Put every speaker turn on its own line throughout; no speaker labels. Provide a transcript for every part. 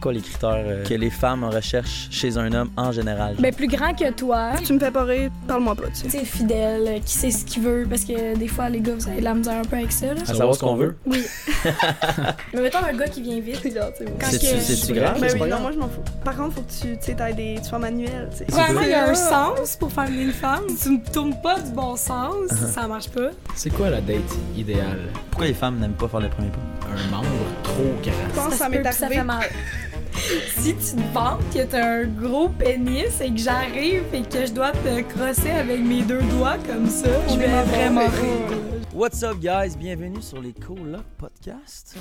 quoi les critères euh, que les femmes recherchent chez un homme en général? genre?
Ben, plus grand que toi.
Tu me fais pas rire, parle-moi pas, tu
Tu
sais.
sais, fidèle, euh, qui sait ce qu'il veut, parce que des fois, les gars, vous avez de la misère un peu avec ça.
Ah.
Là.
à savoir ce qu'on veut.
Oui. Mais mettons un gars qui vient vite. genre, tu sais, Quand
C'est-tu-
que-
c'est-tu grave?
Ben
c'est pas
oui, non,
grave.
moi je m'en fous. Par contre, faut que tu tu sais, t'aies des. Tu sois manuel, tu sais.
Vraiment, il y a un
C'est-
sens pour faire venir une femme. Tu ne tournes pas du bon sens,
Uh-huh.
ça marche pas.
C'est quoi la date idéale?
Pourquoi les femmes n'aiment pas faire le premier pas?
Un membre trop
Je
grand.
pense que ça
se
m'est
peut, puis Ça
arrivé.
fait mal.
Si tu te vantes que t'as un gros pénis et que j'arrive et que je dois te crosser avec mes deux doigts comme ça, je
est
vais
marrant,
vraiment
mais-
rire.
What's up, guys? Bienvenue sur les Colocs Podcast.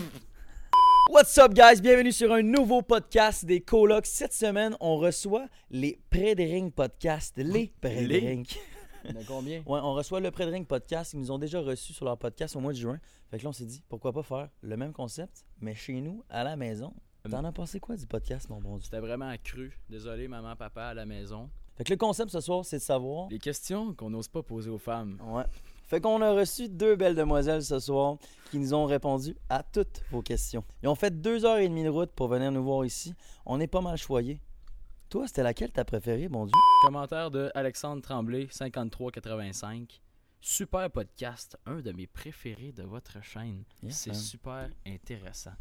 What's up, guys? Bienvenue sur un nouveau podcast des Colocs. Cette semaine, on reçoit les Près des Rings Podcast. Les Près des
Les?
Rings.
De combien?
Ouais, on reçoit le Près des Rings Podcast. Ils nous ont déjà reçus sur leur podcast au mois de juin. Fait que là, on s'est dit, pourquoi pas faire le même concept, mais chez nous, à la maison. T'en as pensé quoi du podcast, mon bon Dieu?
C'était vraiment cru. Désolé, maman, papa, à la maison.
Fait que le concept ce soir, c'est de savoir
Les questions qu'on n'ose pas poser aux femmes.
Ouais. Fait qu'on a reçu deux belles demoiselles ce soir qui nous ont répondu à toutes vos questions. Ils ont fait deux heures et demie de route pour venir nous voir ici. On est pas mal choyés. Toi, c'était laquelle ta préférée, mon Dieu?
Commentaire de Alexandre Tremblay, 5385. Super podcast, un de mes préférés de votre chaîne.
Yes, hein.
C'est
man.
super intéressant.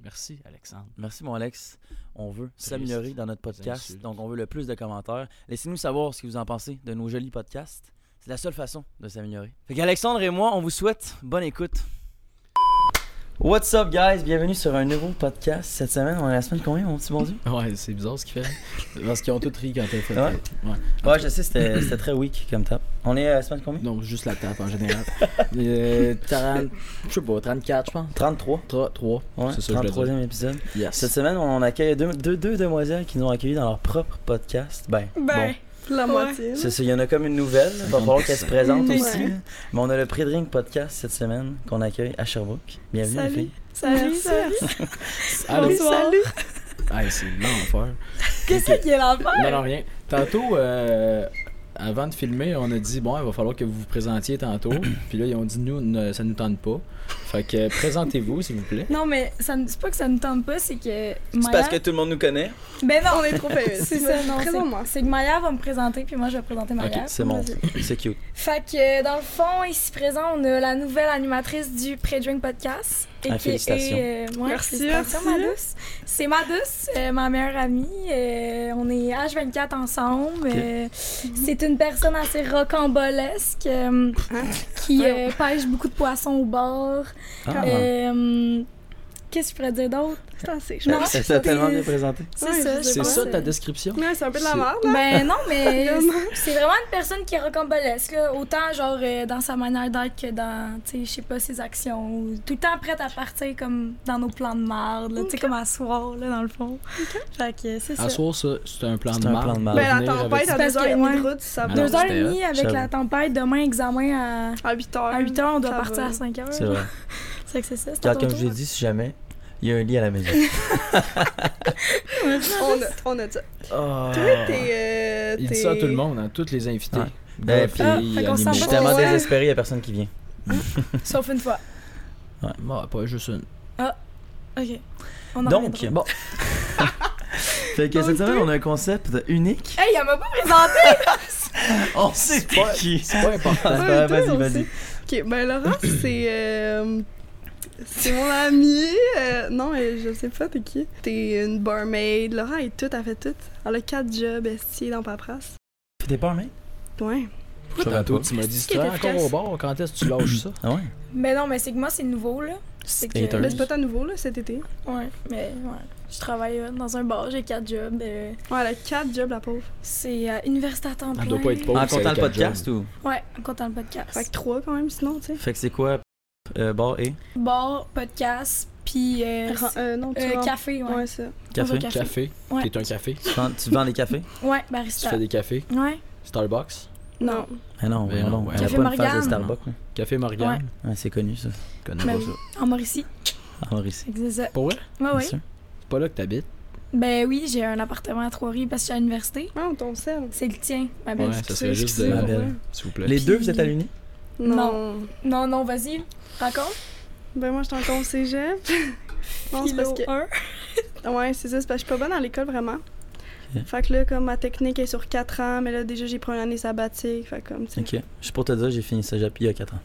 Merci, Alexandre.
Merci, mon Alex. On veut
Triste.
s'améliorer dans notre
Des
podcast,
insultes.
donc on veut le plus de commentaires. Laissez-nous savoir ce que vous en pensez de nos jolis podcasts. C'est la seule façon de s'améliorer. Fait qu'Alexandre et moi, on vous souhaite bonne écoute. What's up, guys? Bienvenue sur un nouveau podcast. Cette semaine, on est à la semaine combien, mon petit bon Dieu?
Ouais, c'est bizarre ce qu'il fait. hein. Parce qu'ils ont tout ri quand t'as fait.
Ouais. Ouais, je sais, c'était c'était très weak comme tape. On est à la semaine combien?
Non, juste la tape en général. euh, 40, je sais pas, 34, je pense.
33.
3, 3
Ouais,
c'est ça que je voulais dire.
33e épisode.
Yes.
Cette semaine, on accueille deux, deux, deux demoiselles qui nous ont accueillis dans leur propre podcast. Ben,
Ben,
La
Ouais.
moitié.
c'est ça, il y en a comme une nouvelle. Il va falloir qu'elles se présentent
Ouais.
aussi. Mais on a le Pré-Drink Podcast cette semaine qu'on accueille à Sherbrooke. Bienvenue, les
Salut.
filles.
Salut,
Merci.
salut.
Allô?
Bonsoir.
Salut.
Ah, c'est l'enfer.
Qu'est-ce qui est l'enfer?
Non, non, rien. Tantôt, euh, avant de filmer, on a dit, bon, il va falloir que vous vous présentiez tantôt. Puis là, ils ont dit, nous, ne- ça nous tente pas. Fait que euh, présentez-vous, s'il vous plaît.
Non, mais ça ne- c'est pas que ça ne tente pas, c'est que.
C'est parce que tout le monde nous connaît.
Ben non,
On est trop fameux.
c'est ça, non.
Présente-moi.
c'est- C'est que Maya va me présenter, puis moi, je vais présenter Maya.
Ok.
C'est bon, c'est cute.
Fait que, euh, dans le fond, ici présent, on a la nouvelle animatrice du Pre-Drink Podcast.
Ah,
aka,
félicitations.
euh, ouais,
Merci,
félicitations,
merci.
Madouce. C'est Madouce, euh, ma meilleure amie. Euh, on est H24 ensemble. Euh, c'est une personne assez rocambolesque euh,
Hein?
qui euh, pêche beaucoup de poissons au bord.
Ah,
Euh, Qu'est-ce que je pourrais dire d'autre?
C'est assez. je
Non,
pense.
elle
c'est-
s'est tellement bien présentée.
C'est
Ouais,
ça,
je
je
sais
C'est
pense.
ça ta description?
Ouais, c'est un peu de la
C'est-
merde, là.
Ben non, mais
Vraiment.
c'est vraiment une personne qui est rocambolesque, là. autant genre euh, dans sa manière d'être que dans, tu sais, je sais pas, ses actions. ou Tout le temps prête à partir comme dans nos plans de marde, là, tu sais, comme à soir, là, dans le fond. Fait que c'est ça.
À soir, ça, c'est un plan
C'est
de
un
marde.
plan de marde.
Ben, la
Venir avec-
tempête à
Parce
2
que,
heures et demie de
ouais.
route, ça va.
Alors,
Deux heures et
c'était
demie avec
j'avoue.
la tempête, demain examen à...
À 8 heures.
À 8 h, on doit
Ça
partir
va.
à 5 h.
C'est vrai.
C'est que c'est ça, c'est à
Car,
ton
comme je
tour.
vous ai dit, si jamais, il y a un lit à la maison.
On a, on a ça.
Oh.
T'es. euh,
Ah. Il dit
t'es-
ça à tout le monde, à tous les invités.
Ouais.
Gars, euh,
Ben,
filles,
ah, fait qu'on s'en
Je
animaux.
suis
va-
tellement
Ouais.
désespéré, il n'y a personne qui vient.
Sauf une fois.
Bon, pas juste une.
OK. On en
Donc,
reviendra.
bon. fait que cette semaine, on a un concept unique.
Hey, elle m'a pas présenté!
Ah, On sait pas qui.
C'est pas important.
Ouais,
Ah,
toi
vas-y,
aussi.
vas-y.
Ok, ben Laurent, c'est. euh, c'est mon ami. euh, non, mais je sais pas, t'es qui? T'es une barmaid. Laurent est tout, elle fait tout. Elle a quatre jobs, estier dans paperasse.
T'es pas un mec?
Ouais.
Je savais
Tantôt,
pas.
tu m'as dit,
qui
tu
est
encore
efficace?
au bord, quand est-ce que tu lâches ça?
Ah ouais?
Mais non, mais c'est que moi, c'est nouveau, là. C'est que-
Hater.
Mais Ben, c'est pas tant nouveau, là, cet été.
Ouais, mais ouais. Je travaille euh, dans un bar, j'ai quatre jobs. euh,
Ouais, elle a quatre jobs, la pauvre.
c'est euh, université à temps plein.
Elle doit pas être pauvre.
En
si elle
comptant
a
le
quatre
podcast
jobs.
ou?
Ouais, en comptant le podcast.
Fait que trois quand même, sinon, tu sais.
Fait que c'est quoi? Euh, bar et
Bar, podcast, puis euh,
Ren-
c'est-
euh, non, tu
euh,
rentres-
café, ouais.
Ouais, ça.
Dans
café?
un café.
Café.
Ouais.
T'es un café.
Tu vends, tu vends des cafés?
Ouais,
Tu
barista.
fais des cafés.
Ouais.
Starbucks.
Non.
Ah non,
Ben
non,
non,
non.
ouais.
Elle a
Café
pas une phase de
Morgane.
Starbucks. là.
Café Morgan.
Ouais, c'est connu ça.
Connais
Ben
pas
oui.
ça.
En Mauricie.
Ah, Maurice.
Fait que c'est ça.
Pour vrai?
Ouais, ouais.
Bien sûr.
C'est pas là que t'habites.
Ben oui, j'ai un appartement à Trois-Rives parce que je suis à l'université.
Ah, on tombe sel.
C'est le tien, ma belle.
Ouais, ça serait juste
excusez,
de.
ma belle.
S'il vous plaît.
Les
Puis-
deux, vous êtes à l'Uni?
Non.
Non, non, vas-y, raconte.
Ben, moi, je suis encore au cégep. Non, c'est parce
Philo
que.
1.
Ouais, c'est ça, c'est parce que je suis pas bonne à l'école vraiment.
Ok.
Fait que là, comme ma technique est sur 4 ans, mais là, déjà, j'ai pris une année sabbatique. Fait que comme, tu sais.
Ok. Je suis pour te dire, j'ai fini Cégep il y a 4 ans.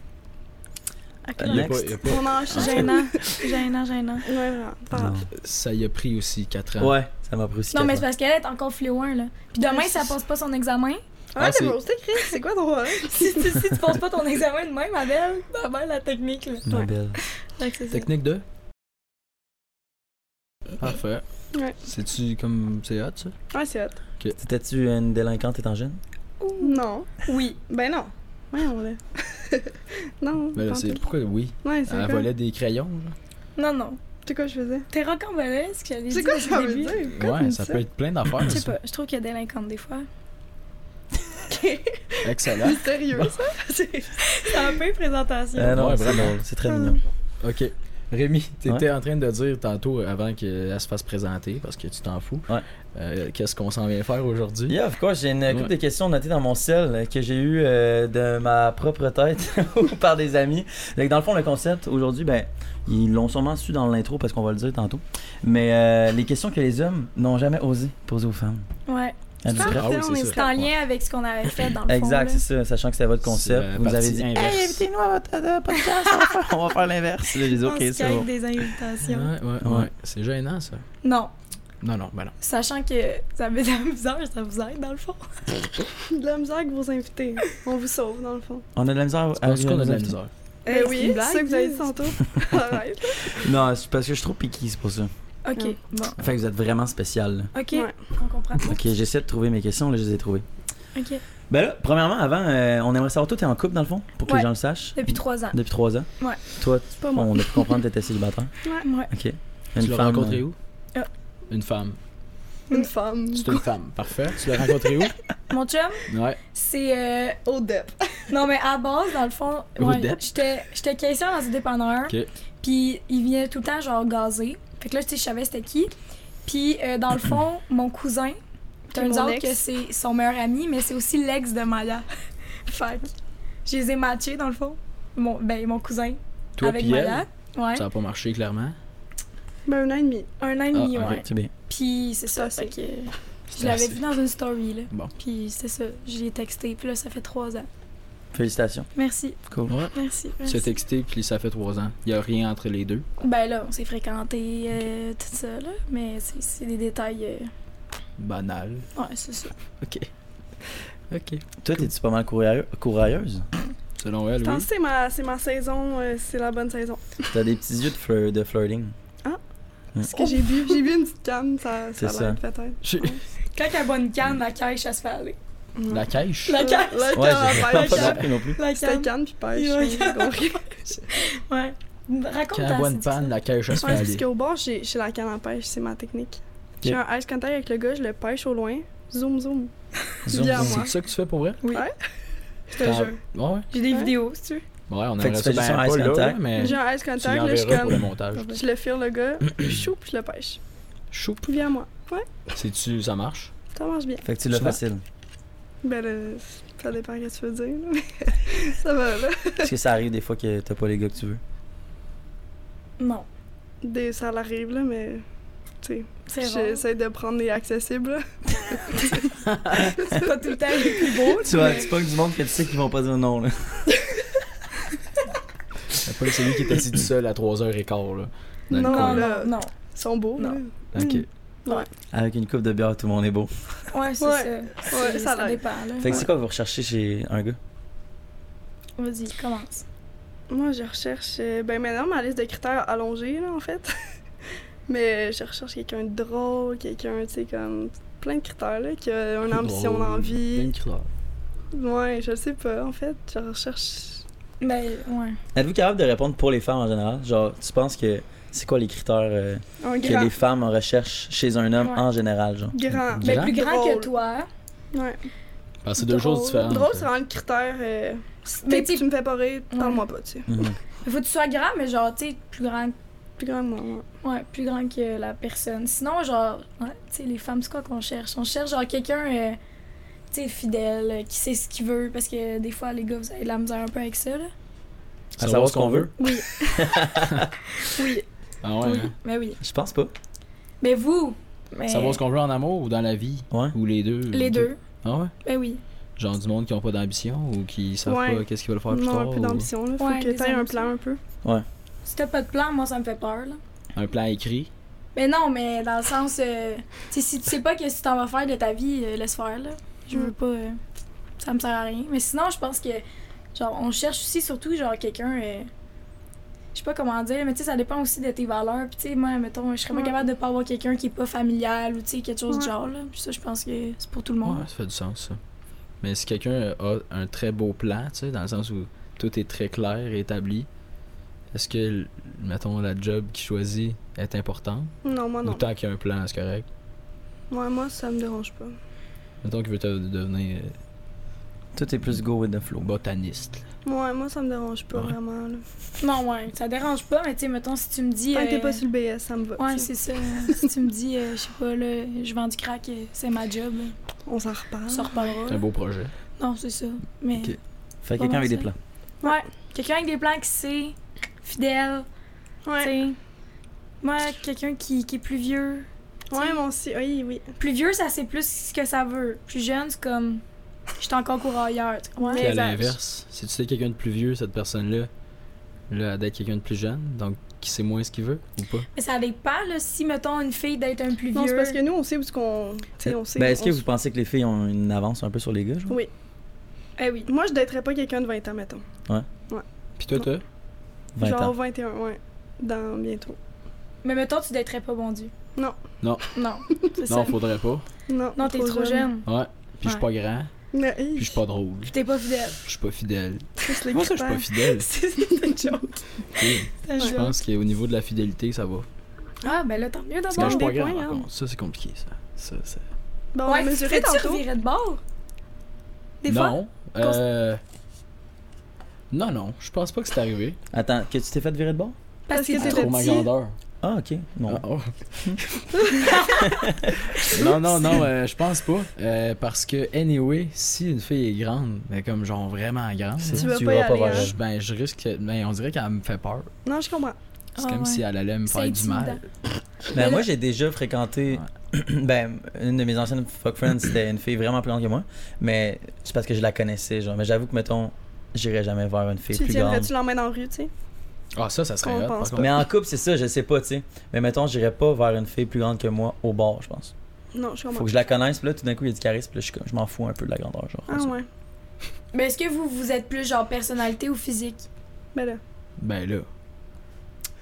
Il y a pas- il y a pas-
Mon âge,
C'est
j'ai
Gênant, gênant, gênant.
Ouais, vraiment. Par-
Non.
Ça y a pris aussi 4 ans.
Ouais, ça m'a pris aussi
Non, mais c'est
4 ans.
parce qu'elle est encore fléau 1, là. Puis demain, si elle passe pas son examen,
Ah,
Ah,
c'est-
t'es roasté, Chris, c'est quoi ton rôle?
si, si, si tu passes pas ton examen demain, ma belle, ma belle, la technique, là.
Ma belle.
Fait que c'est ça.
Technique de Parfait.
Ouais.
C'est-tu comme. C'est hot ça
Ouais, c'est hot.
T'étais-tu une délinquante étant jeune?
Non.
Oui.
Ben non. Ouais, on l'a. non.
Mais Ben, là,
tant
c'est.
pis.
Pourquoi oui
Ouais, c'est
Elle
quoi?
volait des crayons. là.
Non, non.
C'est quoi je faisais?
T'es rocambolesque, j'allais
C'est
dire
quoi
au
ça veut
début.
dire? Pourquoi tu
ouais,
me
ça
dis
peut être plein d'affaires.
Je sais
ça.
pas, je trouve qu'il y a délinquante des fois.
Excellent.
Sérieux, ça? C'est-
C'est un peu présentation.
Ah non,
Ouais,
c'est
vraiment.
drôle, c'est très mignon.
Ok. Rémi, t'étais en train de dire tantôt euh, avant qu'elle se fasse présenter, parce que tu t'en fous,
Ouais.
euh, qu'est-ce qu'on s'en vient faire aujourd'hui.
Yeah, of course, j'ai une couple
Ouais.
de questions notées dans mon sel euh, que j'ai eu euh, de ma propre tête ou par des amis. Donc, dans le fond, le concept aujourd'hui, ben, ils l'ont sûrement su dans l'intro parce qu'on va le dire tantôt. Mais euh, les questions que les hommes n'ont jamais osé poser aux femmes.
Ouais.
À du
Ah,
vrai.
Ah oui, c'est
on est
ça.
C'est en lien avec ce qu'on avait fait dans le fond.
Exact, c'est
là.
ça. Sachant que c'est votre concept,
C'est la
vous nous avez
partie
dit
inverse.
Hey, invitez-nous à votre euh, podcast, on va faire- on va faire l'inverse. Là, J'ai dit,
On
ok,
se
c'est
cache
bon. Hein?
des
Ouais,
invitations.
ouais, ouais.
Ouais.
C'est gênant ça.
Non.
Non, non, ben non.
Sachant que ça me fait bizarre, ça vous aide dans le fond.
de la misère que vos invités. On vous sauve, dans le fond.
On a de la misère à-
C'est parce
à-
qu'on a de la misère.
Eh
c'est
oui,
une
c'est ça que vous avez dit
blague.
tantôt. Arrête.
Non, c'est parce que je suis trop piqué, c'est pour ça.
Ok,
Ouais.
bon.
Fait que vous êtes vraiment spécial. là.
Ok,
Ouais.
on comprend.
Ok, j'essaie de trouver mes questions, là, je les ai trouvées.
Ok.
Ben là, premièrement, avant, euh, on aimerait savoir, toi, t'es en couple dans le fond, pour que
Ouais.
les gens le sachent.
Depuis trois ans.
Depuis trois ans.
Ouais.
Toi,
C'est pas moi.
on a pu comprendre que t'étais célibataire.
Ouais.
Ok.
tu l'as rencontré
euh,
où
Ah.
Une femme.
Une femme.
C'est une femme. Parfait. Tu l'as rencontré où
Mon chum,
Ouais.
c'est. euh,
Au dep.
Non, mais à base, dans le fond,
Au
ouais,
dep.
j'étais j'étais caissière dans un dépanneur.
Ok.
Puis il venait tout le temps, genre, gazer. Fait que là, tu sais, je savais c'était qui. Puis euh, dans le fond, mon cousin, turns
mon
out
ex.
que c'est son meilleur ami, mais c'est aussi l'ex de Maya. fait que je les ai matchés, dans le fond. Mon, ben, mon cousin
Toi
avec
puis
Maya.
elle.
Ouais.
Ça a pas marché clairement.
Ben, un an et demi.
Un an et demi,
Ah, ok.
ouais.
C'est euh, bien.
Puis c'est ça,
Ça, c'est-
fait que je
C'est
l'avais
assez.
vu dans une story, là.
Bon.
Puis c'est ça, je l'ai texté, puis là, ça fait trois ans.
Félicitations.
Merci,
Cool.
Ouais.
merci,
Tu as
merci.
texté puis ça fait trois ans. Il y a rien entre les deux.
Ben là, on s'est fréquenté, euh, tout ça, là. Mais c'est c'est des détails. euh,
Banal.
Ouais, c'est ça.
Ok. Ok.
Toi, t'es-tu pas mal courailleux- courailleuse?
Selon elle,
Je
oui.
pense que c'est ma, c'est ma saison, euh, c'est la bonne saison.
T'as des petits yeux de, fleur- de flirting.
Parce que j'ai bu, j'ai bu une petite canne, ça, ça
C'est ça.
l'aide peut-être.
J'ai-
Quand elle boit une canne, la cache, elle se fait aller.
La cache.
La
canne!
cache!
La canne,
Ouais,
ouais,
Ah,
j'ai vraiment
la
pas
canne.
compris non plus.
La
C'était
canne!
canne puis pêche.
Ouais.
j'ai compris.
Ouais. Raconte
Quand elle
ta
boit une
séduction.
panne, la cache, elle se fait
Ouais, c'est parce
aller.
qu'au bord, j'ai j'ai la canne à pêche, c'est ma technique. J'ai
Ok.
un ice contact avec le gars, je le pêche au loin. Zoom, zoom.
Zoom,
Viens à
zoom.
moi.
C'est ça que tu fais pour vrai
Oui.
Ouais.
Je te
Ah,
jure.
Ouais, ouais.
J'ai des
Hein?
vidéos, si tu veux.
Ouais, on
Fait que
aimerait
tu
ça
fais juste
bien
un
pas
ice
là,
contact.
mais
J'ai un ice
tu
contact, là, je
l'enverras pour le
comme.
montage.
Je le fire le gars, chou, puis je le pêche.
Choup.
Viens à moi. Ouais,
C'est-tu, ça marche?
ça marche bien.
Fait que tu l'as
Souvent.
facile.
Ben, là, ça dépend ce que tu veux dire, là, mais ça va, là.
Est-ce que ça arrive des fois que t'as pas les gars que tu veux?
Non.
Des, ça l'arrive, là, mais. Tu sais,
C'est rare.
j'essaie de prendre les accessibles, là.
C'est pas tout le temps les plus beaux.
Tu vois, tu pas du monde que tu sais qu'ils vont pas dire non, là.
C'est pas celui qui est assis tout seul à 3h15, là. dans le
Non,
coin.
Non,
là.
non, non.
Ils sont beaux,
Non.
là.
Ok.
Mm.
Avec une coupe de bière, tout le monde est beau.
Ouais, c'est ça.
Ouais. Ouais,
C'est-
ça
ça,
l'aide.
dépend, là.
Fait que c'est quoi que vous recherchez chez un gars?
Vas-y, commence.
Moi, je recherche. euh, Ben, maintenant, ma liste de critères allongée, là, en fait. Mais je recherche quelqu'un de drôle, quelqu'un, tu sais, comme. Plein de critères, là, qui a une ambition
Drôle.
dans la vie.
Une couleur.
Ouais, je sais pas, en fait. Je recherche.
Ben, ouais.
Êtes-vous capable de répondre pour les femmes en général? Genre, tu penses que c'est quoi les critères euh,
Un
que
grand.
les femmes en recherchent chez un homme
Ouais.
en général, genre?
Grand.
Grand.
Ben, plus grand
Drôle.
que toi.
Ouais.
Parce que c'est deux
Drôle.
choses différentes.
Drôle, c'est vraiment le critère. euh,
Mais
tu
tu
tu me fais pas rire,
Ouais.
parle-moi pas, tu sais.
Mhm.
faut que tu sois grand, mais genre, tu sais, plus grand
Plus grand que moi, ouais.
Ouais, plus grand que la personne. Sinon, genre, ouais, tu sais, les femmes, c'est quoi qu'on cherche? On cherche, genre, quelqu'un, euh, tu sais, fidèle, euh, qui sait ce qu'il veut, parce que des fois, les gars, vous avez de la misère un peu avec ça, là.
À savoir ce qu'on veut?
Oui,
Ah ouais.
oui,
hein?
mais Ben oui.
Je pense pas.
Mais vous, mais
Savoir ce qu'on veut en amour ou dans la vie
Ouais.
Ou les deux
Ben, les
ok.
deux,
Ah ouais
ben oui.
Genre du monde qui n'a pas d'ambition ou qui savent
Ouais.
pas qu'est-ce qu'ils veulent faire plus
Non,
tard
un peu
ou-
d'ambition, là. Faut
Ouais,
que
des
t'aies un
ambitions.
plan un peu.
Si t'as pas de plan, moi, ça me fait peur, là.
Un plan écrit.
Mais non, mais dans le sens, euh, tu sais, si tu sais pas que si t'en vas faire de ta vie, euh, laisse faire, là. Je veux
Mm.
pas, euh, ça me sert à rien. Mais sinon, je pense que, genre, on cherche aussi, surtout, genre, quelqu'un, euh, je sais pas comment dire, mais tu sais, ça dépend aussi de tes valeurs. Puis tu sais, moi, mettons, je serais
Ouais.
pas capable de pas avoir quelqu'un qui est pas familial ou tu sais, quelque chose du
Ouais.
genre, là. Puis ça, je pense que c'est pour tout le monde.
Ouais, ça fait du sens ça. Mais si quelqu'un a un très beau plan, tu sais, dans le sens où tout est très clair et établi, est-ce que, l- mettons, la job qu'il choisit est importante
Non, moi,
Ou
Ah non.
tant qu'il y a un plan, c'est correct
Moi, moi, ça me dérange pas.
Mettons qu'il veut te- devenir euh,
Tout est plus go with the flow.
botaniste.
Moi, moi, ça me dérange pas
Ouais.
vraiment, là.
Non, ouais, ça dérange pas, mais tu sais, mettons, si tu me dis.
Tant que t'es
euh,
pas sur le BS, ça me va.
Ouais,
tu sais.
c'est ça. si tu me dis, euh, je sais pas, là, je vends du crack, euh, c'est ma job, là.
On s'en reparle.
on s'en reparlera.
C'est un beau projet.
Non, c'est ça. Mais
Ok.
Fait quelqu'un avec des plans.
ouais, quelqu'un avec des plans qui sait, fidèle, tu
Ouais.
sais. Moi, quelqu'un qui, qui est plus vieux.
Ouais, moi aussi. Oui, oui.
Plus vieux, ça sait plus ce que ça veut. Plus jeune, c'est comme. J'étais encore cours ailleurs. tu comprends?
Puis à
Les âges.
l'inverse, si tu sais quelqu'un de plus vieux, cette personne-là, là, d'être quelqu'un de plus jeune, donc qui sait moins ce qu'il veut ou pas
Mais ça dépend, là, si, mettons, une fille d'être un plus
Non, c'est
vieux.
parce que nous, on sait où ce qu'on. Tu sais, on sait.
Ben, est-ce
on
que
s-
vous pensez que les filles ont une avance un peu sur les gars, genre?
Oui.
Eh oui.
Moi, je daterais pas quelqu'un de 20 ans, mettons.
Puis toi, t'as
20
Genre
ans.
21, ouais. Dans bientôt.
Mais mettons, tu daterais pas bon Dieu.
Non.
Non.
Non, c'est ça.
Non, faudrait pas.
Non,
Non, t'es trop jeune.
Ouais. Puis je suis pas grand,
Mais,
puis je suis pas drôle,
Puis t'es pas fidèle.
je suis pas fidèle.
c'est les
Moi, ça, je suis pas
critères.
fidèle.
C'est c'est une joke.
Ok. Je pense qu'au niveau de la fidélité, ça va.
Ah, ben là, tant mieux
Parce que je
d'abord.
suis pas
des
grand,
points,
par
hein.
contre. Ça, c'est compliqué, ça. ça, ça.
Bon, on
Ouais,
va mesurer
fais-tu
tantôt.
revirer de bord? Des fois?
non. Euh... Non, non, je pense pas que c'est arrivé.
Attends, que tu t'es fait virer de bord?
Parce que
t'es
t'étais
Trop ma
petit.
grandeur.
Ah, ok. Non.
Ah, oh. Ah, non, non, non, euh, je pense pas. Euh, parce que, anyway, si une fille est grande, mais comme genre vraiment grande,
C'est-
Tu vas pas y aller, hein.
je- ben, je risque. que- Ben, on dirait qu'elle me fait peur.
Non, je comprends.
C'est
Ah,
comme
ouais.
si elle allait me
C'est
faire du mal.
intimidant.
Ben, moi, j'ai déjà fréquenté. ben, une de mes anciennes fuck friends, c'était une fille vraiment plus grande que moi. Mais c'est parce que je la connaissais, genre. Mais j'avoue que, mettons, j'irais jamais vers une fille
Tu le
plus grande.
tiendrais-tu la main dans la rue, tu sais?
Ah, ça, ça serait
On
hot, par
pense
contre.
Mais en couple, c'est ça, je sais pas, tu sais. Mais mettons, j'irais pas vers une fille plus grande que moi au bord, je pense.
Non, je comprends.
Faut que je la connaisse, puis là, tout d'un coup, il y a du charisme, puis là, je suis comme- je m'en fous un peu de la grandeur, genre.
Ah ouais.
Mais est-ce que vous, vous êtes plus genre personnalité ou physique?
Ben là.
Ben là.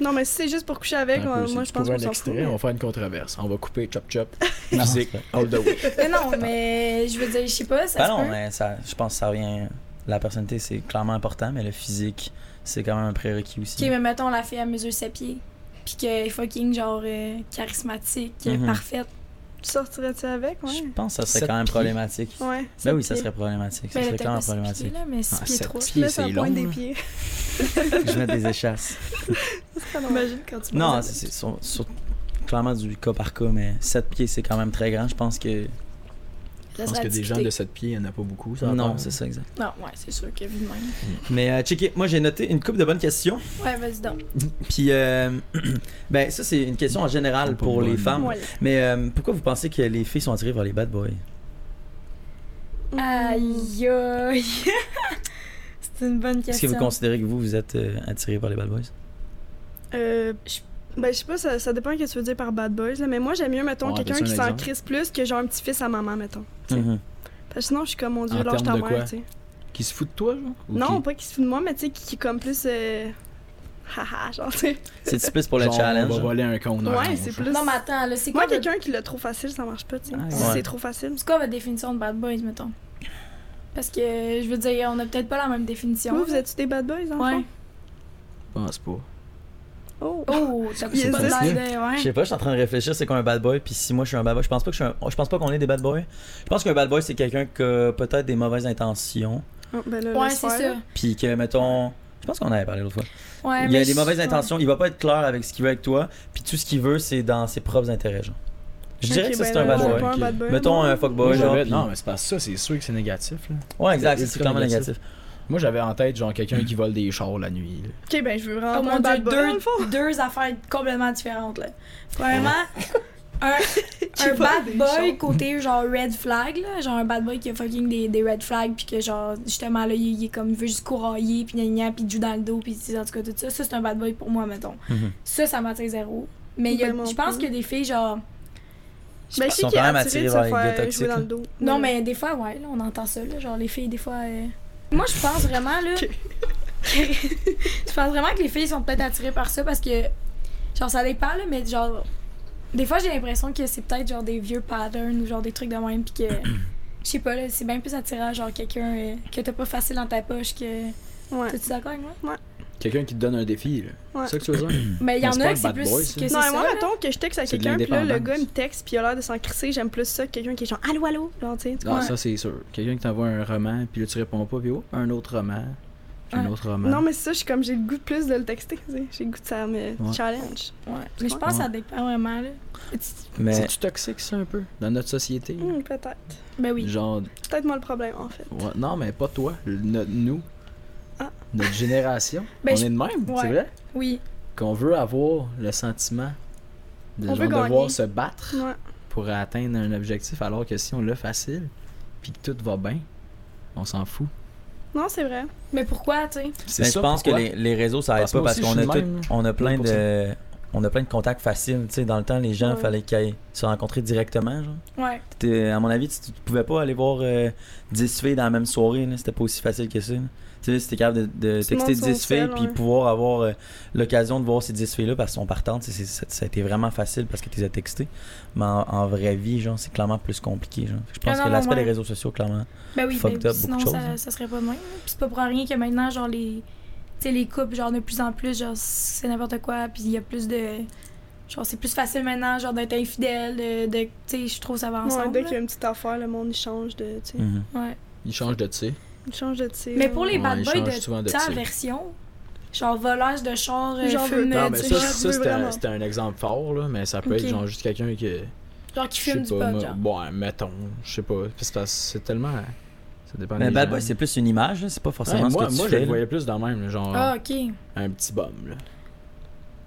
Non, mais si c'est juste pour coucher avec,
un
moi,
peu, si
moi,
tu
je pense
trouves
qu'on
un
s'en fout.
extrait, on va
mais-
faire une controverse. On va couper chop chop.
Non,
Musique.
c'est vrai.
All the way.
Mais non, mais je veux dire, je sais pas, ça
Ben
se
non,
peut.
mais ça, je pense que ça revient. La personnalité, c'est clairement important, mais le physique, c'est quand même un prérequis aussi.
Ok, mais mettons la fille à mesure ses pieds, puis qu'elle est fucking genre euh, charismatique, euh,
Mhm.
parfaite.
Tu sortirais-tu avec?
Je
Ouais.
pense que ça serait
Sept
quand même
pieds.
problématique.
Ouais.
Ben
sept
oui, ça
pieds.
serait problématique. Ça serait
Mais Ben, le
clairement
technicien,
problématique.
là, mais 6
Ah,
pieds
sept
3.
pieds.
Tu mets
c'est
sa
long,
pointe des
là.
pieds.
Je mets des échasses.
Imagine quand tu
Non,
manges
c'est c'est
avec.
sur- sur- clairement du cas par cas, mais 7 pieds, c'est quand même très grand. Je pense que.
Je pense que des gens de 7 pieds, il n'y en a pas beaucoup. Ça
Non, c'est ça, exact.
Non, ouais, c'est sûr que vu de même.
Mais euh, checker, moi j'ai noté une coupe de bonnes questions.
Ouais, vas-y donc.
Puis, euh, ben, ça, c'est une question en général
Pas
pour les
bonne.
femmes.
Ouais.
Mais euh, pourquoi vous pensez que les filles sont attirées par les bad boys
Mhm.
Aïe, aïe. c'est une
Est-ce
bonne
que
question.
vous considérez que vous, vous êtes euh, attiré par les bad boys
Euh, je- ben, je sais pas, ça, ça dépend de ce que tu veux dire par bad boys, là, mais moi, j'aime mieux, mettons,
Ouais,
quelqu'un
donne-tu
qui
un
s'en
exemple.
crisse plus que genre un petit fils à maman, mettons.
Mm-hmm.
Parce que sinon, je suis comme, mon
En
dieu, lâche
termes
ta
de quoi?
mère, tu sais.
Qui se fout de toi, genre Ou
Non,
qui-
pas qui se fout de moi, mais tu sais, qui, qui est comme plus. euh, Haha, genre, tu sais.
C'est plus pour le
genre, bah, On
challenge.
va voler un con.
Ouais, c'est plus.
Non, mais attends, là, c'est quoi,
Moi,
votre-
quelqu'un qui l'a trop facile, ça marche pas, tu sais.
Ah,
Si
ouais.
c'est trop facile.
c'est quoi votre définition de bad boys, mettons? Parce que je veux dire, on a peut-être pas la même définition.
Vous, vous
là.
êtes-tu des bad boys, en
Ouais.
fond?
Je pense pas.
Oh!
Oh, t'as
Yes,
pas
yes.
l'air de.
Je
Ouais.
sais pas, je suis en train de réfléchir, c'est quoi un bad boy, puis si moi je suis un bad boy, je pense pas que je suis un- je pense pas qu'on est des bad boys. Je pense qu'un bad boy c'est quelqu'un qui a peut-être des mauvaises intentions,
Ah, ben là,
Ouais,
laisse
c'est
faire,
ça.
là.
puis que mettons, je pense qu'on en avait parlé l'autre fois.
Ouais,
il y a
mais
des
je-
mauvaises
ouais.
intentions, il va pas être clair avec ce qu'il veut avec toi, puis tout ce qu'il veut c'est dans ses propres intérêts genre. Je dirais
Ok,
que ça,
ben
c'est un
là,
bad
on
boy.
veut pas un
ok.
bad boy,
Mettons
moi.
un fuckboy
Moi,
genre.
j'avais-
puis-
Non, mais c'est pas ça, c'est sûr que c'est négatif. Là.
Ouais, exact,
c'est
c'est clairement
ultra
négatif.
Moi, j'avais en tête, genre, quelqu'un qui vole des chars la nuit. là.
Ok, ben je veux
Oh
vraiment pas
mon
un
dieu,
bad boy, dans le fond.
deux, deux affaires complètement différentes là. Premièrement, un,
Tu
un
vois
bad
des
boy
choses.
côté genre red flag, là, genre un bad boy qui a fucking des, des red flags, puis que genre justement là, il, il est comme il veut juste courailler, puis gna gna, gna, puis il joue dans le dos, puis en tout cas tout ça. Ça, c'est un bad boy pour moi, mettons.
Mhm.
Ça, ça m'attire zéro. Mais il y a-
Ben, moi
je pense
non
qu'il y a des filles genre.
Mais
Ils
je sais
sont
qu'il Ben, est
quand même
attiré de se
attirés vers les gars
faire
toxiques,
jouer dans
là.
le dos.
Non, mais des fois, ouais, là, on entend ça, là, genre les filles, des fois. euh, Moi, je pense vraiment, là.
Ok.
je pense vraiment que les filles sont peut-être attirées par ça parce que, genre, ça dépend, là, mais genre. Des fois, j'ai l'impression que c'est peut-être genre des vieux patterns ou genre des trucs de même, puis que. Je sais pas, là, c'est bien plus attirant, genre quelqu'un euh, que t'as pas facile dans ta poche que.
Ouais.
T'es-tu d'accord avec moi?
Quelqu'un qui te donne un défi, là.
Ouais.
C'est ça que tu veux dire?
Mais il y
Mais
en a
c'est pas
que
un
c'est
bad
plus.
boy,
que
ça.
c'est
Mm. Non, mais
ça.
moi,
là.
mettons que je texte à
C'est de
quelqu'un, puis là, le
l'indépendance.
gars, il me texte, puis il a l'air de s'en crisser, j'aime plus ça que quelqu'un qui est genre « Allô, allô ?» Genre, tu sais, tu
Non,
vois.
Ah, ça c'est sûr. Quelqu'un qui t'envoie un roman, puis là tu réponds pas, puis oh, un autre roman, puis un
Ouais.
autre roman.
Non, mais c'est ça, je suis comme, j'ai le goût de plus de le texter, tu sais. J'ai le goût de ça me
Ouais.
challenge.
Ouais. Mais je pense que ça dépend vraiment, là.
Mais
C'est-tu toxique ça un peu dans notre société? là?
Hmm, peut-être.
Ben oui.
Genre,
C'est peut-être moi le problème, en fait.
ouais, non, mais pas toi, le- notre- nous,
Ah.
notre génération.
Ben,
on
je-
est de même,
ouais.
c'est vrai?
Oui.
Qu'on veut avoir le sentiment de
On
genre
veut gagner.
devoir se battre
Ouais.
pour atteindre un objectif, alors que si on l'a facile, puis que tout va bien, on s'en fout. Ben,
Non, c'est vrai.
Mais pourquoi, tu sais?
C'est
Mais je
ça,
pense que
pourquoi?
les, les réseaux ça aide
Parce
pas
que moi
parce
aussi,
qu'on
je
a
suis
tout-
de même, là.
on a plein de on a plein de contacts faciles, tu sais dans le temps les gens
Ouais.
fallait qu'ils aillent se rencontrer directement genre.
Ouais.
T'étais- à mon avis tu, tu pouvais pas aller voir euh, 10 filles dans la même soirée, là. c'était pas aussi facile que ça. là. Tu sais là, c'était capable de, de
Tout le monde
texter
sur
10
son
filles
sel,
puis
ouais.
pouvoir avoir euh, l'occasion de voir ces 10 filles là parce qu'on partante, c'est- c'est- ça, ça a été vraiment facile parce que tu les as textées. Mais en, en vraie vie genre c'est clairement plus compliqué genre. Je pense
Ah non,
que
non,
l'aspect
ouais.
des réseaux sociaux clairement.
Ben oui,
fucked
ben,
up,
sinon
beaucoup de choses,
ça,
hein.
ça serait pas de même. là. Puis c'est pas pour rien que maintenant, genre, les, tu sais, les couples, genre, de plus en plus, genre, c'est n'importe quoi. Puis il y a plus de. Genre, c'est plus facile maintenant, genre, d'être infidèle, de. de- tu sais, je trouve ça va
Ouais,
ensemble.
dès qu'il y
là.
a une petite affaire, le monde, il change de, tu sais,
Mhm.
Ouais.
Ils changent de tir.
il change de tir.
Mais pour les
Ouais,
bad
ils
boys
changent souvent
de
de
ta
type.
version, genre, volage de char, euh,
J'en veux
fume,
pas,
euh,
Non,
mais
mais
du
ça,
ça,
pot.
ça, c'était un-
c'était
vraiment.
c'était un exemple fort, là, mais ça peut
Ok.
être genre juste quelqu'un qui.
genre, qui
Je sais
fume du pot,
pas, moi,
genre.
bon, mettons, je sais pas. Parce que c'est tellement. Ça dépend
Mais
des
Ben, bad
gens.
boy c'est plus une image, là, c'est pas
Ouais,
forcément
moi,
ce que tu
moi, je
fais.
le
là.
voyais plus dans le même, genre
Ah, ok.
un petit bum. Là.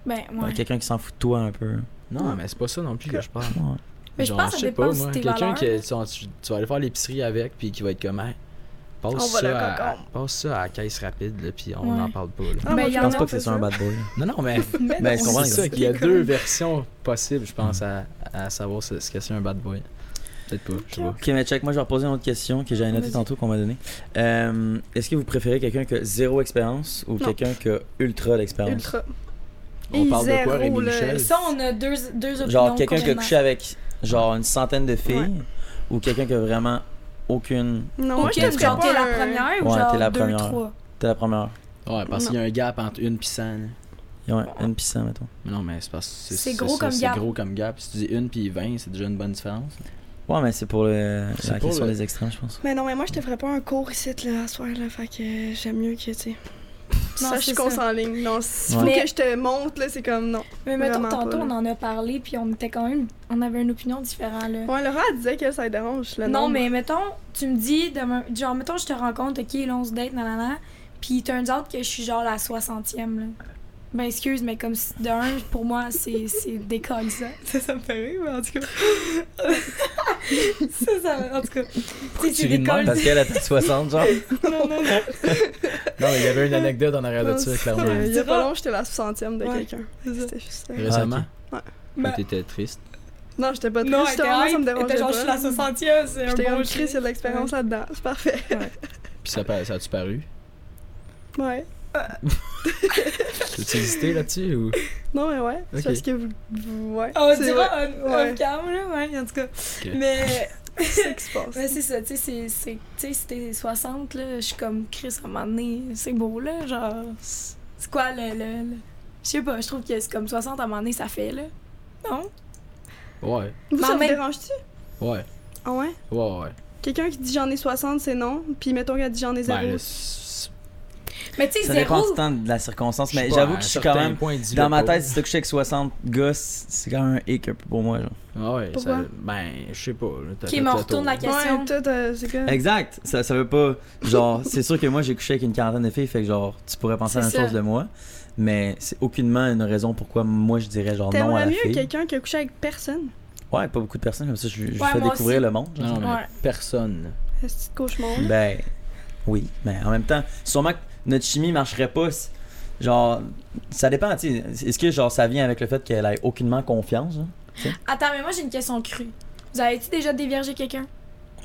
Ben,
Ouais,
ouais.
Quelqu'un qui s'en fout de toi un peu.
Non, mais c'est pas ça non plus que je parle.
Ouais.
Ah. Mais je
genre,
pense que ça
sais
dépend
pas,
aussi de
moi,
tes
quelqu'un
valeurs.
qui est- tu, tu vas aller faire l'épicerie avec, puis qui va être comme, Hey, passe,
On va le
ça à,
cocon.
passe ça à la caisse rapide, là, puis on
Ouais.
n'en parle pas. là.
Ah,
Ben,
moi,
il y
Je
en
pense
a,
pas
on
que
fait
c'est ça un bad boy. là.
Non, non, mais
Ben,
non,
comprends,
c'est
les
ça,
gars.
qu'il y a deux versions possibles, je pense, à, à savoir ce, ce que c'est un bad boy. Peut-être pas, je sais pas.
Ok, mais check, moi je vais reposer une autre question que j'avais notée
Vas-y.
tantôt qu'on m'a donnée. Euh, Est-ce que vous préférez quelqu'un qui a zéro expérience ou
Non.
quelqu'un qui a ultra d'expérience
Ultra.
On
Et
parle de quoi,
zéro,
Rémi
là.
Michel
Ça, on a deux, deux opinions.
Genre quelqu'un qui a
complètement.
couché avec genre une centaine de filles ou quelqu'un qui a vraiment aucune.
Non, moi,
Ok,
je
Aucune
te
genre, t'es
ferais
la
pas un-
première
Ouais,
ou
t'es la
genre deux,
première.
trois?
T'es la première.
Ouais, parce qu'il y a un gap entre une pis 100. là.
Ouais, une pis cent, mettons.
Mais Non, mais c'est parce que c'est
C'est
c'est
gros
ça,
comme
c'est
gap.
gros comme gap. Si tu dis une puis 20, c'est déjà une bonne différence.
Ouais, mais c'est pour le-
C'est
la
pour
question
le-
des extrêmes, je pense.
Mais Ben, non, mais moi, je te ferais pas un cours ici, là, à soir, là, fait que j'aime mieux que, tu sais...
Non,
Sache
c'est
qu'on
ça.
s'en ligne. Non, s'il
Ouais.
faut
Mais-
que je te montre, là, c'est comme, non.
Mais mettons,
Vraiment pas,
tantôt,
là.
on en a parlé, puis on était quand même. On avait une opinion différente, là.
Ouais, Laura, elle disait que ça dérange, le
non,
nombre.
mais mettons, tu me dis, demain- genre, mettons, je te rencontre, ok, là, on se date, nanana, puis turns out que je suis genre la 60e, là. Ben, excuse, mais comme si de un, pour moi, c'est c'est décolle, ça. Ça, ça me fait rire, mais en tout cas. ça, ça, en tout cas. Tu sais,
tu ris de même?
Parce qu'elle a 60, genre.
non, non, non.
Non, Ah, mais il y avait une anecdote en arrière de ça,
c'est-
clairement.
Euh, Il y a pas long, j'étais la 60e de
Ouais.
quelqu'un. C'était juste ça.
Récemment,
Ben,
t'étais triste.
Non, j'étais pas triste.
non, elle était
justement, ça me
hype, elle était
dérangeait
genre, je suis la
pas.
60e, c'est un
J'étais
bon
comme Chris, il y a de l'expérience là-dedans. C'est parfait.
Puis ça, pa- ça a-tu paru?
Ouais.
T'as-tu hésité là-dessus ou.
Non, mais ouais.
Ok.
C'est parce que vous. vous- Ouais.
Ah, On
c'est
dira
vrai.
on,
Ouais.
cam, là, ouais, en tout cas. Mais,
C'est ça qui se passe.
mais c'est ça, tu sais, c'est- c'est- tu sais, si t'es 60, là, je suis comme Chris à un moment donné, c'est beau, là, genre, c'est c'est quoi le. le, le- Je sais pas, je trouve que c'est comme 60 à un moment donné, ça fait, là. Non?
Ouais,
Vous,
Mais
ça
en
vous
même-
dérange-tu?
ouais,
Ah ouais?
ouais, ouais.
Quelqu'un qui dit j'en ai 60, c'est non. Puis mettons qu'elle dit j'en ai
Ben,
zéro.
là, c'est-
Mais tu sais,
Ça dépend du
zéro.
temps de la circonstance, mais
sais pas,
j'avoue
à
que je
un
suis quand
certain
même.
point, dis-le
Dans ma
pas.
tête, si t'as couché avec 60 gosses, c'est quand même un hic un peu pour moi, genre.
Ah Ouais,
Pourquoi?
ça, ben, je sais pas. là, t'as
Ok,
fait
mais on
le
retourne
tour.
la question.
Ouais, tout, euh, c'est
Mm.
quoi?
Exact. Ça, ça veut pas. Genre, c'est sûr que moi, j'ai couché avec une quarantaine de filles, fait que genre, tu pourrais penser à la
C'est
même chose
ça.
de moi. Mais c'est aucunement une raison pourquoi moi je dirais genre non à
T'aimerais
la
mieux
fille.
quelqu'un qui a couché avec personne?
Ouais, pas beaucoup de personnes comme ça. Je, je
Ouais,
fais
moi
découvrir
aussi.
le monde. genre.
Non, mais
Ouais.
Personne.
Est-ce que cauchemar?
Mm.
Ben, oui, mais en même temps, sûrement que notre chimie marcherait pas. si- Genre, ça dépend, tu sais. Est-ce que genre ça vient avec le fait qu'elle ait aucunement confiance? hein?
Attends, mais moi j'ai une question crue. Vous avez-tu déjà déviergé quelqu'un?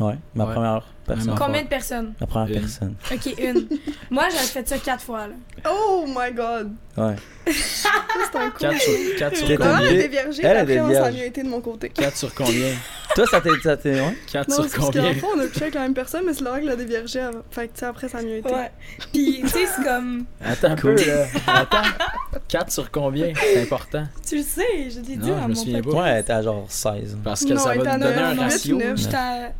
Ouais, ma
Ouais.
première personne.
Même Enfin.
Combien de personnes?
Ma première
Une.
personne.
Ok, une. moi j'ai fait ça quatre fois. Là.
Oh my god!
Ouais.
Ça, C'est un coup.
4 sur, quatre sur
Qu'est-ce
Ma
qu'on
mère
combien
elle
dit?
était viergée,
Elle, elle
après,
est
on s'en
vierge.
vient été de mon côté.
4 sur combien
Toi, ça t'est. ça t'est- ouais?
4
Non,
sur
c'est parce qu'en
combien
fond, on a couché avec la même personne, mais c'est Laura qui l'a déviergée avant. Fait que, tu sais, après, ça a mieux été.
Ouais. Puis, tu sais, c'est comme.
Attends un peu là. Attends. 4 sur combien C'est important.
Tu le sais, je t'ai dit dans
Non, je me
hein, mon
souviens
podcast.
pas.
Ouais, t'as genre 16.
Parce que
Non,
ça
elle était
va
à
nous donner
neuf,
un
huit,
ratio.
neuf.
J'étais à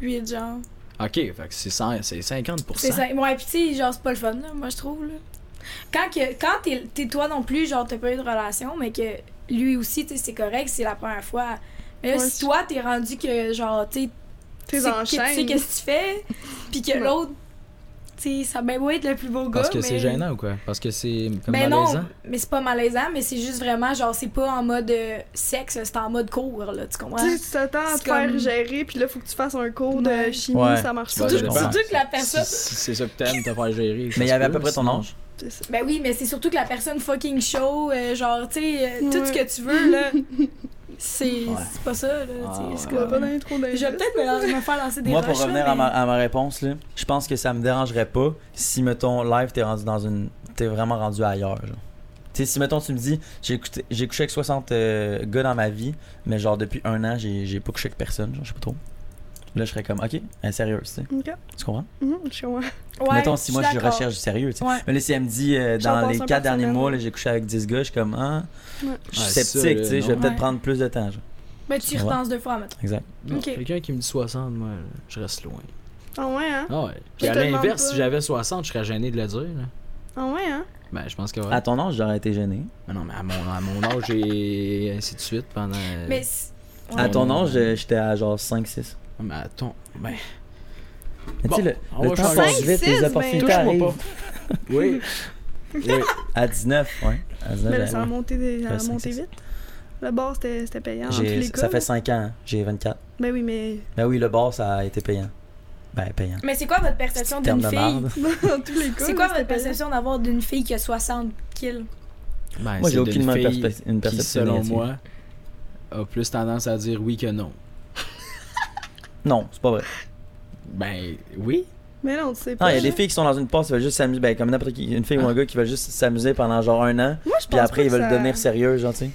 8, genre.
Ok, fait que c'est cent- c'est 50%.
C'est ça. Ouais, pis tu sais, genre, c'est pas le fun, là, moi, je trouve, là. Quand, que, quand t'es, t'es toi non plus, genre, t'as pas eu de relation, mais que lui aussi, tu sais, c'est correct, c'est la première fois. Mais là,
Ouais,
si toi, t'es rendu que, genre, tu sais,
T'es
sais que- tu sais
enchaînes.
qu'est-ce que tu fais, pis que
Ouais.
l'autre, tu sais, ça a bien beau être le plus beau gars,
Parce que c'est
mais-
gênant ou quoi Parce que c'est comme
Ben
malaisant.
non, mais c'est pas malaisant, mais c'est juste vraiment, genre, c'est pas en mode euh, sexe, c'est en mode cours, là, tu comprends?
Tu sais, tu t'attends à
C'est
te faire
comme-
gérer, puis là, faut que tu fasses un cours de
Ouais.
chimie,
Ouais.
ça marche
Ouais,
pas.
je comprends.
Surtout que la personne...
Si- si C'est ça que t'aimes, t'as pas gérer. ça
Mais il y
se
avait à
peut,
peu près ton
sinon.
âge.
C'est ça.
Ben oui, mais c'est surtout que la personne fucking show, euh, genre, tu sais, euh, tout
Ouais.
ce que tu veux, là, c'est
Ouais.
c'est pas ça, là, tu sais,
Ah,
c'est
ouais.
Tu vas
comme-
pas donner trop
Je
d'indices.
vais peut-être me, lan- me faire lancer des
Moi, pour
roches,
revenir
là,
à, ma, à ma réponse, là, je pense que ça me dérangerait pas si, mettons, live, t'es rendu dans une. T'es vraiment rendu ailleurs, genre. Tu sais, si, mettons, tu me dis, j'ai écouté- j'ai couché avec 60 euh, gars dans ma vie, mais genre, depuis un an, j'ai j'ai pas couché avec personne, genre, je sais pas trop. Là, je serais comme, ok, elle est sérieuse, tu sais.
Ok.
Tu comprends?
Mhm, je suis ouais.
mais- Ouais,
mettons, si moi, je
suis d'accord.
recherche du sérieux, tu sais.
Ouais.
Mais là, si elle me dit, euh,
J'en
dans
passe
les
un
4
par
derniers
semaine.
mois, là, j'ai couché avec 10 gars, je suis comme, ah,
Ouais.
je suis
Ouais, ça,
sceptique, tu sais,
là,
je vais
non.
peut-être
Ouais.
prendre plus de temps, genre.
Mais tu y
Ouais. Euh,
repenses deux fois, mettons.
Exact.
Non,
Ok.
Quelqu'un qui me dit 60, moi, je reste loin.
Ah ouais, hein?
Ah ouais.
Je
Puis à
te demande
l'inverse,
pas.
si j'avais 60, je serais gêné de le dire. là.
Ah ouais, hein?
Ben, je pense que ouais.
À ton âge, j'aurais été gêné.
Mais non, mais à mon, à mon âge et ainsi de suite pendant. euh,
Mais c'est-
À
Ouais.
ton âge, euh, j'étais à genre 5-6.
Ah, mais attends. Ben,
Mais
Bon,
tu sais,
on
le, le
va
temps
changer.
passe vite,
Cinq, six,
les
ben,
opportunités
touche-moi
arrivent.
pas. oui. oui.
À 19, ouais. À 19,
Mais là,
j'ai-
ça a monté, des- ça
Ouais,
a
c'est-
monté
c'est-
vite. Le bar, c'était c'était payant. dans tous
j'ai-
les
ça
cas,
fait
là.
5 ans, hein. j'ai 24.
Ben oui, mais.
Ben oui, le bar, ça a été payant. Ben, payant.
Mais c'est quoi votre perception
Terme
d'une
de
fille?
marde.
dans tous les cas.
C'est quoi
là, c'était
votre
payant.
perception d'avoir d'une fille qui a 60 kills?
Ben,
Moi,
c'est
j'ai aucunement
d'une
une,
fille
perspe- une
qui,
perception.
selon
négative.
moi, a plus tendance à dire oui que non.
Non, c'est pas vrai.
Ben, oui.
Mais non, tu sais
Non,
pas.
il y a
là.
des filles qui sont dans une passe, qui veulent juste s'amuser. Ben, comme n'importe qui, une fille ou un gars qui veut juste s'amuser pendant genre un an,
Moi, je
puis
pense pas
après, ils
que
veulent
ça-
devenir sérieux, genre, tu sais.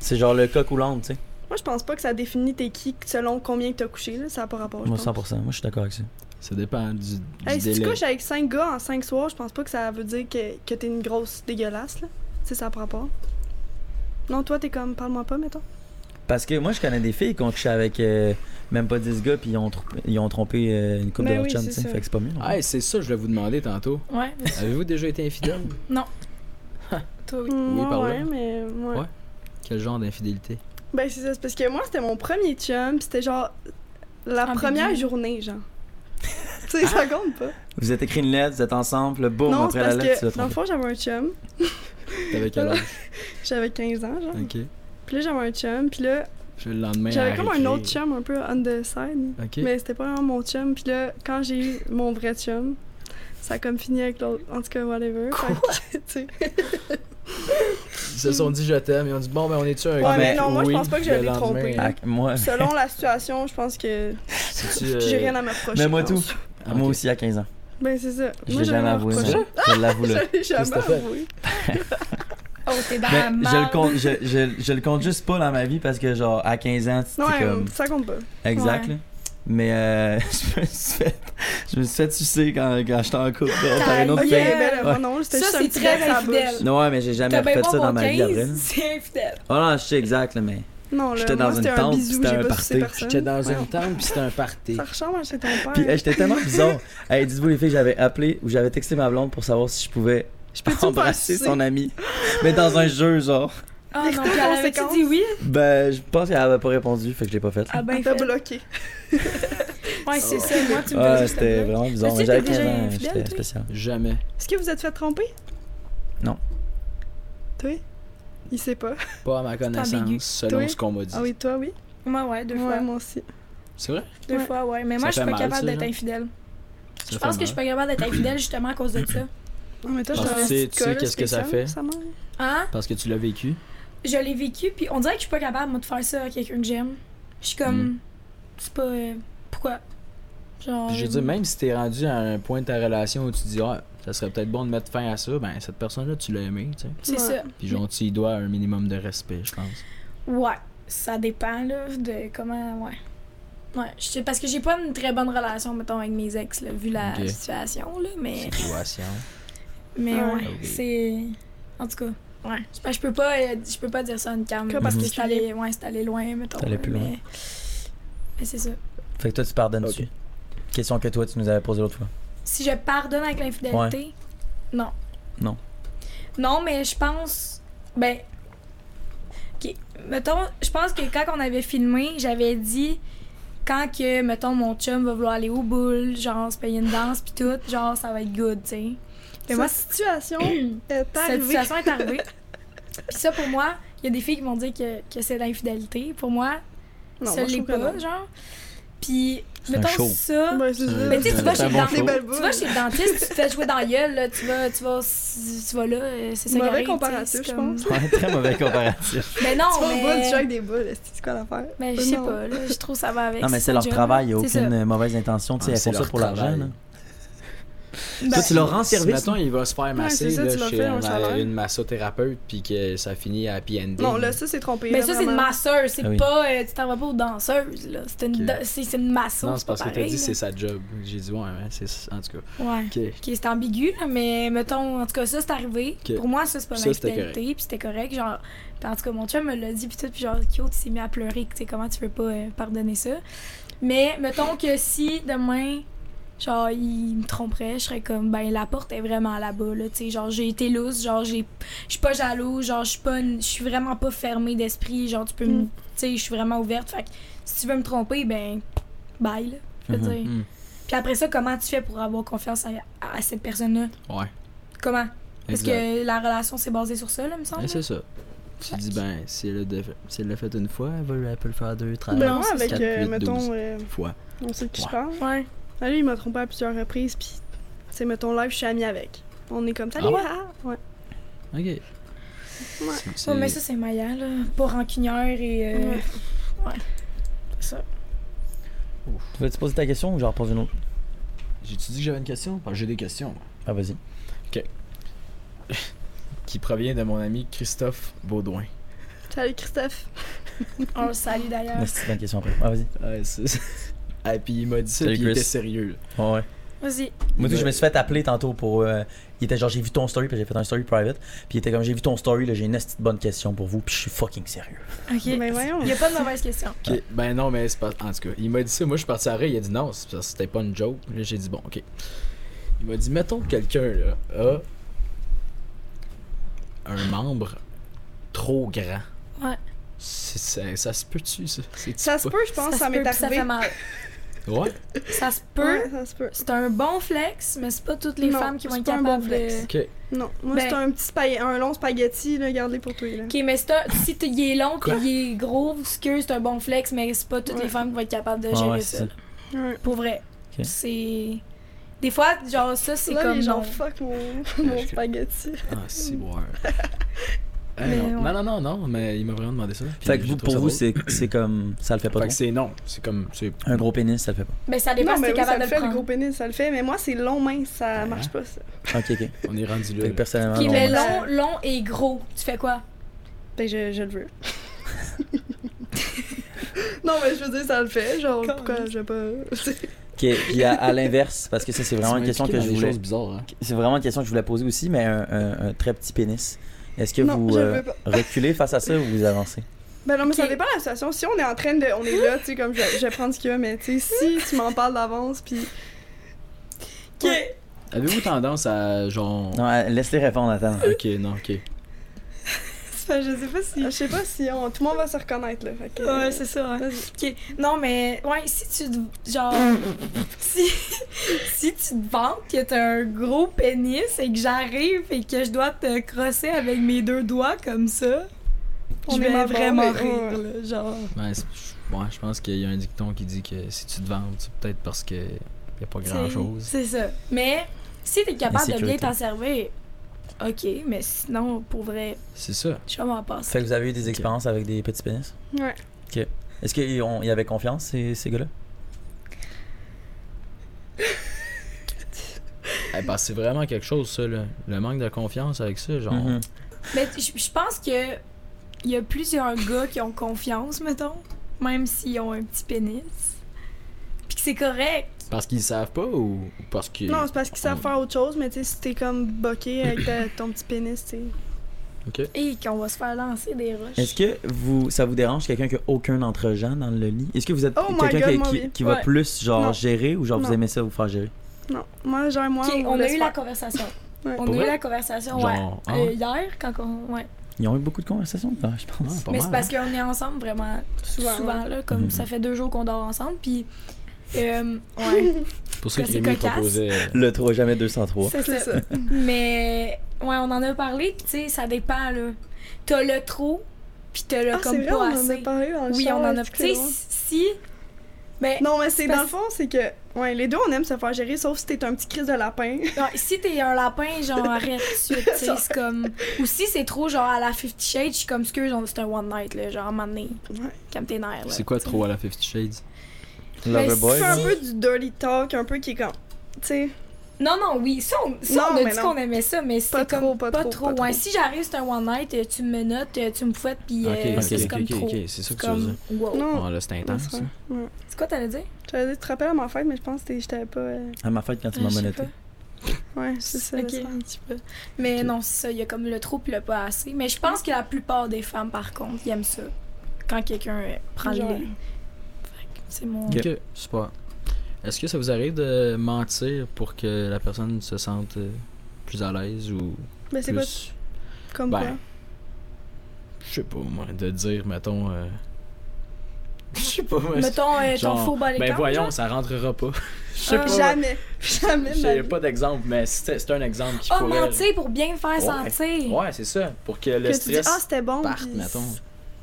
C'est genre le coq ou l'âne, tu sais.
Moi, je pense pas que ça définit t'es qui selon combien que t'as couché, là. Ça a pas rapport. je
Moi,
pense.
100%. Moi, je suis d'accord avec ça.
Ça dépend du, du
Hey, si tu
délai.
couches avec 5 gars en 5 soirs, je pense pas que ça veut dire que, que t'es une grosse dégueulasse, là. Tu sais, ça a pas rapport. Non, toi, t'es comme, parle-moi pas, mettons.
Parce que moi, je connais des filles qui ont couché avec euh, même pas 10 gars, puis ils ont, trou- ils ont trompé euh, une coupe
Mais
de leur
Ben oui,
chum,
c'est
tu sais.
ça.
Fait que c'est pas mieux. non plus.
Hey, c'est ça, je voulais vous demander tantôt.
Ouais,
Avez-vous déjà été infidèle?
toi, oui.
Mm,
Oui,
ouais,
parle-moi.
ouais, mais. ouais.
Ouais. Quel genre d'infidélité?
Ben, c'est ça. C'est parce que moi, c'était mon premier chum, pis c'était genre la
En
première
bikini.
journée, genre. tu sais, ça compte pas.
Vous êtes écrit une lettre, vous êtes ensemble, le boum,
non,
après
c'est
la
parce
lettre, tu l'as
que, dans le
trompé.
fond, j'avais un chum.
T'avais quel âge?
J'avais 15 ans, genre.
ok.
Puis là, j'avais un chum, puis là,
Puis le lendemain.
j'avais comme
arrêté.
un autre chum un peu on the side.
Ok.
Mais c'était pas vraiment mon chum. Puis là, quand j'ai eu mon vrai chum, ça a comme fini avec l'autre. En tout cas, whatever. Fait que, tu sais.
Ils se sont dit je t'aime. Ils ont dit bon, ben on est-tu un
Ouais,
gars?
mais
non, moi, je
Oui.
pense pas que je
Le
l'ai
lendemain,
trompé.
Ah, moi,
Selon la situation, je pense que
c'est-tu,
j'ai
euh,
rien à me reprocher.
mais moi
je pense.
tout.
ok.
moi aussi à 15 ans.
Ben, c'est ça.
Je
Moi,
l'ai
j'ai rien
jamais
à me
avoué.
reprocher.
Je, je l'avoue là.
J'allais jamais
Christopher.
avouer.
Oh, t'es dans
Mais
la
je le,
marde.
compte, je, je- je le compte juste pas dans ma vie parce que, genre, à 15 ans, c'est
Non, ouais,
comme.
ça compte pas.
Exact,
ouais.
là. Mais euh, je me suis fait. Je me suis fait sucer quand, quand j'étais en couple là, par une autre
Ok,
fille.
Yeah.
ben là,
Ouais.
non, c'était
Ça,
juste un
c'est
petit
très
bec sur la
infidèle.
bouche.
Non, ouais, mais j'ai jamais
T'as bien
refait
pas
ça dans
mon
ma vie après.
15,
là.
c'est infidèle.
Oh non, je sais exact, là, mais.
Non, là,
J'étais dans
moi,
une
c'était un
tente,
bisou,
c'était un
j'ai pas
party.
sucé personne.
J'étais dans
Voyons.
une tente puis c'était un party.
Ça ressemble à chez ton père.
Puis hey, j'étais tellement bizarre. hey, dites-vous, les filles, j'avais appelé ou j'avais texté ma blonde pour savoir si je pouvais
je peux
embrasser son ami. Mais dans un jeu, genre.
Ah
Les
non,
conséquences.
puis elle avait-tu dit oui?
Ben, je pense qu'elle avait pas répondu, fait que je l'ai pas fait.
Ah ben,
T'as bloqué.
Ouais, c'est ça, moi, tu me
Ah,
fais juste
c'était
le
vraiment bizarre.
Mais
mais
tu
J'avais
t'es déjà
15 ans,
infidèle,
j'étais
toi?
spécial.
Jamais.
Est-ce que vous êtes fait tromper?
Non.
Toi? Il sait pas.
Pas à ma connaissance,
ambigu.
selon
Toi?
ce qu'on m'a dit.
Ah oui, toi, oui.
Moi, ouais, deux fois.
Ouais, moi aussi.
C'est vrai?
Deux
Ouais.
fois, ouais. Mais
Ça
moi, je
fait
suis pas
mal,
capable
ça,
d'être
genre?
infidèle.
Ça
Je
fait
pense que
mal.
je suis pas capable d'être infidèle justement à cause de ça.
Non, mais toi,
Parce
je
que tu sais- tu sais qu'est-ce que ça fait?
Hein?
Parce que tu l'as vécu.
Je l'ai vécu, puis on dirait que je suis pas capable, moi, de faire ça à quelqu'un que j'aime. Je suis comme.
Mm.
C'est pas. euh, pourquoi? Genre.
Puis je veux dire, même si t'es rendu à un point de ta relation où tu dis, ah, ça serait peut-être bon de mettre fin à ça, ben cette personne-là, tu l'as aimée, tu sais.
C'est
Ouais.
ça.
Puis genre, tu y dois un minimum de respect, je pense.
Ouais, ça dépend là, de comment. Ouais. Ouais, je sais, parce que j'ai pas une très bonne relation, mettons, avec mes ex, là, vu la
Ok.
situation, là, mais.
Situation.
Mais
Ouais.
ouais,
Ok.
c'est. En tout cas, ouais. Je, je peux pas, euh, je peux pas dire ça en calme.
Cas
Parce que
Mhm.
c'est allé, ouais, c'est allé loin, mettons.
allé
là,
plus loin.
Mais, mais c'est ça.
Fait que toi, tu pardonnes
Ok.
dessus. Question que toi, tu nous avais posée l'autre fois.
Si je pardonne avec l'infidélité, non.
Non.
Non, mais je pense. Ben. ok, Mettons, je pense que quand on avait filmé, j'avais dit quand que, mettons, mon chum va vouloir aller au boule, genre se payer une danse pis tout, genre ça va être good, tu sais. Mais moi,
Cette situation est
cette
arrivée.
situation est arrivée. Puis ça, pour moi, il y a des filles qui vont dire que, que c'est de l'infidélité. Pour moi,
Non,
ça
moi, je
l'est
trouve que
pas,
non.
genre. Puis,
un
mettons
show.
ça.
Ben, c'est
Mais
ça.
Mais tu sais, tu vas
C'est
chez
un
le
bon
dentiste.
show.
Des belles
Tu vas chez le dentiste, tu te fais jouer dans la gueule, là, tu vas, tu vas, tu vas là, euh, c'est ça qui
Mauvais
arrive,
comparatif,
tu sais, c'est
je
comme-
pense.
Ouais, très mauvais comparatif.
Mais non,
Tu vas au bout du jeu
mais...
avec des boules, est-ce que c'est quoi l'affaire?
Mais Ben, je
Euh,
sais
non.
pas, là, je trouve que ça va avec.
Non, mais c'est
notre
leur
job,
travail, il n'y a
c'est
aucune euh, mauvaise intention. Tu sais,
Ah,
elles
c'est
font ça
leur
pour l'argent.
travail.
là.
ça.
Toi, tu leur rends
Si,
service.
Mettons, il va se faire masser
Ben, c'est ça,
là,
tu l'as
chez
fait,
un-
un salaire.
une massothérapeute, puis que ça finit à happy ending.
Non, là, ça, c'est trompé.
Mais
là,
Ben, ça, c'est une
vraiment.
masseuse, c'est
Ah oui.
pas... euh, tu t'en vas pas aux danseuses, là. C'est une,
Ok.
da- c'est c'est une masseuse,
Non, c'est parce que t'as
pareil,
dit
là.
c'est sa job. J'ai dit, ouais, ouais, c'est. En tout cas.
Ouais.
Ok.
Ok, c'était ambigu, là, mais mettons, en tout cas, ça, c'est arrivé.
Ok.
Pour moi, ça, c'est pas une
Ça, c'était
infidélité, puis c'était correct. Genre, puis en tout cas, mon chum me l'a dit, puis tout, puis genre, Kyo, tu s'est mis à pleurer, que, tu sais, comment tu veux pas euh, pardonner ça. Mais mettons que si demain, genre, il me tromperait, je serais comme, ben, la porte est vraiment là-bas, là, tu sais, genre, j'ai été lousse, genre, j'ai. Je suis pas jaloux, genre, je suis pas. une- Je suis vraiment pas fermée d'esprit, genre, tu peux me.
Mm.
Tu sais, je suis vraiment ouverte, fait que si tu veux me tromper, ben, bye, là. Je veux
Mhm.
dire.
Hmm.
Puis après ça, comment tu fais pour avoir confiance à, à cette personne-là?
Ouais.
Comment? Parce
Exact.
que la relation, c'est basée sur ça, là, me semble.
Ouais, c'est ça. Tu dis, ben, si elle l'a déf- si elle l'a fait une fois, elle veut- elle peut le faire deux, trois,
Ben, moi,
six,
avec,
quatre,
euh,
huit,
mettons,
douze
euh,
fois.
on sait de qui je
Ouais.
parle.
Ouais.
Ah, Lui, il m'a trompé à plusieurs reprises, puis, tu sais, mettons, live, je suis amie avec. On est comme, salut,
Ah ouais?
ah, ouais.
Ok.
Ouais, mais ça, c'est Maya, là. Pas rancunière et. euh,
Ouais.
Tu veux-tu poser ta question ou j'en repose une autre
J'ai-tu dit que j'avais une question? Parce que j'ai des questions.
Ah, vas-y.
Qui provient de mon ami Christophe Baudouin.
Salut, Christophe.
On le salue d'ailleurs.
Merci, bonne question après. Ah, vas-y.
Ouais, c'est Ah, puis il m'a dit ça,
Salut,
puis il était
Chris.
sérieux. là.
Ouais, ouais.
Vas-y.
Moi, tu sais, je me
Mais-
suis fait appeler tantôt pour. euh, il était genre, j'ai vu ton story, puis j'ai fait un story private. Puis il était comme, j'ai vu ton story, là, j'ai une petite bonne question pour vous, puis je suis fucking sérieux.
OK.
Ben, voyons.
Il n'y a pas de mauvaise question.
Ok, Ben non, mais c'est pas. En tout cas, il m'a dit ça. Moi, je suis parti à Ray, il a dit non, c'est parce que c'était pas une joke. Là, j'ai dit bon, ok. Il m'a dit, mettons que quelqu'un, là, a. un membre trop grand.
Ouais.
C'est- Ça, ça se peut-tu, ça? C'est-tu
Ça se
pas-
peut, je pense, ça
se
m'est
peut, puis Ça
arrivé.
fait mal.
Ouais.
Ça se peut.
Ouais, ça se peut.
C'est un bon flex, mais c'est pas toutes les
Non,
femmes qui vont
c'est
être
pas un
capables
bon
de-
flex.
Ok.
Non, moi,
Ben-
c'est un petit spag- un long spaghetti, là, garde-les pour toi, là.
OK, mais c'est un- si t'es- il est long puis
Quoi?
il est gros, excuse, c'est un bon flex, mais c'est pas toutes
Ouais.
les femmes qui vont être capables de
Ah,
gérer
ouais, c'est
ça.
ça.
Ouais.
Pour vrai.
Ok.
C'est... Des fois, genre ça, c'est
là,
comme...
les gens
non.
fuck mon, mon
je-
spaghetti.
Ah, c'est ouais. Eh,
Mais
non.
ouais.
non, non, non, non, mais il m'a vraiment demandé ça. puis
Fait que
j'ai
vous,
trouvé
pour
ça
vous,
drôle.
c'est c'est comme. Ça le fait pas
Fait
trop.
que c'est non. C'est comme. C'est
Un gros pénis, ça le fait pas.
Mais ça dépend
non,
si
mais
t'es
oui, ça
capable
le
de
fait,
le
le
prendre.
gros pénis, ça le fait. Mais moi, c'est long, mince, ça
Ouais.
marche pas, ça.
Ok, ok.
On est rendu
Fait
là.
que
là.
personnellement.
Puis
Ah non,
mais
moi,
long, long et gros, tu fais quoi?
Ben, je, je le veux. non, mais je veux dire, ça le fait. Genre,
Quand
pourquoi
même.
je vais pas.
Ok, puis à, à l'inverse, parce que ça, c'est
Tu
vraiment
m'as
une question que
impliqué
je
dans des
voulais.
choses bizarres, hein.
C'est vraiment une question que je voulais poser aussi, mais un, un- un très petit pénis. Est-ce que
Non,
vous
je le
euh,
veux pas.
reculez face à ça ou vous avancez
Ben non, mais ça
Ok.
dépend de la situation. Si on est en train de. On est là, tu sais, comme je, je vais prendre ce qu'il y a, mais tu sais, si tu m'en parles d'avance, puis. Ouais.
Avez-vous tendance à genre.
Non, euh, laisse-les répondre, attends.
Ok, non, ok.
Enfin, je sais pas si.
Je sais pas si on, tout le monde va se reconnaître, là. Fait que,
Ouais, c'est ça. ouais.
Vas-y.
Ok. Non, mais ouais, si tu te- genre si si tu te vantes que t'as un gros pénis et que j'arrive et que je dois te crosser avec mes deux doigts comme ça,
On
je
est
vais
ma
vraiment
bombe,
rire,
ouais.
là, genre.
Ouais, c'est- Ouais, je pense qu'il y a un dicton qui dit que si tu te vends, c'est peut-être parce que y a pas grand chose.
C'est ça. Mais si t'es capable de bien
L'insécurité.
t'en servir, ok, mais sinon, pour vrai,
C'est ça.
je vais m'en passer.
Fait que vous avez eu des expériences avec des petits pénis.
Ouais.
Est-ce qu'ils ont- ils avaient confiance, ces, ces gars-là?
Eh ben, c'est vraiment quelque chose, ça, là. Le manque de confiance avec ça, genre.
Mhm.
Mais t- je je pense que il y a plusieurs gars qui ont confiance, mettons, même s'ils ont un petit pénis. Puis que c'est correct.
Parce qu'ils savent pas ou ou parce que.
Non, c'est parce qu'ils savent faire autre chose, mais tu sais, si t'es comme boqué avec ta- ton petit pénis, tu sais.
Ok.
Et qu'on va se faire lancer des roches.
Est-ce que vous, ça vous dérange quelqu'un qui a aucun entre-gens dans le lit? Est-ce que vous êtes
Oh my
quelqu'un
God,
qui,
moi,
qui-
oui.
qui va
Ouais.
plus genre
Non.
gérer ou genre vous
Non.
aimez ça vous faire gérer?
Non, moi, genre, moi,
Ok,
on,
on a
laisse
eu la
faire.
conversation.
Ouais.
On
Pour
a eu
vrai?
la conversation, ouais.
Genre, ah
Euh,
ouais?
hier, quand on. Ouais.
Ils ont eu beaucoup de conversations, ah, je pense.
Ah,
Mais
pas mal,
c'est
hein?
parce qu'on est ensemble vraiment souvent,
Souvent,
là, comme
Mhm.
ça fait deux jours qu'on dort ensemble, puis. euh, ouais,
C'est pour ça que
que c'est
Rémi
cocasse.
proposait. euh,
Le 3 jamais 203.
c'est
C'est
ça.
ça.
Mais ouais, on en a parlé, puis tu sais, ça dépend là. T'as le trop, puis t'as le
Ah, c'est
comme
vrai, on
pas
en a
assez.
parlé dans le
oui,
char,
on en a.
est-ce
Tu
que
sais,
c'est
si, mais
Non, mais c'est
parce-
dans le fond, c'est que. Ouais, les deux, on aime se faire gérer, sauf si t'es un petit crise de lapin.
non, si t'es un lapin, genre arrête tout de suite, tu sais, c'est comme. Ou si c'est trop genre à la 50 Shades, je suis comme excuse, on- c'est un one night là, genre à un moment donné,
Ouais.
comme tes nerfs. là.
C'est quoi trop à la Fifty Shades
C'est un peu du dirty talk, un peu qui est comme. Tu sais,
Non, non, oui, ça, on, ça,
Non,
on a
mais
dit
non.
qu'on aimait ça, mais c'est
Pas
comme
trop, pas trop, pas
ouais,
trop.
si j'arrive, c'est un one night, euh, tu me menottes, euh, tu me fouettes, puis euh,
Ok, ok,
ça, c'est
ok,
comme
ok,
trop.
ok, c'est ça que tu veux
comme,
dire.
wow.
non.
Oh là, c'est
ça
intense,
serait-
ça.
ouais.
C'est quoi t'allais dire?
J'avais dit, tu te rappelles à ma fête, mais je pense que t'es- je t'avais pas. euh,
À ma fête quand tu
Ah,
m'as
je sais
menotté.
Ouais, c'est ça.
Ok.
ça.
Mais non, c'est ça, il y a comme le trop puis le pas assez. Mais je pense que la plupart des femmes, par contre, ils aiment ça. Quand quelqu'un euh, prend le
Genre.
lead. Fait que C'est mon.
Ok.
Ok, super. Est-ce que ça vous arrive de mentir pour que la personne se sente euh, plus à l'aise ou
Mais c'est
plus...
pas comme
Ben,
quoi.
Je sais pas, moi, de dire, mettons. euh, Je sais pas, moi.
Mettons euh,
genre,
ton faux bas à
Ben
l'écart,
voyons,
genre.
ça rentrera pas. Je sais
Ah,
pas.
Jamais. Jamais. de ma
J'ai
vie.
pas d'exemple, mais c'est c'est un exemple qui
Ah,
pourrait.
mentir pour bien me faire
Ouais.
sentir.
Ouais, c'est ça. Pour que le
Que tu dis,
stress
ah, c'était bon.
parte,
puis-
mettons.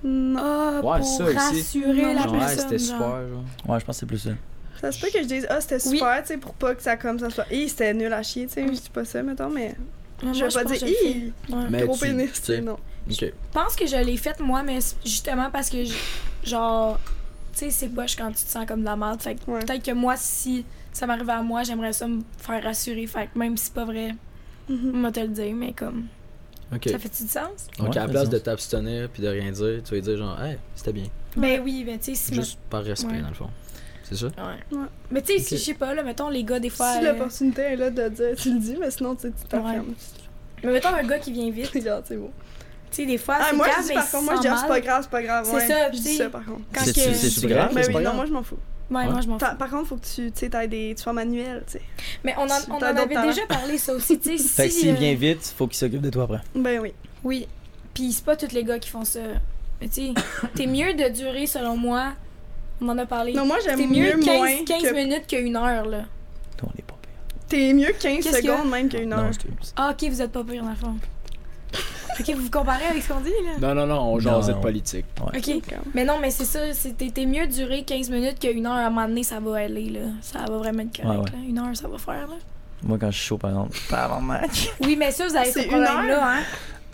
Non.
Ah,
Ouais,
pour
ça aussi.
rassurer la
Genre,
personne.
Hey, c'était
genre.
super, genre.
Ouais, je pense que c'est plus ça.
Ça se peut que je dise, ah, c'était
Oui.
super, tu sais, pour pas que ça comme ça soit. Hi, c'était nul à chier, tu sais. Je dis pas ça, mettons, mais.
Ouais,
je
moi,
vais pas
pense
dire,
que je le fais.
hi,
Ouais.
Mais
gros
tu-
pénis,
tu
tu
sais,
sais, non.
Ok.
Je pense que je l'ai faite moi, mais c'est justement parce que, je- genre, tu sais, c'est poche quand tu te sens comme de la merde. Fait que
Ouais.
peut-être que moi, si ça m'arrivait à moi, j'aimerais ça me faire rassurer. Fait que même si c'est pas vrai,
Mhm.
on va te le dire, mais comme.
Ok.
Ça fait-tu du sens?
Donc,
Ouais,
à
ça
la place
sens.
de t'abstenir puis de rien dire, tu vas dire, genre, hey, c'était bien.
Ben oui, ben tu sais, si.
Juste par respect,
Ouais.
dans le fond. C'est ça?
me- Ouais.
Ouais.
Mais tu sais, si
Ok.
je sais pas, là, mettons, les gars, des fois.
Si
euh,
l'opportunité est là de dire, tu le dis, mais sinon, tu sais, tu t'enfermes.
Mais mettons un gars qui vient vite, tu
Genre, c'est beau.
sais, des fois.
Ah,
c'est
moi,
calme,
je dis
mais
par
il
contre,
se
moi, je
sent
dis, ah, c'est pas
mal.
grave, c'est pas grave.
C'est
ouais.
ça,
je
tu
dis
sais.
ça, par contre.
Quand
C'est-
que-
c'est- c'est-
C'est grave,
Mais
c'est
Ben oui,
pas
non,
grave.
moi, je m'en fous.
Ouais, moi, je m'en fous.
T'as- Par contre, faut que tu, tu sais, t'aies des. Tu sois manuel, tu sais.
Mais on en,
Tu-
on en
t'as d'autres
avait
talents.
déjà parlé, ça aussi, tu sais. si,
Fait que s'il
euh,
vient vite, faut qu'il s'occupe de toi après.
Ben oui.
Oui. Puis c'est pas tous les gars qui font ça. Mais tu sais, t'es mieux de durer, selon moi. On en a parlé.
Non, moi, j'aime
T'es
mieux,
mieux 15,
moins
15
que...
minutes qu'une heure, là.
Toi, on est pas pire.
T'es mieux 15
Qu'est-ce qu'il y a?
secondes même qu'une
Non,
heure.
c'était plus.
Ah, ok, vous êtes pas pire, dans le fond. ok, vous vous comparez avec ce qu'on dit, là.
Non, non, non, on
jasait
jasait
de
de politique.
Ok.
euh,
Mais non, mais c'est ça, c'est- t'es t'es mieux durer 15 minutes qu'une heure. À un moment donné, ça va aller, là. Ça va vraiment être correct,
Ouais, ouais.
là. Une heure, ça va faire, là.
Moi, quand je suis chaud, par exemple.
Oui, mais ça, vous avez ce
C'est une
problème-là, hein.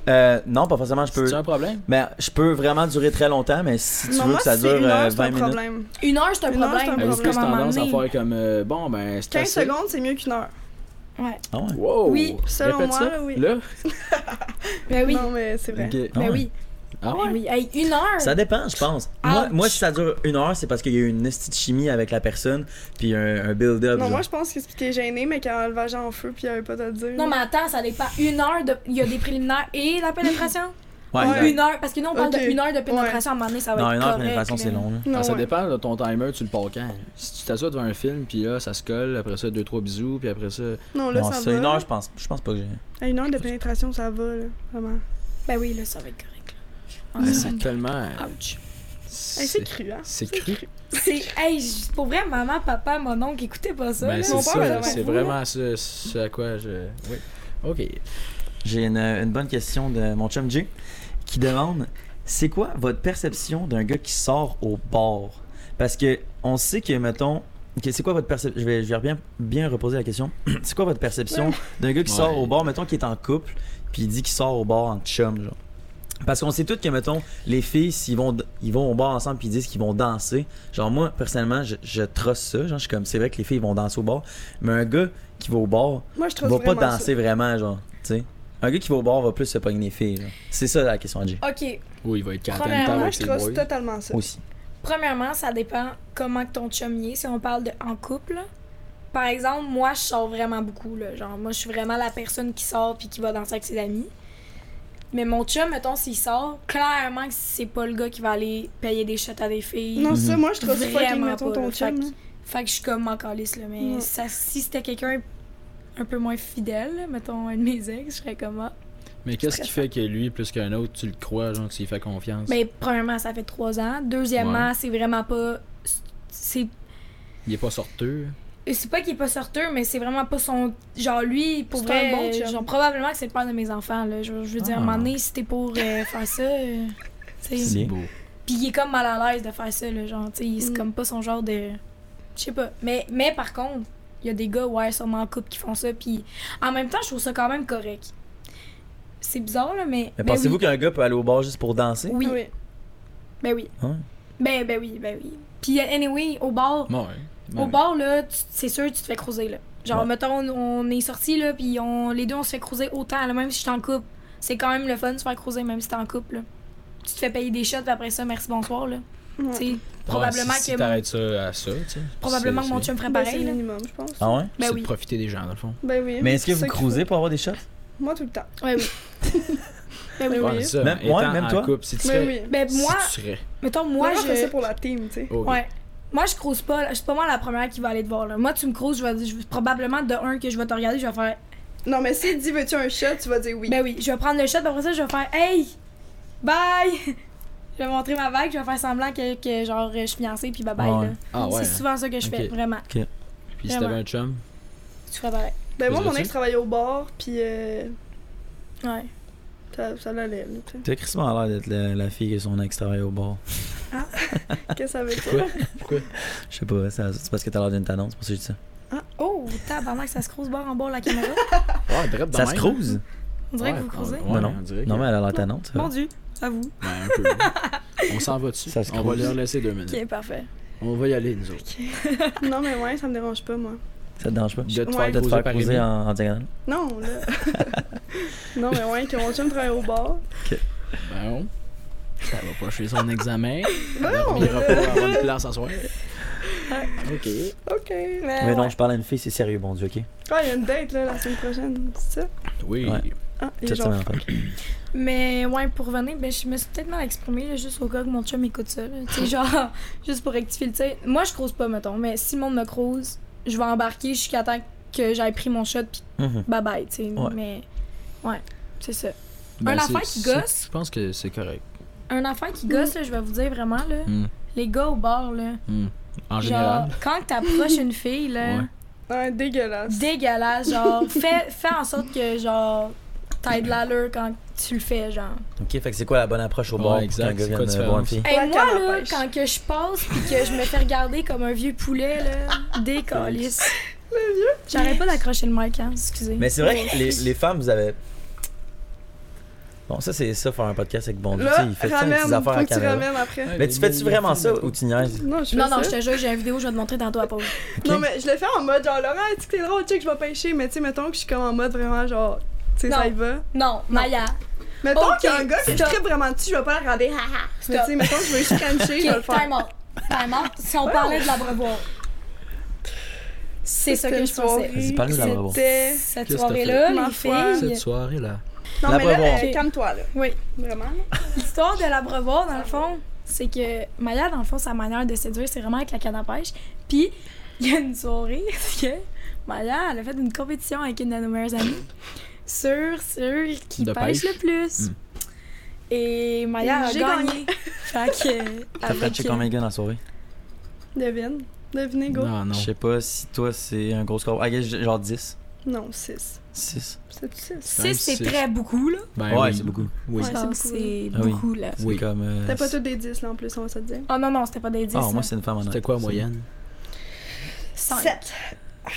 Euh, non, pas forcément, je peux.
C'est un problème?
Mais je peux vraiment durer très longtemps, mais si tu
Non,
veux
moi,
que ça
si c'est
dure
une
euh,
heure, c'est
20
un
minutes.
problème.
Une heure, c'est un
Une heure,
problème.
c'est un
Avez-vous
problème.
plus
Comme à un moment
tendance à
donné.
faire comme euh, bon, ben, c'est
15
assez.
secondes, c'est mieux qu'une heure.
Ouais.
Ah ouais.
Wow!
Oui,
selon
Répète
moi,
ça.
là, oui.
Là?
Ben oui.
Non, mais c'est vrai.
Ben
Ok.
Ah ouais.
oui.
Ah
Ben
ouais?
oui. Hey, une heure.
Ça dépend, je pense. Moi,
Ouch.
moi, si ça dure une heure, c'est parce qu'il y a eu une esti de chimie avec la personne, puis un, un build-up.
Non,
genre.
moi, je pense que c'est parce qu'il est gêné, mais qu'il a le vagin en feu, puis il avait pas à te dire.
Non, mais attends, ça dépend. Une heure, de... il y a des préliminaires et la pénétration.
Ouais,
Ouais.
exact.
Une heure, parce que nous, on parle
Ok.
d'une heure de pénétration. À un moment donné, ça va
Non,
être
une heure, de
correct,
façon,
là.
c'est long. là.
Non,
Ah, ça
ouais.
dépend de ton timer, tu le pars quand? Si tu t'assois devant un film, puis là, ça se colle, après ça, deux, trois bisous, puis après ça.
Non, là,
non,
ça
ça,
va.
une heure, je pense, je pense pas que j'ai.
À une heure de pénétration, ça va, là. Vraiment.
Ben oui, là, ça va être correct. là.
Ah,
Ouais.
c'est tellement.
Ouch.
Hey, c'est cru, hein.
C'est cru.
C'est. Hey, j- pour vrai, maman, papa, mon oncle, écoutez pas ça.
Ben,
là.
c'est
mon père,
ça,
ouais,
là,
ouais.
c'est vraiment ce, ce à quoi je. Oui. Ok.
J'ai une, une bonne question de mon chum Jay qui demande c'est quoi votre perception d'un gars qui sort au bord Parce que on sait que, mettons, que c'est quoi votre perception Je vais, je vais bien, bien reposer la question. c'est quoi votre perception d'un gars qui
Ouais.
sort au bar, mettons, qui est en couple, puis il dit qu'il sort au bar en chum, genre parce qu'on sait toutes que, mettons, les filles, s'ils vont, ils vont au bar ensemble puis ils disent qu'ils vont danser. Genre, moi, personnellement, je, je trosse ça. Genre, je suis comme, c'est vrai que les filles vont danser au bar. Mais un gars qui va au bar,
Moi, je
va
trouve
pas
vraiment ça.
danser vraiment, genre, tu sais. Un gars qui va au bar va plus se pogner les filles. genre. C'est ça la question, Jay.
Ok,
Ou Oh, il va être quarantaine de temps
Premièrement,
Moi,
avec
je
ses
trouve
boys.
totalement ça.
Aussi.
premièrement, ça dépend comment que ton chum y est, si on parle de en couple. là. Par exemple, moi, je sors vraiment beaucoup, là. Genre, moi, je suis vraiment la personne qui sort puis qui va danser avec ses amis. Mais mon chum, mettons, s'il sort, clairement que c'est pas le gars qui va aller payer des shots à des filles.
Non, ça, moi, je trouve ça
Mm-hmm. Vraiment
fucking, mettons,
pas,
ton
là.
chum.
Fait
là.
que- Fait que je suis comme en calisse, là, mais
Ouais.
ça, si c'était quelqu'un un peu moins fidèle, là, mettons un de mes ex, je serais comme ah.
Mais qu'est-ce qui fait que lui, plus qu'un autre, tu le crois, genre, que tu lui fais confiance?
Mais premièrement, ça fait trois ans. Deuxièmement, c'est vraiment pas. C'est
Il est pas sorteux.
c'est pas qu'il est pas sorteux, mais c'est vraiment pas son. Genre, lui, pour
C'est un
vrai,
bon
euh,
chum.
genre, probablement que c'est le père de mes enfants, là. Je, je veux dire, à un
Ah.
moment donné, si t'es pour euh, faire ça. euh, tu sais.
Bien.
C'est beau.
Puis il est comme mal à l'aise de faire ça, là, genre, tu sais, c'est
Mm.
comme pas son genre de... Je sais pas. Mais, mais par contre, il y a des gars, ouais, sûrement en couple qui font ça, puis en même temps, je trouve ça quand même correct. C'est bizarre, là, mais...
Mais
ben
pensez-vous
oui.
qu'un gars peut aller au bar juste pour danser?
Oui,
Ah Oui.
ben oui.
Hein?
Ben, ben oui, ben oui. Puis anyway, au bar,
Bon, ouais.
au bar, là, tu- c'est sûr, tu te fais croiser, là. Genre,
Ouais.
mettons, on, on est sortis, là, puis on, les deux, on se fait croiser autant, là, même si je suis en couple. C'est quand même le fun de se faire croiser, même si t'es en couple, là. Tu te fais payer des shots, puis après ça, merci, bonsoir, là.
Ouais.
Tu sais, probablement
Ouais, si,
que...
Si t'arrêtes ça à ça, tu sais.
Probablement
c'est-
que mon
c'est-
chum ferait
Ben, c'est
pareil. là.
le minimum, je pense.
Ah ouais?
C'est
Ben
de
oui.
profiter des gens, dans le fond.
Ben oui.
Ah. Mais est-ce que
c'est
vous
ça qu'il
cruisez pour avoir des shots?
faut. Moi, tout le temps.
Ouais, oui.
Ben
oui.
Ouais, c'est ça.
Même-
Étant
ouais, même
en
toi?
couple, si tu
Ben
serais-
oui.
Ben
si
moi,
tu serais-
mettons, moi,
Moi, je fais ça
je.
pour la team, tu sais.
Oh,
Ok.
Ouais. Moi, je crouse pas. Je suis pas moi la première qui va aller te voir. Là. Moi, tu me croses, je vais je- probablement de un que je vais te regarder, je vais faire.
Non, mais s'il dit veux-tu un shot, tu vas dire oui.
Ben oui, je vais prendre le shot, puis après ça, je vais faire Hey! Bye! je vais montrer ma vague, je vais faire semblant que, que, genre, je suis fiancée, puis bye bye.
Ouais. hein.
là.
Ah ouais.
C'est souvent ça que je
Ok.
fais, vraiment.
Puis si t'avais
Vraiment.
un chum,
Tu ferais pareil.
Ben moi, mon
Faisais-tu?
ex travaillait au bar, puis euh,
Ouais.
ça, ça l'allait, là, tu
T'as crissement l'air d'être la, la fille que son ex travaille au bar.
sais. Qu'est-ce que ça veut dire?
Quoi? Pourquoi?
Je sais pas, ça- c'est parce que t'as l'air d'une tannante, c'est pour ça que je dis ça.
Oh, tabarnak, ça se croise bord en bord la caméra.
Ouais, direct de
Ça se
même.
crouse?
On dirait
Ouais,
que vous croisez.
on- ouais,
Non, non.
on dirait que-
Non, mais elle a l'air tannante. ça va.
Mon Dieu, à vous.
Ouais, un peu. On s'en va dessus.
Ça se
On va
crouse.
leur laisser deux minutes.
Ok, parfait.
On va y aller, nous autres.
non, mais ouais, ça me dérange pas, moi.
Ça te dérange pas?
De te
Ouais.
faire
De te
poser
faire
par
croiser
Rémi.
en, en diagonale?
Non, là. non, mais ouais, que mon chum travaille au bar.
Bon. Ben Ça va pas chez son examen.
Non,
Il ira
là.
pas avoir une place à soir. Ok.
OK. Ouais,
Mais non, je parle à une fille, c'est sérieux, bon Dieu, ok?
il y a une date, là, la semaine prochaine, c'est ça?
Oui.
Ouais.
Ah, il est
Cette
genre...
semaine, en fait.
Mais ouais, pour revenir, ben, je me suis peut-être mal exprimée, là, juste au cas que mon chum écoute ça. là. Tu sais, genre, juste pour rectifier le tir. Moi, je croise pas, mettons, mais si le monde me croise, je vais embarquer jusqu'à temps que j'aille pris mon shot, puis
Mhm.
bye bye, tu sais.
Ouais.
Mais ouais, c'est ça.
Ben,
affaire
c'est-
qui
c'est-
gosse.
Je pense que c'est correct.
Un enfant qui gosse, là, je vais vous dire vraiment, là,
Mm.
les gars au bar, là,
Mm. En
genre,
général.
quand t'approches une fille, là,
Ouais.
Ouais, dégueulasse.
dégueulasse, genre, fais, fais en sorte que, genre, t'aies de l'allure quand tu le fais, genre.
Ok, fait que c'est quoi la bonne approche au
Ouais,
bar pour
exact,
qu'un gars
c'est quoi
vienne
la
euh, voir une
différence?
fille?
Hey,
La
moi,
canne à
là,
pêche.
quand que je passe puis que je me fais regarder comme un vieux poulet, là, des calices. J'arrête pas d'accrocher le mic, hein, excusez.
Mais c'est vrai que les, les femmes, vous avez. Bon, ça, c'est ça, faire un podcast avec bon Dieu. tu sais,
Là,
il fait ça, des
ramène,
petites
faut
affaires à la
que tu
caméra.
ramènes après.
Mais tu fais-tu vraiment ça ou tu niaises?
Non, je fais
non,
ça.
non, je te jure, j'ai une vidéo, je vais te montrer tantôt à pause.
Ok.
Non, mais je le fais en mode genre, Laurent, tu que t'es drôle, tu sais que je vais pêcher, mais tu sais, mettons que je suis comme en mode vraiment genre, tu sais,
Non.
ça y va.
Non, Maya.
Mettons
Ok,
qu'il y a un gars que je
stop.
tripe vraiment dessus, je vais pas le regarder, haha. Mais tu sais, mettons que je veux juste cruncher, je vais le
Ok,
faire.
time out. Time out. Si on parlait de l'abreuvoir. Ah. C'est ça que je pensais.
Vas-y, parle-nous de la bravo.
C'était.
Cette
Qu'est-ce que t'as fait?
soirée-là,
Ma
les
foi.
Cette
filles.
soirée-là.
Non,
La
mais là,
bravo.
euh, calme-toi, là.
Oui.
Vraiment, là.
L'histoire de l'abreuvoir, dans le fond, c'est que Maya, dans le fond, sa manière de séduire, c'est vraiment avec la canne à pêche. Puis, il y a une soirée que Maya, elle a fait une compétition avec une de nos meilleures amies sur, sur qui
De
pêche,
pêche.
le plus.
Hmm.
Mm.
Et Maya
Et
a
j'ai
gagné. fait que.
T'as frenché
avec,
combien de gars dans la soirée?
Devine. Devinez, go.
Non, non.
Je sais pas si toi, c'est un gros score. Ah, guess, genre 10.
Non, 6.
6.
C'est 6.
6,
même
c'est
six.
très beaucoup, là.
Ben
Ouais,
oui.
c'est beaucoup.
Oui.
Ouais.
Ça,
beaucoup,
c'est
Ah oui.
beaucoup, là.
C'est
Oui.
comme. euh,
T'as pas tous des 10 là en plus, on va se le dire.
Oh non, non, c'était pas des 10.
Ah, moi,
là.
c'est une femme en
C'était
or.
quoi la
C'est-
moyenne
Cinq.
7.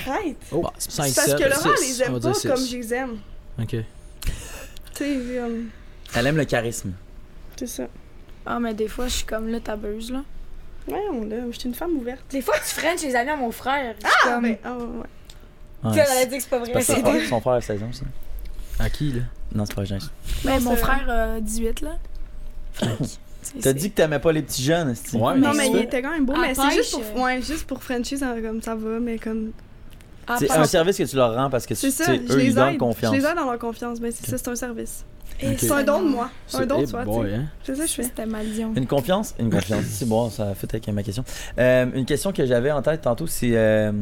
Arrête!
Oh,
C'est
5,
parce
7,
que Laurent les aime pas comme je les aime.
Ok.
Tu sais, comme-
Elle aime le charisme.
c'est ça.
Ah, mais des fois, je suis comme, là, t'abuses, là.
Voyons là, j'étais une femme ouverte.
Des fois, tu frenches les amis à mon frère. Je suis
Ah,
comme...
ben, ah, ouais, ouais.
Tu
Ouais,
sais, elle a dit que c'est pas
c'est
vrai.
parce
C'est
que son- son frère a 16 ans, ça.
À qui, là
Non, c'est pas James.
Mais
Non,
mon
c'est-
frère, euh, 18, là. Fait que, tu sais,
T'as
c'est-
dit que t'aimais pas les petits jeunes, c'est-tu?
Ouais,
Non,
Mais
mais
ça-
il était quand même beau,
À
mais c'est
pêche,
juste pour.
euh.
Ouais, juste pour Frenchie, ça, comme, ça va, mais comme.
Ah,
C'est
pas-
un service que tu leur rends parce que tu
C'est
tu
ça,
sais,
je
eux, ils
les
donnent
aide. Je
confiance.
les aide dans leur confiance, mais c'est ça, c'est un service.
Eh,
C'est un don de moi. Un don de
Eh
toi, tu
boy,
sais.
hein?
C'est ça que je fais.
C'était mal dit.
Une confiance Une confiance. c'est bon, ça fait avec ma question. Euh, une question que j'avais en tête tantôt, c'est. euh,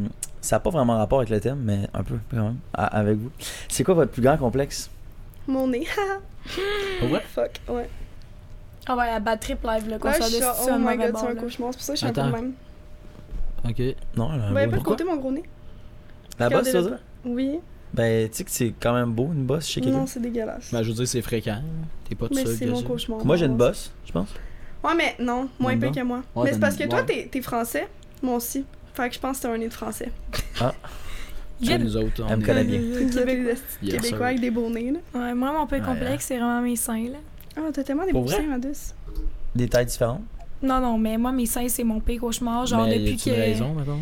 ça n'a pas vraiment rapport avec le thème, mais un peu quand même, à- avec vous. C'est quoi votre plus grand complexe
Mon nez. haha.
Pour vrai?
Fuck, ouais.
Ah ouais, la batterie trip live, là, qu'on
Là, je
soit
suis
dessus,
genre,
c'est
oh
un
my
mauvais
god,
bord,
c'est un
là.
cauchemar. C'est pour ça que je suis un peu
Attends.
de même.
Ok.
Non, là, là-
Vous voyez Ben, pas de
Pourquoi?
côté mon gros nez?
la bosse, ça
regardez-le
ça?
Oui.
Ben, tu sais que c'est quand même beau, une bosse chez quelqu'un.
Non, c'est dégueulasse.
Ben, je veux dire, c'est fréquent. là. T'es pas tout
Mais
seul,
c'est
que
mon
ça.
cauchemar.
Moi, j'ai une
bosse.
bosse, je pense.
Ouais, mais non, moins
Mon
peu
bas.
que moi.
Ouais,
mais c'est
t'as
parce que
une-
toi,
ouais.
t'es t'es français, moi aussi. Fait que je pense que t'as un nez de français. Euh,
Ça, nous autres, on
Elle me
est-
connaît bien.
T'es Québécois,
Yes, sir.
Québécois avec des beaux nez, là.
Ouais, moi, mon peu
Ouais,
complexe, c'est vraiment mes seins, là.
Ah, t'as tellement des
Pour
beaux
vrai?
seins, Madus.
Des tailles différentes.
Non, non, mais moi, mes seins, c'est mon pire cauchemar. Genre,
Mais
depuis
Ben, y a-tu
que.
une raison, mettons?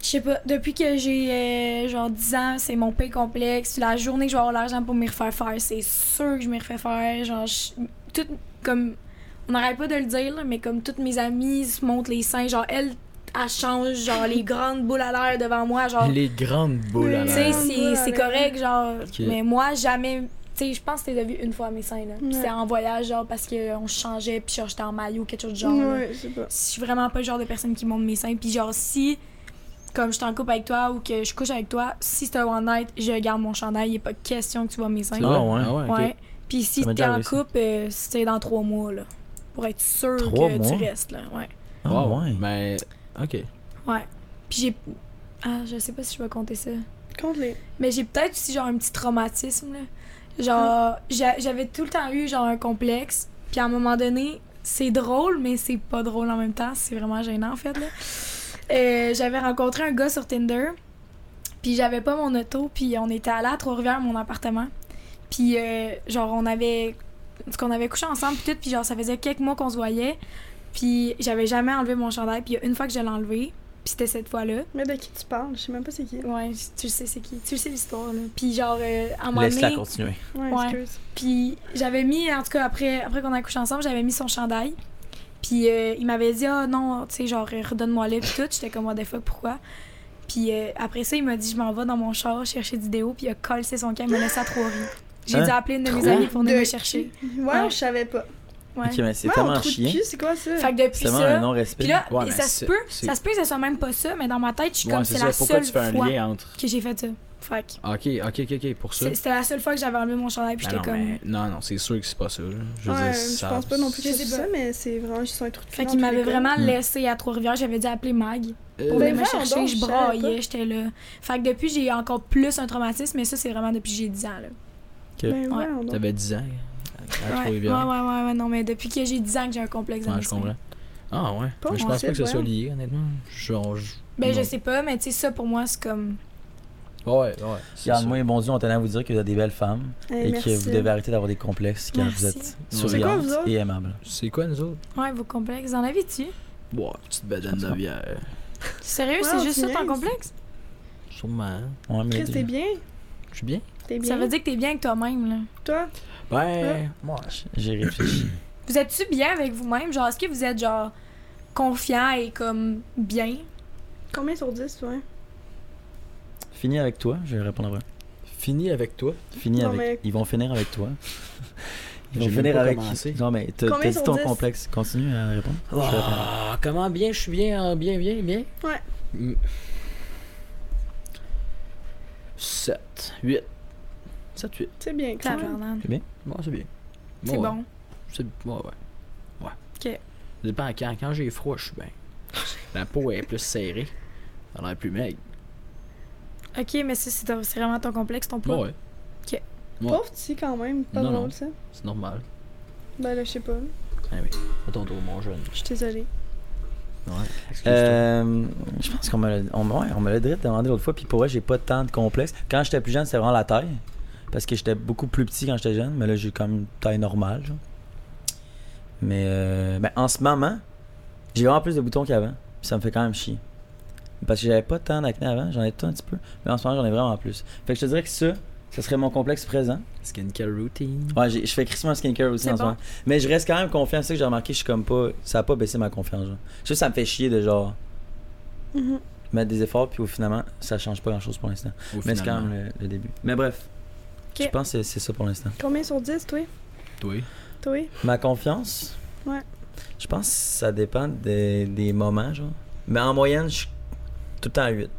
Je sais pas, depuis que j'ai euh, genre 10 ans, c'est mon pire complexe. La journée que je vais avoir l'argent pour me refaire faire, c'est sûr que je me refais faire. Genre, je- tout comme. On n'arrête pas de le dire, là, mais comme toutes mes amies se montrent les seins, genre, elles, elles changent, genre, les grandes boules à l'air devant moi, genre.
Les grandes boules à
Tu sais,
l'air.
c'est- c'est correct, genre.
Ok.
Mais moi, jamais. Tu sais, je pense que t'es devenu une fois à mes seins, là. Puis
Ouais.
C'était en voyage, genre, parce qu'on changeait, puis genre, j'étais en maillot, quelque chose de genre. là
Ouais, je sais pas.
je suis vraiment pas le genre de personne qui monte mes seins. Puis genre, si, comme je suis en couple avec toi ou que je couche avec toi, si c'est un one night, je garde mon chandail. Il a pas question que tu vois mes seins.
C'est vrai?
Ah ouais.
Ah ouais, ok.
Ouais. Puis si
Ça m'est
t'es
déjà
en
arrivé, ça.
couple, euh, c'est dans trois mois, là. Pour être sûr
Trois
que
mois?
tu restes, là. Ouais.
Ah,
Wow,
ouais.
Ben, ok.
Ouais. Puis j'ai. Ah, je sais pas si je vais compter ça.
Compte-les.
Mais j'ai peut-être aussi genre un petit traumatisme. Là. Genre, j'a- j'avais tout le temps eu genre un complexe. Puis à un moment donné, c'est drôle, mais c'est pas drôle en même temps. C'est vraiment gênant en fait. là. Euh, j'avais rencontré un gars sur Tinder. Puis j'avais pas mon auto. Puis on était allés à Trois-Rivières, mon appartement. Puis euh, genre, on avait. Parce qu'on avait couché ensemble, puis tout. Puis genre, ça faisait quelques mois qu'on se voyait. Puis j'avais jamais enlevé mon chandail. Puis il y a une fois que je l'ai enlevé. Puis c'était cette fois-là.
Mais de qui tu parles? Je sais même pas c'est qui.
Ouais, tu le sais c'est qui. Tu le sais l'histoire, là. Puis genre, euh, à un moment
Laisse-la
donné...
continuer.
Ouais,
Ouais.
excuse.
Puis j'avais mis, en tout cas, après, après qu'on a couché ensemble, j'avais mis son chandail. Puis euh, il m'avait dit, ah non, tu sais, genre, euh, redonne-moi-le, puis tout. J'étais comme, what the fuck, pourquoi? Puis euh, après ça, il m'a dit, je m'en vais dans mon char chercher du déo, puis il a collé son camp, il m'a laissé à trois rives. J'ai
Hein?
dû appeler une de mes
Trois
amies pour venir
de
me chercher.
Ouais,
Ouais.
je savais pas.
Ouais.
Ok, mais c'est
ouais,
tellement
on trouve de
chien.
cul, c'est quoi ça?
Fait que depuis
C'est vraiment un
ça.
non-respect.
Puis là,
Ouais, mais
ça se
c'est-
peut,
c'est-
ça se peut que ça soit même pas ça, mais dans ma tête, je suis
Ouais,
comme,
c'est
c'est
ça.
la
Pourquoi
seule
tu fais un
fois
lien entre.
que j'ai fait ça. Fait que
Ok, ok, ok, ok, pour ça.
c'est- c'était la seule fois que j'avais enlevé mon chandail, puis
Ben
j'étais
non,
comme.
mais- non, non, c'est sûr que c'est pas ça. là. Je veux
Ouais,
dire,
je
ça-
pense pas non plus que
Je
c'est
sais pas.
ça, mais c'est vraiment juste un truc.
Fait qu'il m'avait vraiment laissé à Trois-Rivières. J'avais dit appeler Mag pour
Euh,
venir me
voyons
chercher.
donc, je
je
savais
braillais, j'étais là. Fait que depuis, j'ai encore plus un traumatisme, mais ça, c'est vraiment depuis que j'ai 10 ans. Là.
Ben ouais, on doit-
T'avais 10 ans à- à
ouais. ouais, ouais,
Trois-Rivières.
ouais, ouais, non, mais depuis que j'ai 10 ans que j'ai un complexe dans
Ouais,
mes
je
seins.
comprends. Ah ouais.
Pas
mais je pense pas
possible,
que ça soit
voyons.
lié, honnêtement. Je, on- je-
Ben,
non.
je sais pas, mais tu sais, ça pour moi, c'est comme.
Ouais, ouais. c'est ça.
Regarde-moi, bon Dieu, on tenait à vous dire que vous êtes des belles femmes.
Eh,
et que
merci.
vous devez arrêter d'avoir des complexes car vous
Merci.
êtes
C'est quoi,
souriante
vous autres?
et aimable.
C'est quoi, nous autres?
Ouais, vos complexes. En avez-tu
Ouais, petite badane
Je pense
de bière.
Sérieux,
Ouais,
c'est
on
juste ça ton
niaise.
complexe
Sûrement. hein.
Ouais, mais
Chris, t'es bien?
Je suis bien?
T'es bien?
Ça veut dire que t'es bien avec toi-même, là.
Toi?
Ben, moi.
j'ai réfléchi.
Vous êtes-tu bien avec vous-même Genre, est-ce que vous êtes, genre, confiant et comme bien
Combien sur 10, toi?
Fini avec toi, je vais répondre après.
Fini avec toi.
Fini
Non,
avec.
mais-
Ils vont finir avec toi. Ils
J'ai
vont
même
finir
pas
avec.
commencé.
Non, mais t'as
Combien
t'as dit
sur
ton
10?
complexe. Continue à répondre. Je vais répondre.
Ah, comment bien, je suis bien, hein, bien, bien, bien. Mm.
Ouais.
7, 8. 7, 8.
C'est bien, quand même.
Tabarnak.
Bon, c'est bien.
C'est
Ouais.
bon.
C'est... Ouais, ouais. Ouais.
Ok.
Ça dépend quand. Quand j'ai froid, je suis bien. La peau est plus serrée. Elle est plus maigre.
Ok, mais ça, c'est ton- c'est vraiment ton complexe, ton poids.
Ouais, ouais, Ouais.
Pauvre petit quand même, pas
Non,
drôle
non.
ça.
c'est normal.
Ben là, je sais pas,
À ton tour, mon jeune.
je suis désolée.
Ouais, excuse-toi.
Euh, je pense qu'on me l'a on, ouais, on me l'a direct demandé l'autre fois, puis pour vrai, j'ai pas tant de complexe. Quand j'étais plus jeune, c'était vraiment la taille. Parce que j'étais beaucoup plus petit quand j'étais jeune, mais là, j'ai comme une taille normale. genre. Mais euh, ben, en ce moment, j'ai vraiment plus de boutons qu'avant. Puis ça me fait quand même chier. Parce que j'avais pas tant d'acné avant, j'en ai tout un petit peu. Mais en ce moment, j'en ai vraiment plus. Fait que je te dirais que ça, ce serait mon complexe présent.
Skincare routine.
Ouais, j'ai- je fais Christmas skincare aussi
C'est
en ce
bon.
moment. Mais je reste quand même confiant. C'est ça que j'ai remarqué, je suis comme pas. Ça a pas baissé ma confiance. Genre. Juste, ça me fait chier de genre.
Mm-hmm.
Mhm.
Mettre des efforts, puis au finalement, ça change pas grand chose pour l'instant.
Au
Mais c'est quand
finalement,
même le, le début. Mais bref,
Ok.
je pense que c'est- c'est ça pour l'instant.
Combien sur 10, toi?
hein. toi.
Toi?
Ma confiance
Ouais.
Je pense que ça dépend des, des moments, genre. Mais en moyenne, je suis tout le temps à 8.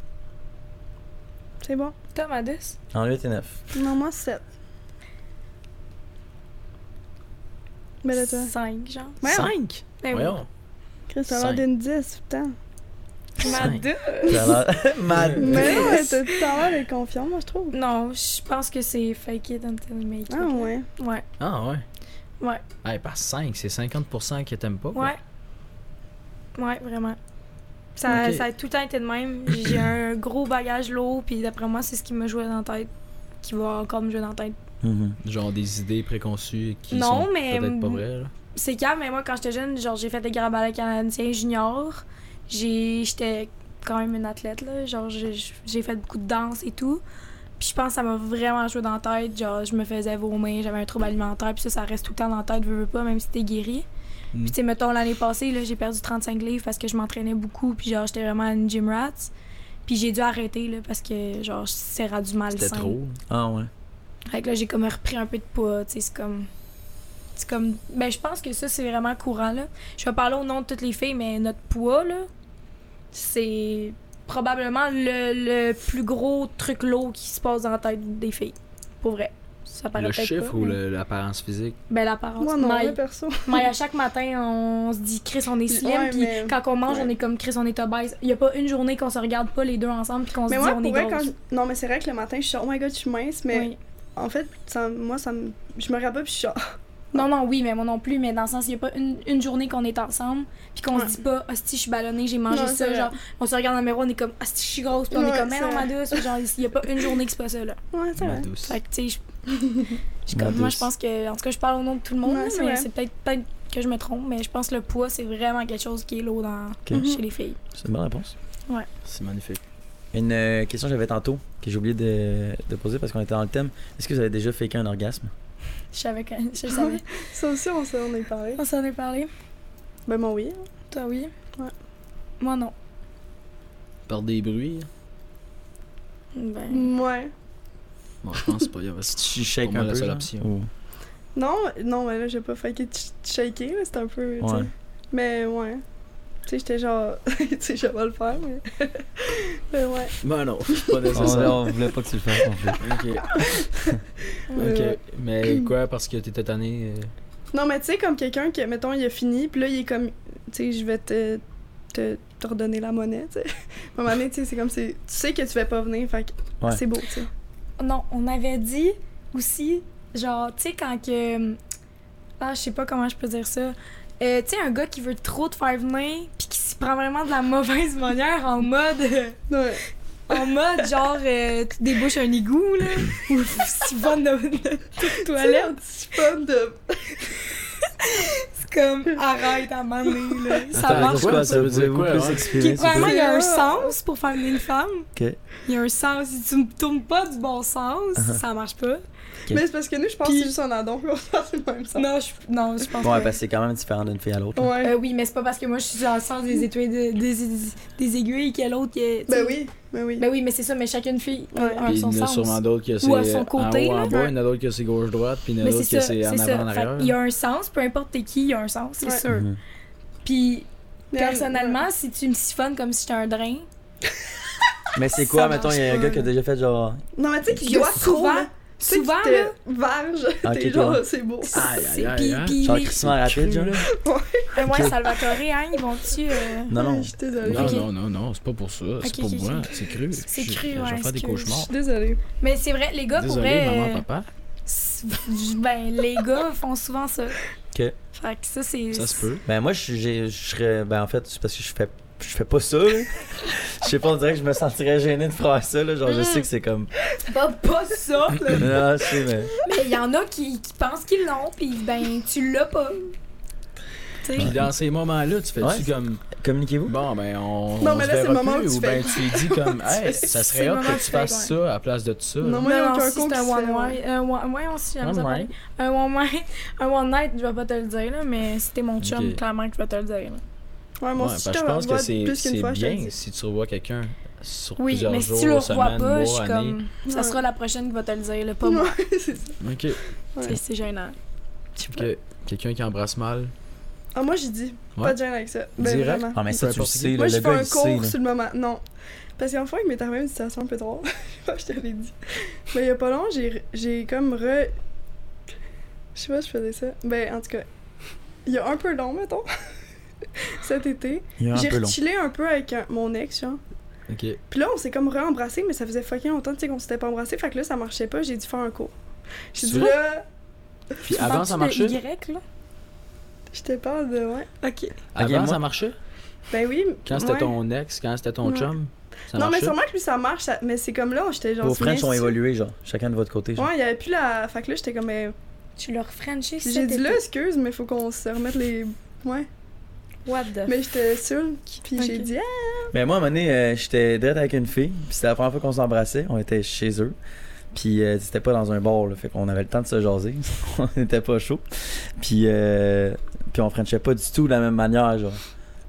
C'est bon.
Tom Adus?
En 8 et 9.
Non, moi, 7. Mais Ben là, toi.
5, genre.
Ouais, ouais.
5
Ben oui.
Voyons.
Chris, t'as l'air
Cinq.
d'une 10, putain.
Ma
Cinq.
deux?
Ça a l'air- Ma-
Euh,
Mais non, mais t'as t'as l'air d'être confiant, moi, je trouve.
Non, je pense que c'est fake it until you make it.
Ah ouais.
Ouais,
Ah ouais.
Ouais.
Hey, par 5, c'est 50% que t'aimes pas. quoi.
ouais. Ouais, vraiment. Ça,
Ok.
ça a tout le temps été de même. J'ai un gros bagage lourd, puis d'après moi, c'est ce qui me jouait dans la tête. Qui va encore me jouer dans la tête.
Mhm.
Genre des idées préconçues qui
Non,
sont
mais- hum,
peut-être pas vraies. Là.
C'est calme, mais moi, quand j'étais jeune, genre, j'ai fait des grands ballets canadiens juniors. J'ai- J'étais quand même une athlète, là. Genre, j'ai j'ai fait beaucoup de danse et tout. Puis je pense que ça m'a vraiment joué dans la tête. Genre, je me faisais vomir, j'avais un trouble alimentaire. Puis ça, ça reste tout le temps dans la tête, veux, veux pas, même si t'es guéri.
Mm.
Puis tu sais, mettons, l'année passée, là, j'ai perdu 35 livres parce que je m'entraînais beaucoup. Puis genre, j'étais vraiment une gym rat. Puis j'ai dû arrêter, là, parce que, genre, c'est rendu mal
C'était trop.
Ah ouais.
fait que là, j'ai comme repris un peu de poids, tu sais, c'est comme... C'est comme... Ben, je pense que ça, c'est vraiment courant, là. Je vais parler au nom de toutes les filles, mais notre poids, là, c'est probablement le, le plus gros truc lourd qui se passe dans la tête des filles. Pour vrai. Ça paraît
Le
peut-être
chiffre
pas,
ou
mais-
le- l'apparence physique
Ben, l'apparence.
Moi, non,
Mais-
moi, perso.
mais à chaque matin, on se dit, Chris, on est slim,
Ouais,
puis
mais-
quand on mange,
ouais.
on est comme, Chris, on est obèse. Il y a pas une journée qu'on se regarde pas les deux ensemble, puis qu'on se
Mais
dit,
moi,
on
pour
est
vrai,
gros.
quand je- Non, mais c'est vrai que le matin, je suis genre, oh my god, je suis mince, mais en fait, ça, moi, ça me. Je me regarde pas, puis je suis genre.
Non, non, oui, mais moi non plus, mais dans le sens, il n'y a pas une, une journée qu'on est ensemble, puis qu'on
Ouais.
se dit pas, hostie, je suis ballonnée, j'ai mangé
Non, c'est
ça,
vrai.
genre, on se regarde dans le miroir, on est comme, hostie, je suis grosse, puis on
Ouais,
est comme, mais
c'est
non,
vrai.
ma douce, Puis genre, il n'y a pas une journée que c'est pas ça, là.
Ouais, c'est
ma
vrai.
douce.
Fait que, tu sais, je- je suis
Ma
comme, moi,
douce.
je pense que, en tout cas, je parle au nom de tout le monde,
Ouais,
là,
c'est vrai.
mais c'est peut-être peut que je me trompe, mais je pense que le poids, c'est vraiment quelque chose qui est lourd dans,
Ok.
Mhm.
chez les filles.
C'est une bonne réponse.
C'est magnifique.
Une euh, question que j'avais tantôt, que j'ai oublié de, de poser parce qu'on était dans le thème. Est-ce que vous avez déjà fait un orgasme
Je savais, que, je savais.
Ça aussi, on s'en est parlé.
on s'en est parlé.
Ben, moi, oui.
Toi, oui.
Ouais.
Moi, non.
Par des bruits. hein.
Ben,
Ouais.
Bon, je pense pas. il y avait-
Tu shakes
Pour moi,
un
la
peu,
seule
genre?
option.
Ou-
Non, non, mais là, j'ai pas faké de ch- shaker, là, c'est un peu. tu sais.
Ouais.
Mais ouais. Tu sais, j'étais genre. tu sais, je vais pas le faire, mais. mais ouais.
Ben non, pas
On,
nécessaire.
on voulait pas que tu le fasses Oh non plus.
ok.
Mais ouais.
Ok. Mais quoi, parce que t'étais tanné. euh,
Non, mais tu sais, comme quelqu'un qui, mettons, il a fini, puis là, il est comme. Tu sais, je vais te. te, te redonner la monnaie, tu sais. À un moment donné, tu sais, c'est comme. c'est- Tu sais que tu vas pas venir, fait que.
Ouais.
C'est beau, tu sais.
Non, on avait dit aussi, genre, tu sais, quand que. Ah, je sais pas comment je peux dire ça. Euh, tu sais, un gars qui veut trop te faire venir, puis qui s'y prend vraiment de la mauvaise manière en mode. euh,
Ouais.
En mode, genre, euh, tu débouches un égout, là. Ou si bon de, de toute toilette.
C'est fun de.
C'est comme, arrête à maner, là. Ah, Ça
Attends,
marche.
quoi,
pas,
ça veut dire
Pouvez-vous
quoi,
plus
ouais?
expliquer, s'il
Puis,
vous
vraiment,
plaît?
il y a un sens pour faire venir une femme.
Ok.
Il y a un sens. Si tu me tournes pas du bon sens, ça marche pas.
Ok.
Mais c'est parce que nous, je pense que
Puis-
c'est juste un addon, puis on se passe le même ça.
Non, je, non, je pense
Ouais,
que-
parce que c'est quand même différent d'une fille à l'autre. là.
Ouais.
Euh, oui, mais c'est pas parce que moi je suis dans le sens des, étoiles de- des, des aiguilles que l'autre. qui est-
ben oui, ben oui.
Ben oui, mais c'est ça, mais chacune fille a
Ouais.
a
Puis
son
il y en a
sens.
sûrement d'autres que c'est
à son
en
côté,
haut, en
là.
bas, il y en a d'autres que c'est gauche-droite, puis il y en a
Mais
d'autres
c'est
que
ça, c'est
c'est en
ça.
avant, en
Fait
arrière. Mm.
qu'il y a un sens, peu importe t'es qui, il y a un sens, c'est
Ouais.
sûr.
Mhm.
Puis
Mais-
personnellement, si tu me siphonnes comme si j'étais un drain,
Mais c'est
Ça
quoi, mettons, il y a un
marche
gars
pas,
qui a
là.
déjà fait genre.
Non, mais tu sais,
il
qu'il
y a
doit trop.
souvent,
là. Tu sais,
Souvent,
tu
là.
te verges,
Ah,
t'es
ok, Ah,
genre,
cool.
c'est beau.
Aïe, aïe, hein.
c'est-
aïe,
puis-
aïe.
puis-
Genre crissement rapide, genre. là.
Euh, ouais, Salvatore, hein, ils vont-tu. euh,
Non, non.
Je suis désolée.
Non,
Ok.
non, non, non, c'est pas pour ça. C'est
Ok,
pour
ok,
moi. C'est cru.
C'est
Je-
cru,
Je
ouais,
vais faire des
excuse.
Je
cauchemars.
suis désolée.
Mais c'est vrai, les gars,
Désolé,
pour vrai. euh,
maman, papa.
s- Ben, les gars font souvent ça.
Ok.
Fait que ça, euh, c'est.
Ça se peut.
Ben moi, je j'ai- je serais. Ben en fait, c'est parce que je fais. Je fais pas ça, là. Je sais pas, on dirait que je me sentirais gêné de faire ça, là. Genre, je sais que c'est comme.
Pas, pas ça, là.
Non, je sais, mais.
Mais il y en a qui, qui pensent qu'ils l'ont, puis ben, tu l'as pas. Tu sais.
Puis dans ces moments-là, tu fais-tu
Ouais.
comme.
Communiquez-vous.
Bon, ben, on.
Non,
on
mais
se
là, c'est le
verra
moment
plus,
où tu
Ou ben,
fais-
tu lui dis comme. Hey, ça
C'est
serait
le
hot
moment où
que
tu
tu fasses
fais,
ça à la place de ça.
Non,
là.
moi, il y a
non, non,
aucun
si c'est
cours qui
un
se fait,
one
ouais.
night. Un one- ouais, on s'y
Ouais,
jamais ça
ouais.
parler. Un one night. Un one night, je vais pas te le dire, là, mais si t'es mon chum,
Ok.
clairement que je vais te le dire. là.
Ouais,
Ouais,
moi,
parce
si
que
je
je
te
pense que
revois
c'est
plus qu'une
c'est
fois, je te le
bien
dis.
si tu revois quelqu'un sur
Oui,
plusieurs
mais
jours,
si tu le revois pas,
semaines,
je
mois,
suis
années.
comme. Ça
Ouais.
sera la prochaine qui va te le dire, là, pas moi.
Ouais, c'est ça.
Ok.
C'est- C'est gênant.
Que- Quelqu'un qui embrasse mal.
Ah, moi, j'ai dit.
Ouais.
Pas de gêne avec ça. Ben,
Direct?
vraiment.
Ah, mais ça,
Peu
tu le
importe
sais,
qui.
là,
Moi,
le
je fais
gars,
un
il sait,
cours
là.
sur le moment. Non. Parce qu'en fait, il m'est arrivé une situation un peu drôle. je sais pas, je te l'ai dit. Mais il y a pas long, j'ai- j'ai comme re. Je sais pas, je faisais ça. Ben, en tout cas, il y a un peu long, mettons. Cet été.
Il est un
J'ai
peu long.
rechillé un peu avec un- mon ex, genre.
Ok.
Puis là, on s'est comme re-embrassé, mais ça faisait fucking longtemps, tu sais, qu'on s'était pas embrassé. Fait que là, ça marchait pas, j'ai dû faire un cours. J'ai
C'est
dit
vrai?
là,
Puis avant, ça
Parles-tu de
marchait.
Y, là.
je te parle de. Ouais. Ok.
Avant,
moi-
ça marchait.
Ben oui.
Quand c'était
ouais.
ton ex, quand c'était ton
Ouais.
chum. Ça
Non, mais
marchait.
sûrement que lui, ça marche, ça- mais c'est comme là, j'étais genre.
Vos
souviens,
friends sont
si-
évolués, genre. Chacun de votre côté, genre.
Ouais, il y avait plus la. Fait que là, j'étais comme. ben,
Tu leur Frenchie,
Puis J'ai dit là, excuse, mais faut qu'on se remette les. Ouais.
What the
Mais j'étais sûre. Puis j'ai
Ok.
dit, ah,
Mais moi, à un moment donné, euh, j'étais direct avec une fille, puis c'était la première fois qu'on s'embrassait, on était chez eux. Puis euh, c'était pas dans un bar, là, fait qu'on avait le temps de se jaser, on n'était pas chaud. Puis, euh, puis on frenchait pas du tout de la même manière, genre.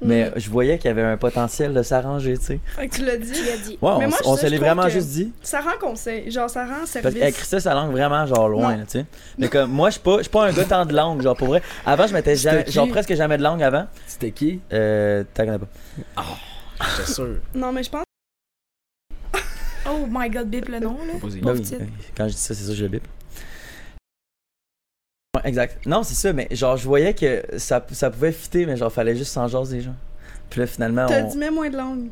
Mais euh,
Mm.
je voyais qu'il y avait un potentiel de s'arranger, tu sais.
fait que tu l'as dit.
Tu l'as dit.
Ouais, on,
Mais moi,
s- on
je-
se
je
l'est
trouve
vraiment
que-
juste dit.
Ça rend conseil. Genre, ça rend
Parce qu'elle
service.
crissait sa langue vraiment, genre, loin,
Non.
là, tu sais. Mais comme, moi, je suis pas, je suis pas un gars tant de langue, genre, pour vrai. Avant, je mettais jamais,
qui?
genre, presque jamais de langue avant.
C'était qui
Euh, t'en connais pas.
J'étais sûr.
Non, mais je pense.
Oh my god, bip le nom, là.
Posé.
Bah
Pauvre
oui,
petite.
euh, quand je dis ça, c'est ça que je le bip. Ouais, exact. Non, c'est ça, mais genre, je voyais que ça, ça pouvait fitter, mais genre, fallait juste s'en jaser, genre. Puis là, finalement,
T'as
on...
dit, mets moins de langue.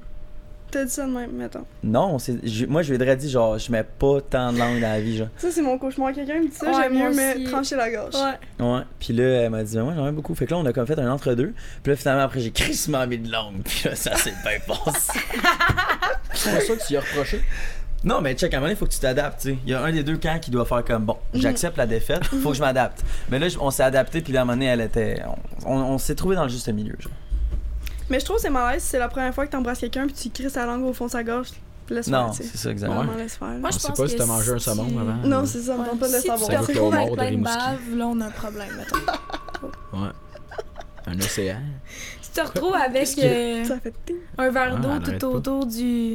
T'as dit ça de même, mettons.
non, on s'est- je- moi, je lui aurais dit, genre, je mets pas tant de langue dans la vie, genre.
Ça, c'est mon cauchemar. Quelqu'un me dit ça,
Ouais,
j'aime
moi
mieux me
aussi.
trancher la gorge.
Ouais.
Ouais. Puis là, elle m'a dit, mais moi, j'en ai beaucoup. Fait que là, on a comme fait un entre-deux. Puis là, finalement, après, j'ai crissement mis de langue. Puis là, ça s'est bien passé.
C'est pour ça que tu y as reproché.
Non, mais check, à un moment donné, faut que tu t'adaptes, tu sais. Il y a un des deux camps qui doit faire comme, bon, j'accepte la défaite, faut que je m'adapte. Mais là, je- on s'est adapté, puis là, à un moment donné, elle était. on- on- on s'est trouvé dans le juste milieu, genre.
Mais je trouve que c'est malaise si c'est la première fois que t'embrasses quelqu'un puis tu cries sa langue au fond de sa gorge. Laisse
Non,
faire, tu sais.
c'est ça, exactement.
Vraiment, laisse faire.
Moi,
On
je
sait
pense
pas si
que
t'as mangé un
si-
saumon avant. euh,
Non, c'est ça, me tente pas de le
si tu
savoir.
te
Ça goûte au
retrouves avec
mort de
plein de
Rimouski.
bave, là, on a un problème, mettons.
Un océan.
Si tu te retrouves avec euh,
Ça fait ting.
un verre
Ah,
d'eau
elle
tout
arrête pas.
autour du,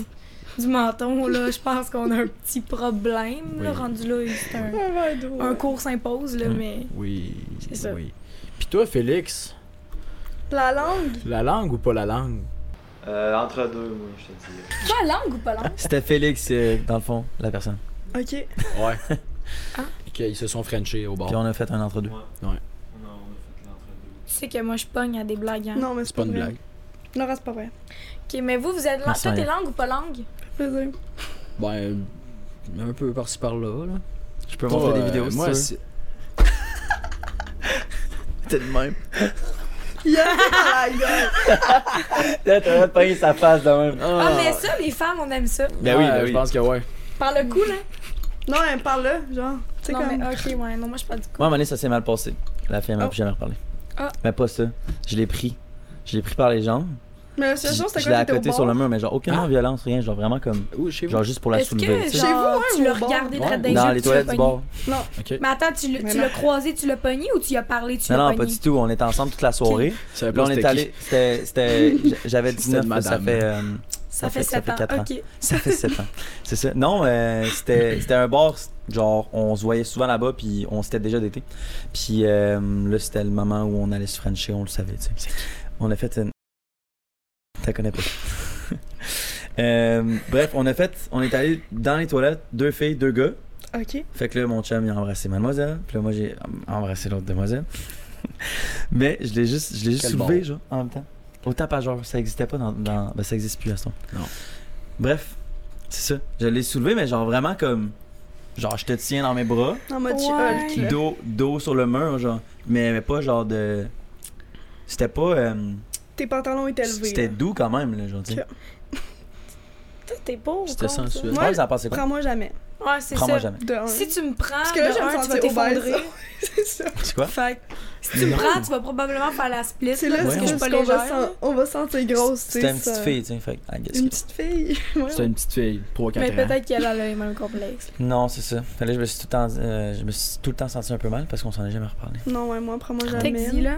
du menton, là, je pense qu'on a un petit problème, là,
Oui.
rendu là, c'est un,
Un verre d'eau.
un cours s'impose, là,
Hein?
Mm.
mais...
Oui.
C'est ça.
Oui. Puis toi, Félix,
La langue.
la langue ou pas la langue
Euh, entre deux, moi, je te dis.
Pas langue ou pas langue?
C'était Félix, euh, dans le fond, la personne.
Ok.
Ouais. Qu'ils se sont frenchés au bord.
Puis on a fait un entre deux.
Tu sais que moi, je pogne à des blagues, hein.
Non, mais c'est
C'est pas
pas
une
vrai.
blague.
Non, c'est pas vrai.
OK, mais vous, vous êtes...
Merci,
Toi, t'es
Maria.
langue ou pas langue?
Vas-y.
Ben, un peu par-ci par-là. Là.
Je peux montrer
Toi,
des vidéos
euh,
si
moi,
tu veux.
c'est-
T'es de même.
Il y a la gueule.
Là, t'aurais payé sa face de même.
Ah, mais ça, les femmes, on aime ça.
Ben oui,
Ouais,
ben oui.
Je pense que ouais.
Par le cou, là.
Non, elle me parle là, genre. Tu sais,
Non,
comme.
mais OK, ouais, non, moi, je parle du cou.
Moi, à un moment donné, ça s'est mal passé. La fille, elle m'a
Oh.
plus jamais reparlé.
Ah.
Mais pas ça. Je l'ai pris. Je l'ai pris par les jambes.
Mais la
puis
situation, c'était
je l'ai
quoi? T'étais au
accoté
bord.
sur le mur, mais genre aucunement
Ah.
violence, rien. Genre vraiment comme.
Ouh, chez vous.
Genre juste pour la
Est-ce
soulever.
que,
tu sais.
genre,
Chez vous, hein,
tu l'as
ou au
regardé
bar?
très
Dans
Dans les toilettes du bord.
Ok.
Mais attends, tu l'as
Mais
tu
non.
l'as croisé, tu l'as pogné ou tu y as parlé, tu
Non,
l'as
non,
pogné?
pas du tout. On était ensemble toute la soirée.
Ça veut
Là,
pas
on est
c'était qui.
allé. C'était. c'était- J'avais
C'était
19,
de
mais ça
madame.
fait. euh,
Ça, fait 7 ans.
quatre ans.
OK.
Ça fait 7 ans. C'est ça. Non, euh, c'était c'était un bar, genre, on se voyait souvent là-bas, puis on s'était déjà d'été. Puis euh, là, c'était le moment où on allait se frencher, on le savait, tu sais. On a fait une. T'as connais pas. Euh, bref, on a fait. On est allé dans les toilettes, deux filles, deux gars.
Ok.
Fait que là, mon chum, il a embrassé mademoiselle. Puis là, moi, j'ai embrassé l'autre demoiselle. Mais je l'ai juste, je l'ai juste
Quel
soulevé,
bon.
genre, en même temps. Au tapageur, ça existait pas dans. dans- ben, ça existe plus à ce temps.
Non.
Bref, c'est ça. Je l'ai soulevé, mais genre vraiment comme. Genre, je te tiens dans mes bras,
En mode
Ouais.
Hulk, là.
dos, dos sur le mur, genre. Mais, mais pas genre de. C'était pas. euh,
Tes pantalons étaient levés.
C'était
là.
doux quand même, là, genre, tu sais.
Sure.
Toi, Ah, t'es beau.
C'était sensuel.
Moi,
Ouais, ça a passé quoi?
Prends-moi jamais.
Ouais, c'est
Prends-moi
ça.
jamais.
De un.
Si tu me prends,
Parce que là,
de
je vais me
un, tu vas
sentir
t'effondrer.
obèse. C'est ça.
C'est quoi?
Fait que si tu me
Non.
prends, tu vas probablement faire la split.
C'est là
Ouais.
parce
c'est
que je suis
juste
pas
qu'on va,
légère.
sen- on va sentir grosse, tu sais.
C'était une petite
ça.
fille, tu sais. Fait que, I guess
Une
que-
petite fille. Ouais.
C'était une petite fille, 3-4 ans.
Mais peut-être qu'elle a le même complexe.
Non, c'est ça. Fait que Là, je me suis tout le temps, euh, je me suis tout le temps senti un peu mal parce qu'on s'en est jamais reparlé.
Non, ouais, moi, prends-moi
T'es
jamais.
dit, là.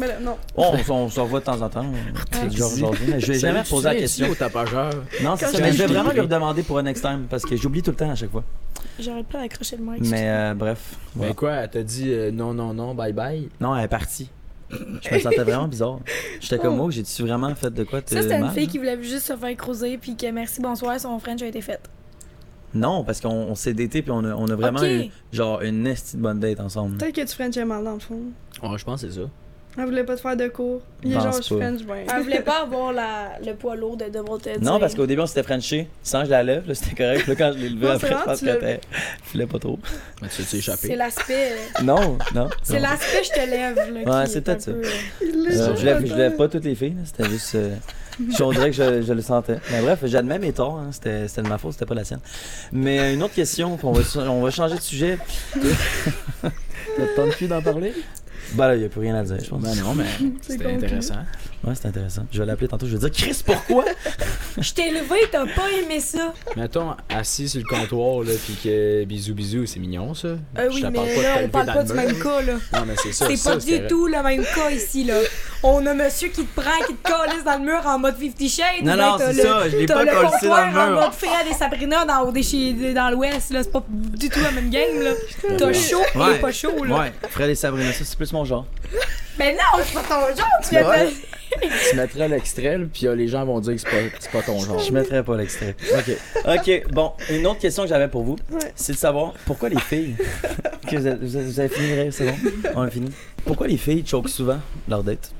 Mais là, non.
Oh, On, on, se revoit de temps en temps.
Ah,
Ouais.
Genre aujourd'hui, mais je vais jamais
Salut,
reposer la
tu
question.
viens-tu au tapageur.
Non, c'est
Quand
ça.
je
Mais je vais
t'ai
vraiment
écrit.
lui redemander pour un next time parce que j'oublie tout le temps à chaque fois.
Ah, J'aurais pas d'accrocher le mic.
Mais euh, bref. voilà.
Mais quoi, elle t'a dit euh, non, non, non, bye bye.
Non, elle est partie. Je me sentais vraiment bizarre. J'étais comme, oh, j'ai-tu vraiment fait de quoi?
Ça,
de
c'était une
mal,
fille
là?
qui voulait juste se faire croiser puis que merci, bonsoir, son French a été faite.
Non, parce qu'on on s'est daté puis on a, on a vraiment
Ok.
eu genre une nasty de bonne date ensemble.
Peut-être que tu Frenchais mal dans le fond.
Oh, je pense que c'est ça.
Elle voulait Ah, pas te faire de cours. Il est
Pense
genre, je
pas.
French, ben.
Elle voulait Ah, pas avoir la, le poids lourd de devoir te dire.
Non, parce qu'au début, on s'était frenché sans que je la lève. Là, c'était correct. Là, quand je l'ai levé,
Non,
après,
c'est
je pense
vrai, tu
que
l'as-
t'es- filait pas trop.
Mais tu t'es
C'est
échappé.
l'aspect. euh,
Non, non.
C'est
non.
l'aspect, je te lève. Là,
Ouais,
qui
c'est
est
peut-être
un peu, euh,
Il
Euh,
est genre,
je, lève, je
ben.
lève pas toutes les filles, là, c'était juste. euh, je- on dirait que je, je le sentais. Mais bref, j'admets mes torts, hein, c'était, c'était de ma faute, c'était pas la sienne. Mais euh, une autre question, puis on va, on va changer de sujet.
T'as le temps de plus d'en parler?
Bah là, il a plus rien à dire, je pense.
Ben non, mais c'était
conclu.
intéressant.
Ouais, c'est intéressant. Je vais l'appeler tantôt, je vais dire Chris, pourquoi
Je t'ai levé, t'as pas aimé ça.
Mettons, assis sur le comptoir, là, pis que bisous, bisous, c'est mignon, ça.
Euh,
Je
oui,
te parle
mais
de
là,
te
on parle
lever
pas
dans
du
le
même
mur.
cas, là.
Non, mais c'est ça.
C'est
ça,
pas du
correct.
tout le même cas ici, là. On a monsieur qui te prend, qui te calisse dans le mur en mode 50 Shades.
Non, non,
ou bien t'as
c'est
le-
ça, je l'ai
T'as
pas
le
collé dans
comptoir
le
en
mur.
mode Fred et Sabrina dans, au déchet- dans l'ouest, là. C'est pas du tout la même game, là. T'as chaud
Ouais.
et pas chaud, là.
Ouais, Fred et Sabrina, ça c'est plus mon genre.
Mais non, c'est pas ton genre, tu viens de-
Ouais. Tu mettrais l'extrait, là, pis euh, les gens vont dire que c'est pas, c'est pas ton genre.
Je mettrai pas l'extrait.
Ok.
Ok, bon, une autre question que j'avais pour vous,
Ouais.
c'est de savoir pourquoi les filles. Que vous, avez, vous avez- vous avez fini de rire, c'est bon On a fini. Pourquoi les filles choquent souvent leur date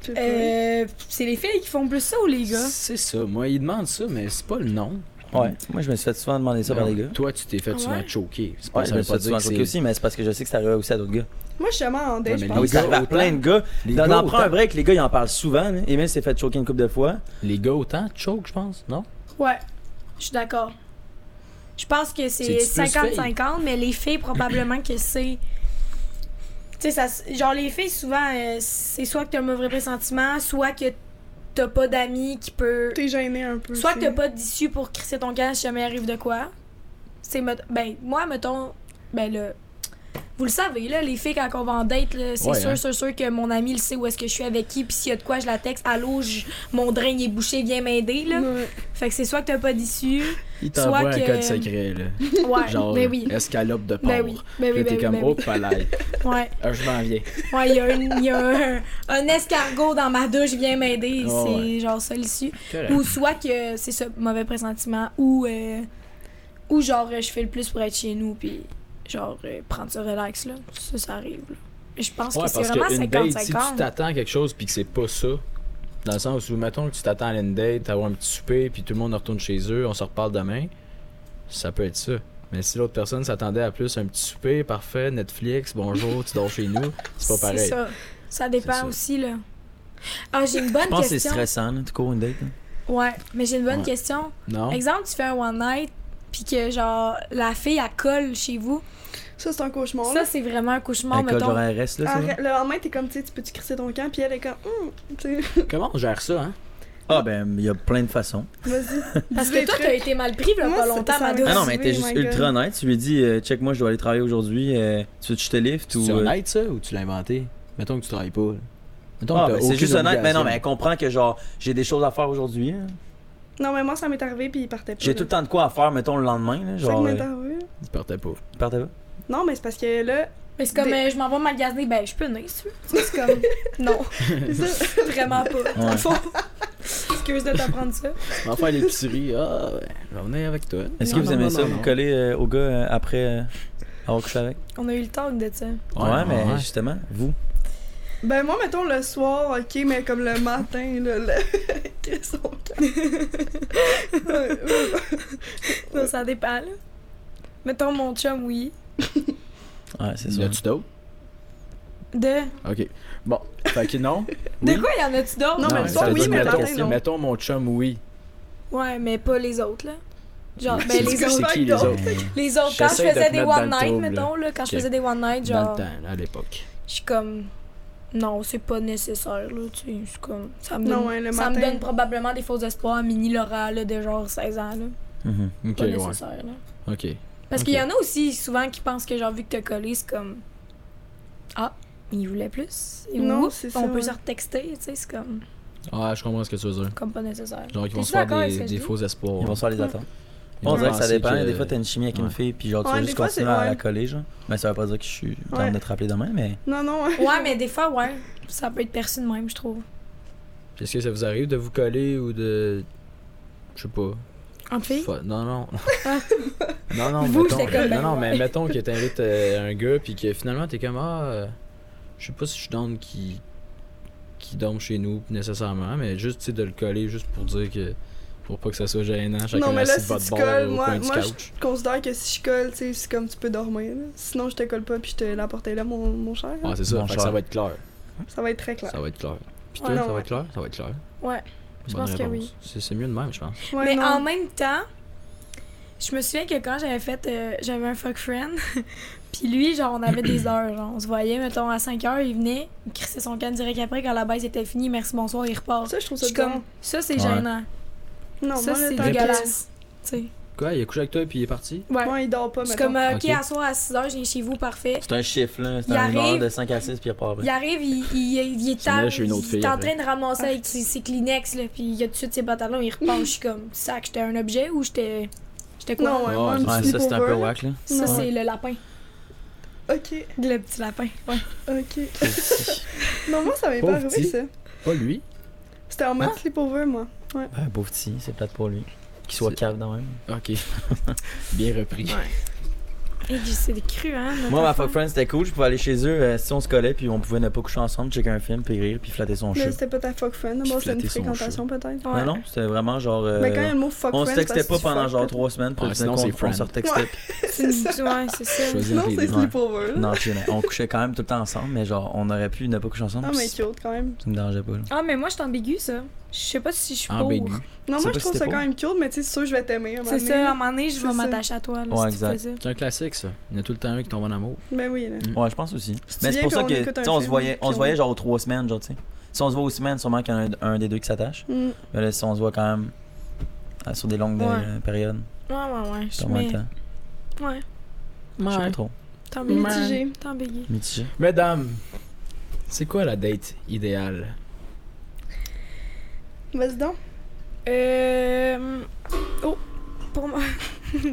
Je sais pas.
Euh, c'est les filles qui font plus ça ou les gars?
C'est ça, moi, ils demandent ça, mais c'est pas le nom.
Ouais, moi je me suis fait souvent demander ça par les gars.
Toi, tu t'es fait
Ah
souvent
ouais?
choquer. C'est pas
Ouais, je
ça
me
veut
suis fait
pas dire
souvent
que
choquer
c'est.
aussi, mais c'est parce que je sais que ça arrive aussi à d'autres gars.
Moi, je suis jamais en
Ouais,
date,
mais
je
les
Ah oui,
pense.
ça
gars,
arrive à
autant-
plein de gars.
Les
Dans
gars,
dans prend un
autant-
break, les gars ils en parlent souvent. hein. Emile s'est fait choquer une couple de fois.
Les gars autant te choquent, je pense, non?
Ouais, je suis d'accord. Je pense que c'est
C'est-tu plus
50-50, mais les filles, probablement que c'est. Tu sais, ça s- genre, les filles, souvent, euh, c'est soit que t'as un mauvais pressentiment, soit que t'as pas d'amis qui peut.
T'es gêné un peu.
Soit que
tu
t'as
sais.
pas d'issue pour crisser ton camp si jamais arrive de quoi. C'est. met- Ben, moi, mettons. Ben là. Vous le savez, là, les filles, quand on va en date, là, c'est
Ouais,
sûr,
hein.
sûr, sûr que mon ami, il sait où est-ce que je suis avec qui, puis s'il y a de quoi, je la texte. Allô, je- mon drain il est bouché, viens m'aider, là.
Ouais.
Fait que c'est soit que t'as pas d'issue.
Ils
Soit
t'envoient un
que-
code secret, là.
Ouais,
Genre,
ben oui.
escalope de porc.
Ben oui, ben oui,
Puis là,
ben
t'es
oui.
comme,
ben
oh,
oui.
palais.
Ouais,
Ah, je m'en viens.
ouais, il y a, une- il y a un, un escargot dans ma douche, viens m'aider.
Oh,
c'est
ouais.
genre ça l'issue.
Correct.
Ou soit que c'est ça, mauvais pressentiment, ou, euh, ou genre euh, je fais le plus pour être chez nous, puis genre euh, prendre ce relax là. Ça, ça arrive. là. Mais je pense
Ouais,
que c'est
parce
vraiment
qu'une date, si tu
50-50.
t'attends à quelque chose puis que c'est pas ça, dans le sens où, mettons que tu t'attends à une date, avoir un petit souper, puis tout le monde retourne chez eux, on se reparle demain, ça peut être ça. Mais si l'autre personne s'attendait à plus un petit souper, parfait, Netflix, bonjour, tu dors chez nous, c'est pas pareil.
ça. Ça
C'est
dépend
ça.
aussi là. Ah, j'ai une bonne
Je pense que c'est
question.
stressant, là, tout court une date. hein. là.
Ouais, mais j'ai une bonne
Ouais.
question.
Non?
Exemple, tu fais un one night, puis que genre la fille elle colle chez vous.
Ça, c'est un cauchemar.
Ça, c'est vraiment un cauchemar,
Un code
mettons.
genre RS, là, c'est
En
vrai?
vrai, le lendemain, t'es comme, tu sais, tu peux-tu crisser ton camp? Puis elle est comme, hum, tu sais,
Comment on gère ça, hein?
Ah, ben, il y a plein de façons.
vas-y.
Parce
dis des
que toi,
trucs.
t'as été mal pris, là,
Moi,
pas
ça-
longtemps,
ça
ma
me-
douce.
Ah non,
Oui,
mais t'es juste
my God.
ultra honnête. Tu lui dis, euh, check, moi, je dois aller travailler aujourd'hui. euh, tu veux que je te lift ou.
C'est
euh,
honnête, ça, ou tu l'as inventé? Mettons que tu travailles pas. là. Mettons
Ah,
que t'as
ben, c'est
aucune
juste honnête. Mais non, mais elle
obligation.
comprend que, genre, j'ai des choses à faire aujourd'hui. hein.
Non, mais moi, ça m'est arrivé, puis il partait pas.
J'ai
là.
tout le temps de quoi à faire, mettons, le lendemain. là,
C'est ça qui
genre,
m'est
euh,
arrivé.
Tu partais pas.
partez pas.
Non, mais c'est parce que là,
Mais c'est comme,
Des-
euh, je m'en vais magasiner, ben, je peux venir, si tu veux. C'est comme, non,
c'est ça.
vraiment pas.
Ouais.
Excuse de t'apprendre ça.
On va faire l'épicerie. Ah, ouais, je vais venir avec toi.
Est-ce que
Non,
vous
non,
aimez
non,
ça,
non,
vous
non.
coller euh, au gars euh, après euh, avoir couché avec
On a eu le temps de ça.
Ouais, mais justement, vous.
Ben, moi, mettons le soir, ok, mais comme le matin, là, le. Qu'est-ce qu'on
Non, ça dépend, là. Mettons mon chum, oui.
Ouais, c'est
Y
ça.
a-tu d'autres?
De.
Ok. Bon. Fait que non.
De
Oui.
quoi y en a-tu d'autres?
Non, mais le
ça
soir,
veut
oui,
dire,
mais le matin,
mettons,
non.
mettons mon chum, oui.
Ouais, mais pas les autres, là. Genre,
C'est-
ben,
c'est-
les
C'est
autres.
qui les autres?
Les autres, quand je
J'essaie de
faisais
te
des
mettre dans
one
le
night,
trouble, là.
mettons, là, quand je
Ok.
faisais des one night,
Dans le
genre,
temps, à l'époque.
je suis comme. Non, c'est pas nécessaire, là, tu sais. Je suis comme. Ça me donne,
Non, ouais, le
ça me
matin.
donne probablement des faux espoirs mini Laura, là, de genre 16 ans, là.
Mhm.
Ok,
Pas
ouais.
nécessaire, là.
Ok.
Parce
Ok.
qu'il y en a aussi souvent qui pensent que genre vu que t'as collé, c'est comme Ah, il voulait plus. Et
Non,
ouf,
c'est
on
ça,
peut
ouais.
se retexter, tu sais, c'est comme,
Ah, je comprends ce que tu veux dire.
comme pas nécessaire.
Genre, ils vont
T'es-tu
se faire
d'accord avec
des,
ce que je
des
dis?
faux espoirs.
Ils vont se faire les attentes.
Ils vont
On dirait que ça
penser
dépend.
que-
Des fois, t'as une chimie avec une
Ouais.
fille, puis genre, tu
Ouais,
veux
des
juste
fois,
continuer
c'est-
à la
ouais.
coller, genre. Mais ça veut pas dire que je suis en train
Ouais.
de te rappeler demain, mais.
Non, non, ouais.
Ouais, mais des fois ouais, ça peut être perçu de même, je trouve.
Puis Est-ce que ça vous arrive de vous coller ou de. Je sais pas.
En fille
Fa- Non, non.
Ah.
non, non,
Vous,
mettons,
j'étais comme, ben,
non, non, mais
ouais.
mettons que t'invites euh, un gars, puis que finalement t'es comme, ah, euh, je sais pas si je suis down qui qui dorme chez nous nécessairement, mais juste, tu sais, de le coller juste pour dire que. Pour pas que ça soit gênant, chacun
Non, mais là,
assis de
si
votre
tu
bord
colles,
au
moi-
coin du
moi,
couch.
Je considère que si je colle, tu sais, c'est comme tu peux dormir. là. Sinon, je te colle pas, puis je te l'apportais là, mon, mon cher. là.
Ah, c'est ça,
Mon
fait que ça
cher.
va être clair.
Ça va être très clair.
Ça va être clair. Puis
Ouais,
toi,
non,
ça va
ouais.
être clair? Ça va être clair.
Ouais. Je
Bonne
pense que
réponse.
oui.
C'est c'est mieux de même, je pense.
Ouais,
mais
non.
en même temps, je me souviens que quand j'avais fait euh, j'avais un fuck friend, puis lui genre on avait des heures, genre on se voyait mettons à 5 heures, il venait, il crissait son canne direct après quand la baise était finie, merci bonsoir, il repart.
Ça, je trouve
Je
ça
suis
comme...
comme ça c'est
Ouais.
gênant.
Non,
ça
moi, le
c'est
temps que-
dégueulasse. Tu sais.
Quoi, il a couché avec toi, puis il est parti?
Ouais.
Moi, il dort pas,
C'est
mettons.
comme, euh,
Ok.
ok, à soir à 6 h, je viens chez vous, parfait.
C'est un chiffre, là. C'est
Il
un
arrive-
heure de 5 à 6, puis il repart. après.
Il arrive, il, il, il est
Ça me
tard,
lèche une autre
il
fille
est en
après.
train de
Ah,
ramasser avec ses, ses Kleenex, là, puis il a tout de suite ses pantalons, il repart, je suis comme, sac, j'étais un objet ou j'étais j'étais quoi?
Non, ouais, moi,
Ouais,
un
Ouais,
petit
ça, c'est un peu
sleepover, là.
whack, là.
Ça,
non.
c'est le lapin. euh,
Ok,
Le petit lapin, ouais.
ok. non, moi, ça m'est pas
Pauvre
arrivé,
petit.
ça.
Pas lui.
C'était en
Ah.
mode sleepover, moi.
Un beau petit, c'est peut-être pour lui. Qu'il soit
C'est-
calme, dans même.
Ok. Bien repris.
Et c'est cru, hein? notre
Moi, ma
enfant.
fuck friend, c'était cool. Je pouvais aller chez eux euh, si on se collait, puis on pouvait ne pas coucher ensemble, checker un film, puis rire, puis flatter son
Mais
chien.
c'était pas ta fuck friend.
Puis
Moi, c'était une
flatter son
fréquentation, peut-être.
Ouais.
Non, non, c'était vraiment genre. euh,
Mais quand il y a le mot fuck
on
friend,
se
c'est
textait pas
parce que tu
pendant
fuck,
genre
là.
3 semaines, puis
Ouais,
on,
sinon, c'est friend.
se retextait.
C'est une- Ouais, c'est ça.
Choisir
Non,
les
c'est
deux.
Ouais.
sleepover, là.
Non, je sais, on couchait quand même tout le temps ensemble, mais genre, on aurait pu ne pas coucher ensemble.
Non, Ah, mais
puis
cute, quand même.
Ça me dérangeait pas, là.
Ah, mais moi, je suis ambigu, ça. Je sais pas si
Ah,
je suis
En
pour.
bégu.
Non,
C'est
moi,
pas
je trouve
si t'es
ça quand
pas.
même cute, mais tu sais, c'est sûr que je vais t'aimer. un moment
C'est
donné,
ça, à un
là.
moment donné, je
C'est
vais
ça.
m'attacher à toi, là,
Ouais,
si tu
exact.
fais ça.
C'est un classique, ça. Il y en a tout le temps un qui tombe en amour.
Ben oui, là.
Ouais, je pense aussi.
Tu te
Mais c'est
souviens
pour ça
qu'on
que,
écoute
tu
un
sais, on se
film,
voyait, on
puis
se voyait genre aux 3 semaines, genre, tu sais. Si on se voit aux semaines, sûrement qu'il y en a un, un des deux qui s'attache.
Mm.
Mais là, si on se voit quand même euh, sur des longues
Ouais.
euh, périodes,
Ouais, ouais, ouais. Je
c'est moins le
mais-
temps.
Ouais,
Je sais pas trop.
t'es ambigu.
Mitigé.
T'es ambigu.
Mitigé.
Mesdames, c'est quoi la date idéale?
Vas-y donc.
Euh. Oh, pour moi.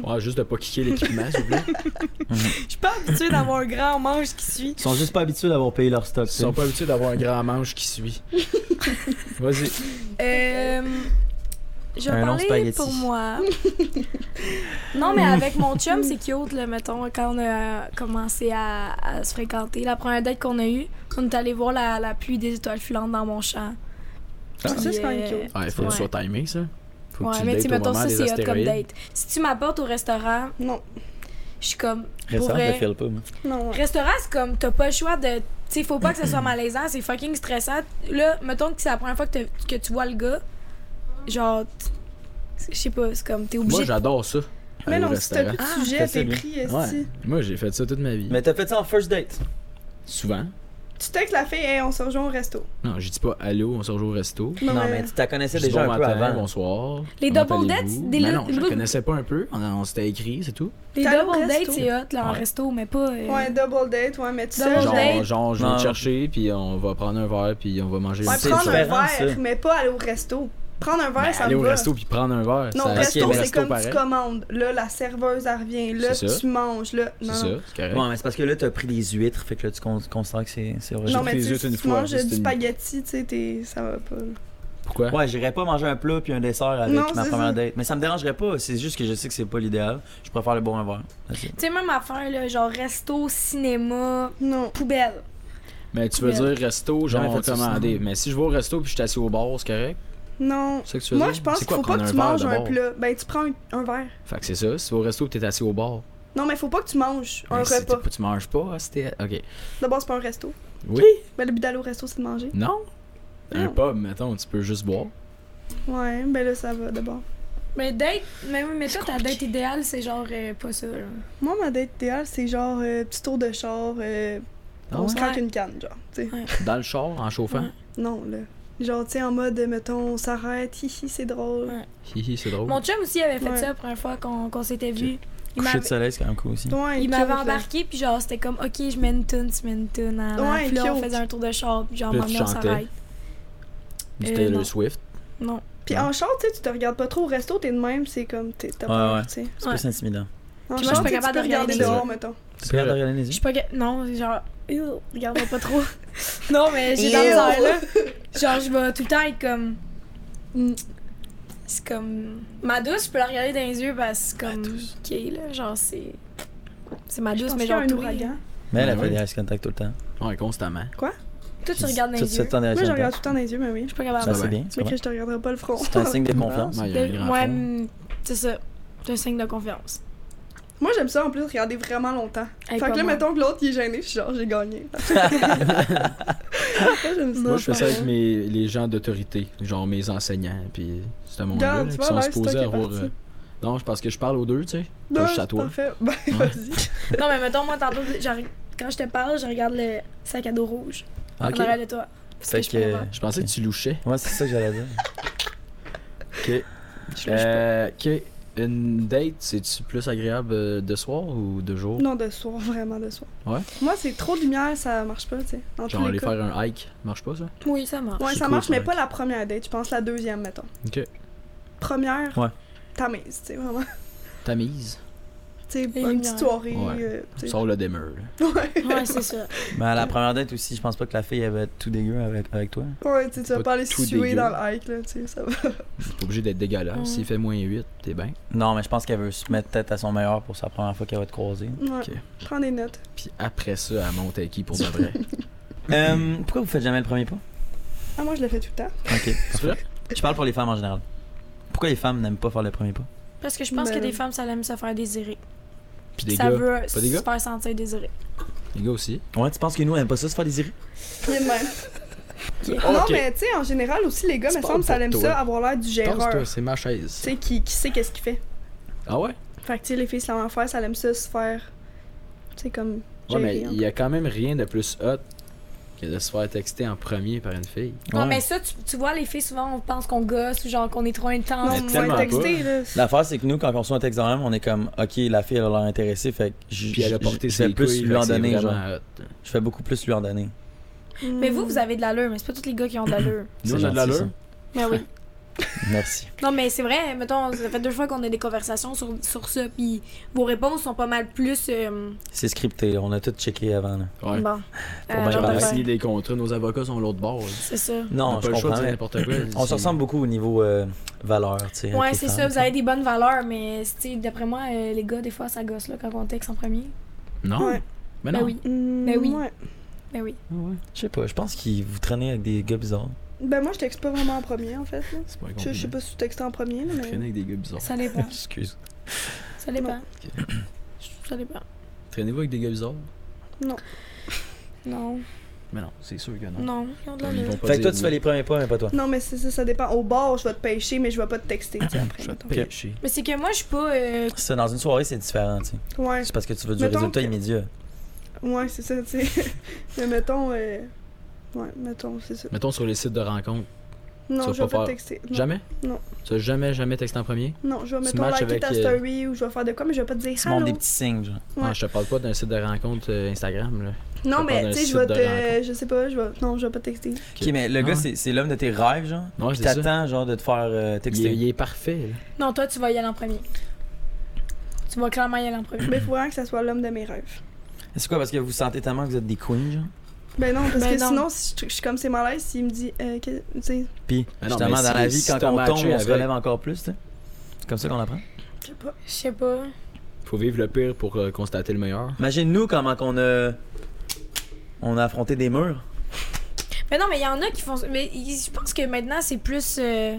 Ouais, juste de pas kicker l'équipement, s'il vous plaît.
Je suis pas habituée d'avoir un grand manche qui suit.
Ils sont juste pas habitués d'avoir payé leur stock.
Ils sont pas habitués d'avoir un grand manche qui suit. Vas-y.
Euh. Je
Un
vais
long
parler
spaghetti.
pour moi. non, mais avec mon chum, c'est cute, là, mettons, quand on a commencé à, à se fréquenter. La première date qu'on a eue, on est allé voir la, la pluie des étoiles filantes dans mon champ.
Ça,
Puis,
c'est quand même
euh,
cute.
Ouais, faut que
Ouais.
tu sois timé, ça. Faut que
Ouais,
tu
mais
le
tu sais,
dates au
mettons,
moment
ça,
des
c'est hot comme
astéroïdes.
date. Si tu m'apportes au restaurant,
Non,
je suis comme. Pour
Récemment, je le
vrai,
file pas, moi.
non, ouais.
Restaurant, c'est comme, t'as pas le choix de. Tu sais, faut pas que ça soit malaisant, c'est fucking stressant. Là, mettons que c'est la première fois que, t'as- que tu vois le gars, genre. t- Je sais pas, c'est comme, t'es
Moi,
obligé. de-
j'adore ça.
Mais
aller au
non, si t'as
restaurant.
plus de
Ah,
sujet,
ça,
t'es
c'est bien.
pris, euh, esti.
Ouais. Moi, j'ai fait ça toute ma vie.
Mais t'as fait ça en first date.
Souvent.
Tu textes la fille, hey, on se rejoint au resto.
Non, je dis pas allô, on se rejoue au resto.
Non,
ouais.
mais tu t'as connaissais
Je dis
déjà
bon
un peu
matin,
avant.
bonsoir.
Les
comment
double dates,
allez-vous?
des
Ben
le-
non, je
le-
le connaissais pas un peu. On, on s'était écrit, c'est tout.
Les
T'as
double
le
dates,
resto.
c'est hot, là, en
Ouais.
resto, mais pas. euh,
Ouais, double date, ouais, mais tu
Double
sais, genre.
date.
Genre, genre, je vais
Non.
te chercher, puis on va prendre un verre, puis on va manger
Ouais,
C'est
prendre un
différent,
verre,
ça.
mais pas aller au resto. Prendre un verre, ça
Ben, aller
me
au
va.
resto puis prendre un verre.
Non,
ça-
ok,
resto,
mais
c'est
resto
comme
pareil.
tu commandes. Là, la serveuse, elle revient. Là,
C'est ça.
tu manges. Là,
C'est
non.
ça, c'est correct.
Ouais, mais c'est parce que là, t'as pris des huîtres, fait que là, tu con- considères que c'est c'est
Non,
original.
pris
mais
les
tu
yeux
sais,
une
si tu
fois,
manges
juste
du
une-
spaghetti, tu sais, t'es- ça va pas. là.
Pourquoi?
Ouais, j'irais pas manger un plat puis un dessert avec
Non,
ma
c'est
première
ça.
date. Mais ça me dérangerait pas, c'est juste que je sais que c'est pas l'idéal. Je préfère le bon un verre. That's it.
Tu sais, même affaire, là, genre resto, cinéma,
Non.
poubelle.
Mais tu veux dire resto, genre
Jamais fait ça,
commander.
sinon.
Mais si je vais au resto puis je suis assis au bar, c'est correct?
Non.
C'est ça que tu veux
Moi,
dire?
je pense
C'est
qu'il
quoi,
faut pas
prendre
que tu
verre
manges un
d'abord?
plat. Ben, tu prends un, un verre.
Fait que c'est ça, si tu vas au resto puis t'es assis au bar.
Non, mais faut pas que tu manges un
Mais si
repas.
t'es- Tu manges Ben, pas, c'était. Ok.
D'abord, c'est pas un resto.
Oui?
Ben, le but d'aller au resto, c'est de manger.
Non? Un
Non.
pub, mettons, tu peux juste boire.
Ouais, ben là, ça va d'abord.
Mais date, mais, oui, mais toi, ta date idéale, c'est genre euh, pas ça. là.
Moi, ma date idéale, c'est genre euh, petit tour de char, euh,
Ah
on se
ouais?
craque une canne, genre. tu sais.
Dans le char, en chauffant.
Non, là. Genre, tu sais, en mode, mettons, on s'arrête, hihi, c'est drôle.
Ouais.
Hihi, c'est drôle.
Mon chum aussi avait fait
Ouais.
ça la première fois qu'on qu'on s'était vu. Il
Coucher de
m'avait-
soleil, c'est quand même cool aussi.
Ouais,
il
cute,
m'avait
là.
embarqué, puis genre, c'était comme, ok, je mets une tune, tu mets une tune. hein, hein.
Ouais,
Puis là, on
cute.
faisait un tour de char, puis genre,
Puis là, tu
maintenant, on
chantais.
s'arrête.
Du
euh,
Taylor
non.
Swift.
Non.
Puis en char, tu sais, tu te regardes pas trop au resto, t'es de même, c'est comme, t'es t'as
Ouais,
peur,
ouais.
tu sais.
C'est plus intimidant.
En
Puis moi, je
char,
suis pas
tu sais, tu
capable
peux
de regarder
regarder
les
dehors,
autres.
mettons.
Tu peux regarder les
Je
yeux?
suis pas. ga- Non, c'est genre, Ew, regarde-moi pas trop. non, mais j'ai
Ew.
dans le là. Genre, je vais tout le temps être comme.
Mm.
C'est comme. Ma douce, je peux la regarder dans les yeux parce que c'est
Ma
comme.
douce.
Ok, là, genre, c'est. C'est ma
Je
douce,
pense
mais
qu'il y a
genre,
un
toi,
ouragan.
Mais elle a
Ouais,
fait
ouais.
des eyes contact tout le temps.
Ouais, constamment.
toi, tu regardes dans
Tout
les
ce
yeux.
temps des eyes
Moi, je regarde
contact.
tout le temps dans les yeux, mais oui.
Je suis pas capable.
Ça, c'est bien. tu
Mais
comprends?
que je te regarderai pas le front.
C'est un signe de confiance.
Ouais, il y a un grand
Ouais,
fond.
mm, c'est ça. C'est un signe de confiance.
Moi, j'aime ça en plus, regarder vraiment longtemps.
Hey,
fait
pas
que là,
moi.
mettons que l'autre, il est gêné, je suis genre, j'ai gagné. Moi, j'aime ça.
Moi, je fais ça avec mes, les gens d'autorité, genre mes enseignants, puis ce monde-là,
Regarde,
là,
tu
qui
vois,
sont
là, c'est toi
supposés
qui es
avoir.
parti.
euh, Non, c'est parce que je parle aux deux, tu sais.
Non,
Pas juste à
c'est
toi.
Parfait. Ben,
Ouais.
vas-y.
Non, mais mettons, moi, tantôt, genre, quand je te parle, je regarde le sac à dos rouge.
Ok.
En arrière de toi. Parce
Fait
je suis pas
que.
capable.
Je pensais que tu louchais.
Ouais, c'est ça que j'allais dire.
Ok. Euh, ok. Une date, c'est-tu plus agréable euh, de soir ou de jour?
Non, de soir, vraiment de soir.
Ouais.
Moi, c'est trop de lumière, ça marche pas, tu sais. En tous
Genre
les
aller
cas.
faire un hike, marche pas ça?
Oui, ça marche.
Ouais,
C'est
ça
cool,
marche,
ça.
mais pas la première date, je pense la deuxième, mettons.
Ok.
Première,
Ouais.
tamise, tu sais, vraiment. Tu
Ta mise.
sais, une
lumière.
petite soirée.
Ouais.
euh, tu sais.
Sors le demeure. là.
Ouais.
Ouais, c'est ça.
Mais à la première date aussi, je pense pas que la fille elle va être tout dégueu avec, avec toi.
Ouais, tu sais, tu vas
Pas
pas aller
tout
suer
dégueu.
dans le hike, là, tu sais, ça va.
T'es obligé d'être dégueulasse.
Ouais.
S'il fait moins 8, t'es bien.
Non, mais je pense qu'elle veut se mettre peut-être à son meilleur pour sa première fois qu'elle va te croiser.
Ouais.
Ok.
Prends des notes.
Puis après ça, à Montaiki pour de vrai.
Euh, pourquoi vous faites jamais le premier pas
Ah, moi, je le fais tout le temps.
Ok.
C'est vrai?
Je parle pour les femmes en général. Pourquoi les femmes n'aiment pas faire le premier pas
Parce que je pense
Ben
que
oui.
des femmes, ça aime se faire désirer.
Puis des
ça
gars.
veut
des gars?
se faire sentir désiré.
Les gars aussi.
Ouais, tu penses que nous, on aime pas ça se faire désirer
Il est de même.
Ah,
Non, mais tu sais, en général aussi, les gars,
Tu
me
parles
semble, ça
pour
aime
toi.
ça, avoir l'air du
Tasse-toi,
géreur. Tu
c'est ma chaise.
sais, qui, qui sait qu'est-ce qu'il fait.
Ah ouais?
Fait que, tu sais, les filles, c'est la même affaire, ça aime ça se faire. Tu sais, comme.
Ouais, mais
gérer hein. un
il y a quand même rien de plus hot que de se faire texter en premier par une fille.
Non,
Ouais.
mais ça, tu, tu vois, les filles, souvent, on pense qu'on gosse ou genre qu'on est trop
peu.
intense.
Non,
Mais
moins
tellement
texté, là.
L'affaire, c'est que nous, quand on reçoit un texte de même, on est comme, ok, la fille, elle a l'air intéressée, fait que je,
Puis elle a
je-
porté
je vais
ses
plus
couilles,
lui
fait
en
que c'est
donner, genre.
vraiment hot.
Je fais beaucoup plus lui en donner.
Mais vous, vous avez de l'allure, mais c'est pas tous les gars qui ont de l'allure.
Nous,
C'est
on a de
gentil,
l'allure.
ben
mais oui.
ça. Merci.
Non, mais c'est vrai, mettons, ça fait deux fois qu'on a des conversations sur, sur ça, puis vos réponses sont pas mal plus. euh,
C'est scripté, là. on a tout checké avant. là.
Ouais.
Bon.
Pour
Euh,
bien
genre,
Genre, on a
parler.
signé des contrats, nos avocats sont l'autre bord. là.
C'est ça.
on
Non,
a
je
pas le choix de
comprends.
dire
mais
n'importe quoi.
On se
C'est-
ressemble beaucoup au niveau euh, valeur, tu sais. avec
Ouais,
les
c'est
femmes,
ça,
tu
vous
sais.
avez des bonnes valeurs, mais tu sais, d'après moi, euh, les gars, des fois, ça gosse là, quand on texte en premier.
Non.
Ouais.
Mais
Ben
non.
oui,
Mais
Ben oui.
Ouais.
ben oui.
Je sais pas, je pense que vous traînez avec des gars bizarres.
Ben, moi, je texte pas vraiment en premier, en fait. là.
C'est pas un
Je, je sais
compliment.
pas si tu textes en premier, là, mais.
Traîner avec des gars bizarres.
Ça dépend.
Excuse.
ça dépend. ça dépend.
Traînez-vous avec des gars bizarres?
Non.
Mais non, c'est sûr que non.
Non, ils ont de
Ils
l'allure.
vont pas
Fait que
dire
toi, tu
oui.
fais les premiers pas, mais pas toi.
Non, mais c'est ça, ça dépend. Au bar, je vais te pêcher, mais je vais pas te texter, tu sais, après.
Je vais te
mettons.
pêcher.
Mais c'est que moi, je suis pas. euh,
Ça, dans une soirée, c'est différent, tu sais.
Ouais,
C'est parce que tu veux du
Mettons
résultat
que-
immédiat.
ouais, c'est ça, tu sais. mais mettons. euh, Ouais, mettons, c'est ça.
Mettons sur les sites de rencontres.
Non,
vas
je vais pas
pas
te
faire-
texter. Non.
Jamais?
Non.
Tu as jamais, jamais texté en premier?
Non, je vais,
Tu
mettons,
matches
liker
avec,
ta
euh,
story ou je vais faire de quoi, mais je vais pas te dire
Tu montres des
hello.
petits signes, genre.
Ouais.
Ah, je te parle pas d'un site de rencontre euh, Instagram, là.
Non,
te parle
mais
d'un
tu sais,
site
je vais
de
te. euh, Je sais pas, je vais. Non, je vais pas te texter.
Ok, mais le
Ah
gars,
ouais.
c'est- c'est l'homme de tes rêves, genre.
Ouais,
Puis
c'est ça.
t'attends, genre, de te faire euh,
Il est,
texter.
il est parfait, là.
Non, toi, tu vas y aller en premier. Tu vas clairement y aller en premier.
Mais faut vraiment que ça soit l'homme de mes rêves.
C'est quoi, parce que vous sentez tellement que vous êtes des queens, genre?
Ben non, parce
Ben
que
non.
sinon, si je, je suis comme c'est malaise, s'il me dit, euh, que- tu sais,
Puis,
Mais non,
justement,
mais
dans
si-
la vie,
si
quand
t'as
on
matché
tombe, on se
avec-
relève encore plus, tu sais. C'est comme ça qu'on apprend.
je sais pas.
Je sais pas.
Faut vivre le pire pour euh, constater le meilleur.
Imagine-nous comment qu'on a. On a affronté des murs.
Mais non, mais il y en a qui font. Mais y- je pense que maintenant, c'est plus. euh,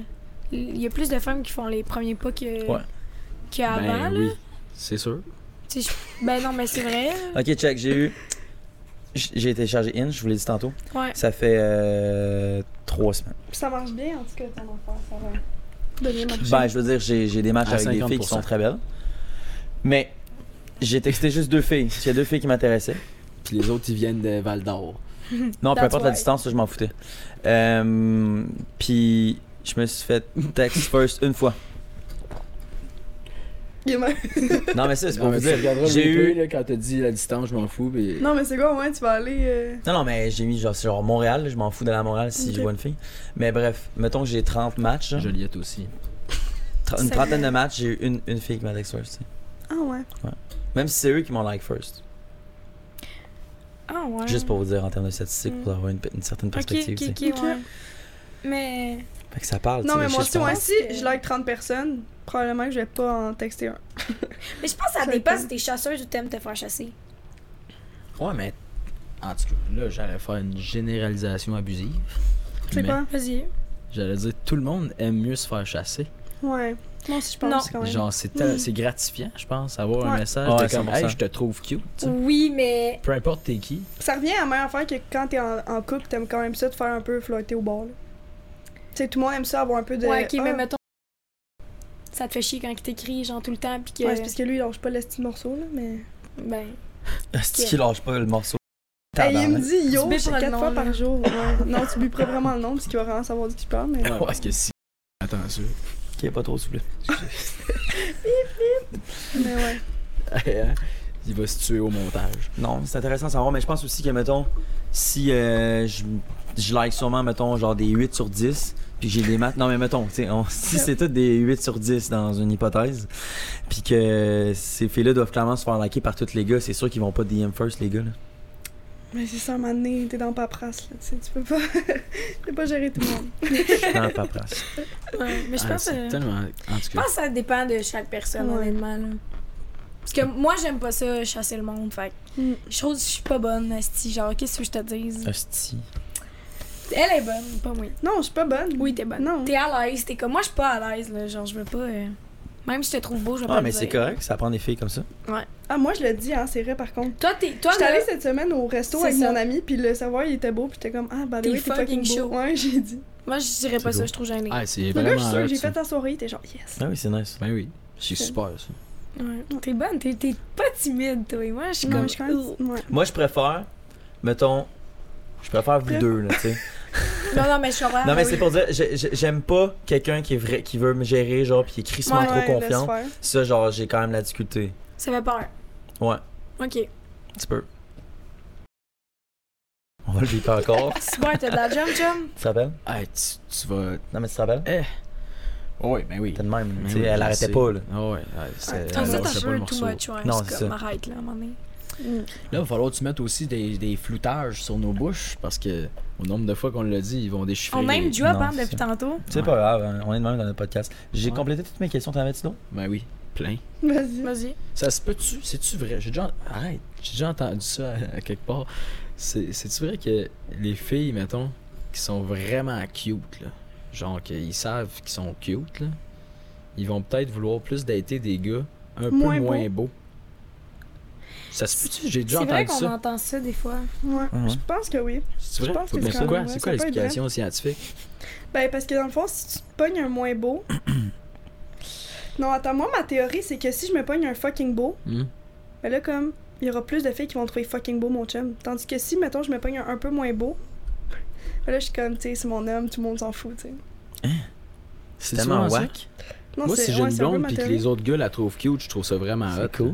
Il y a plus de femmes qui font les premiers pas que.
Ouais.
Qu'avant,
ben
là.
oui, c'est sûr.
Tu sais, je- Ben non, mais c'est vrai.
Ok, check, j'ai eu. j- J'ai été chargé in, je vous l'ai dit tantôt.
Ouais.
Ça fait euh, trois semaines.
Puis ça marche bien, en tout cas, ton enfant, ça va donner marcher.
Ben, je veux dire, j'ai j'ai des matchs
À
avec des filles qui
50%.
sont très belles. Mais j'ai texté juste deux filles. Il y a deux filles qui m'intéressaient.
Puis les autres, ils viennent de Val d'Or.
Non, peu
That's
importe la
why.
distance, je m'en foutais. Euh, Puis je me suis fait text first une fois.
Il est mal-
Non, mais ça, c'est
Non,
pour
mais
vous
Ben, tu
dire.
regarderas le
J'ai
replay,
eu.
là, quand t'as dit la distance, je m'en fous. Puis...
Non, mais c'est quoi, ouais, tu vas aller. euh,
Non, non, mais j'ai mis genre, c'est genre Montréal. là, Je m'en fous d'aller à Montréal si
Ok.
je vois une fille. Mais bref, mettons que j'ai 30 matchs. là,
Joliette aussi.
tra- Une
Ça-
trentaine de matchs, j'ai eu une, une fille qui m'a text first. tu sais.
Ah ouais.
Même si c'est eux qui m'ont like first.
Ah, ouais.
Juste pour vous dire en termes de statistiques, pour avoir une, une certaine
Ok, ok,
perspective. tu sais.
ok, ouais. Mais.
Fait que ça parle. tu
Non,
sais,
mais
je
moi
sais
aussi,
pas.
ouais, si
que-
je like 30 personnes, probablement que je vais pas en texter un.
Mais je pense que ça
Ça
dépend
dépend.
si t'es chasseuse ou t'aimes te faire chasser.
Ouais, mais. En tout cas, là, j'allais faire une généralisation abusive.
C'est
mais
quoi?
Vas-y.
J'allais dire, tout le monde aime mieux se faire chasser.
Ouais. Moi aussi, je
Non.
pense quand même.
Genre, c'est tel- c'est gratifiant, je pense, avoir un
Mm. Ouais.
message
Ouais,
de comme,
100%.
hey, je te trouve cute. tu sais.
Oui, mais.
Peu importe t'es qui.
Ça revient à la même affaire que quand t'es en, en couple, t'aimes quand même ça de faire un peu flirter au bord. là. Tu sais, tout le monde aime ça, avoir un peu de.
Ouais, ok,
Ah.
mais mettons. Ça te fait chier quand il t'écrit, genre tout le temps, pis que.
Ouais, c'est parce que lui, il lâche pas le petit morceau, là, mais.
Ben.
Est-ce qu'il lâche pas le morceau?
Hey, il me
Tabarnak.
dit yo
Tu biperas le
4
nom,
fois
là.
par jour. ouais. non, tu biperas vraiment le nom, parce qu'il va vraiment savoir de qui je parle, mais.
Ouais, Parce que si. Attends, ça.
Qui est pas trop souple.
mais ouais.
Il va se tuer au montage.
Non, c'est intéressant à savoir, mais je pense aussi que, mettons, si euh, je, je like sûrement, mettons, genre des 8 sur 10, puis j'ai des maths. Non, mais mettons, tu sais, on- si c'est tout des 8 sur 10 dans une hypothèse, puis que ces filles-là doivent clairement se faire liker par tous les gars, c'est sûr qu'ils vont pas DM first, les gars. Là.
Mais c'est ça, un moment donné, t'es dans paperasse, là, tu sais, tu peux pas. tu peux pas gérer tout le monde.
Dans la paperasse.
Ouais, mais je
Ah,
pense.
c'est
euh,
tellement. En tout
Je
Ah,
cas.
pense que ça dépend de chaque personne,
Ouais.
honnêtement. là. Parce que moi, j'aime pas ça, chasser le monde. Fait que
Mm.
je trouve que je suis pas bonne, Asti. Genre, qu'est-ce que je te dise?
Hostie.
Elle est bonne, pas moi.
Non, je suis pas bonne.
Oui, t'es bonne.
Non.
T'es à l'aise. T'es comme moi, je suis pas à l'aise. là, Genre, je veux pas. euh, Même si je te trouve beau, je veux pas.
Ah,
le
mais
dire.
c'est correct, ça prend des filles comme ça.
Ah, moi, je le dis, hein, c'est vrai, par contre.
Toi, t'es. Toi,
J'étais
là,
allée cette semaine au resto
C'est
avec
ça.
mon ami, puis le savoir, il était beau, puis j'étais comme, ah, bah,
T'es
oui, t'es fucking
fucking
beau.
chaud.
Ouais, j'ai dit.
moi, je dirais pas ça,
C'est beau.
je trouve gênée.
Ah, c'est
Mais là, je
vraiment.
suis sûre,
hot,
j'ai
ça.
fait ta soirée, t'es genre, yes.
Ah oui, c'est nice.
Ben oui. C'est super, ça.
Ouais. T'es bonne, t'es t'es pas timide, toi. Moi, je suis
Non,
comme.
mais je suis quand même. Ouais.
Moi, je préfère, mettons, je préfère vous
Préf-
deux, là, tu sais.
Non, non, mais je suis vraiment-
Non, mais
Ah oui.
c'est pour dire, j'ai- j'ai- j'aime pas quelqu'un qui, est vrai- qui veut me gérer, genre, puis qui est crissement
Ouais,
trop
ouais, laisse
confiant.
faire.
Ça, genre, j'ai quand même la difficulté.
Ça fait peur.
Ouais.
Ok.
Un petit peu. On va le vivre encore.
Super, t'as de la jump, jump.
tu te rappelles?
Hey, tu, tu vas.
Non, mais tu te rappelles?
Oh, ouais, ben oui.
T'es de même.
Ben
Tu sais,
oui,
elle
je
arrêtait
sais.
pas, là.
Ah ouais, ouais, c'est-
Ouais,
elle
T'as ça,
lâchait
t'as
pas le
un peu too
morceau.
much, ouais.
Non,
c'est
c'est
comme,
ça.
arrête, là, à un moment donné.
Là, il va falloir que tu mettes aussi des, des floutages sur nos bouches parce que, au nombre de fois qu'on l'a dit, ils vont déchiffrer.
On aime
les-
drop,
Non,
hein,
c'est
depuis
ça.
tantôt.
C'est
Ouais.
pas grave, hein, on est de même dans notre podcast. J'ai
Ouais.
complété toutes mes questions, t'en avais-tu d'autres?
Ben oui, plein.
Vas-y.
Vas-y.
Ça se peut-tu? C'est-tu vrai? J'ai déjà... Arrête! J'ai déjà entendu ça à, à quelque part. C'est- C'est-tu vrai que les filles, mettons, qui sont vraiment cute, là, genre qu'ils savent qu'ils sont cute, là, ils vont peut-être vouloir plus dater des gars un
Moins
peu moins beaux. Ça se peut-tu? J'ai déjà
C'est vrai
entendu
qu'on
ça.
entend ça des fois.
Ouais.
Ouais.
Je pense que oui. je
C'est vrai?
pense que
Mais
c'est quand même
pourquoi?
vrai,
C'est
ça
quoi
peut être
l'explication scientifique?
Ben, parce que dans le fond, si tu te pognes un moins beau. non, attends, moi, ma théorie, c'est que si je me pogne un fucking beau,
Hmm?
ben là, comme, il y aura plus de filles qui vont trouver fucking beau mon chum. Tandis que si, mettons, je me pogne un, un peu moins beau, ben là, je suis comme, tu sais, c'est mon homme, tout le monde s'en fout, tu sais.
C'est
souvent
tellement
ça?
whack.
Non,
Moi,
c'est-
si j'ai
ouais,
une
c'est un peu
blonde
ma
puis que
théorie.
les autres gars la trouvent cute, je trouve ça vraiment hot.
C'est cool.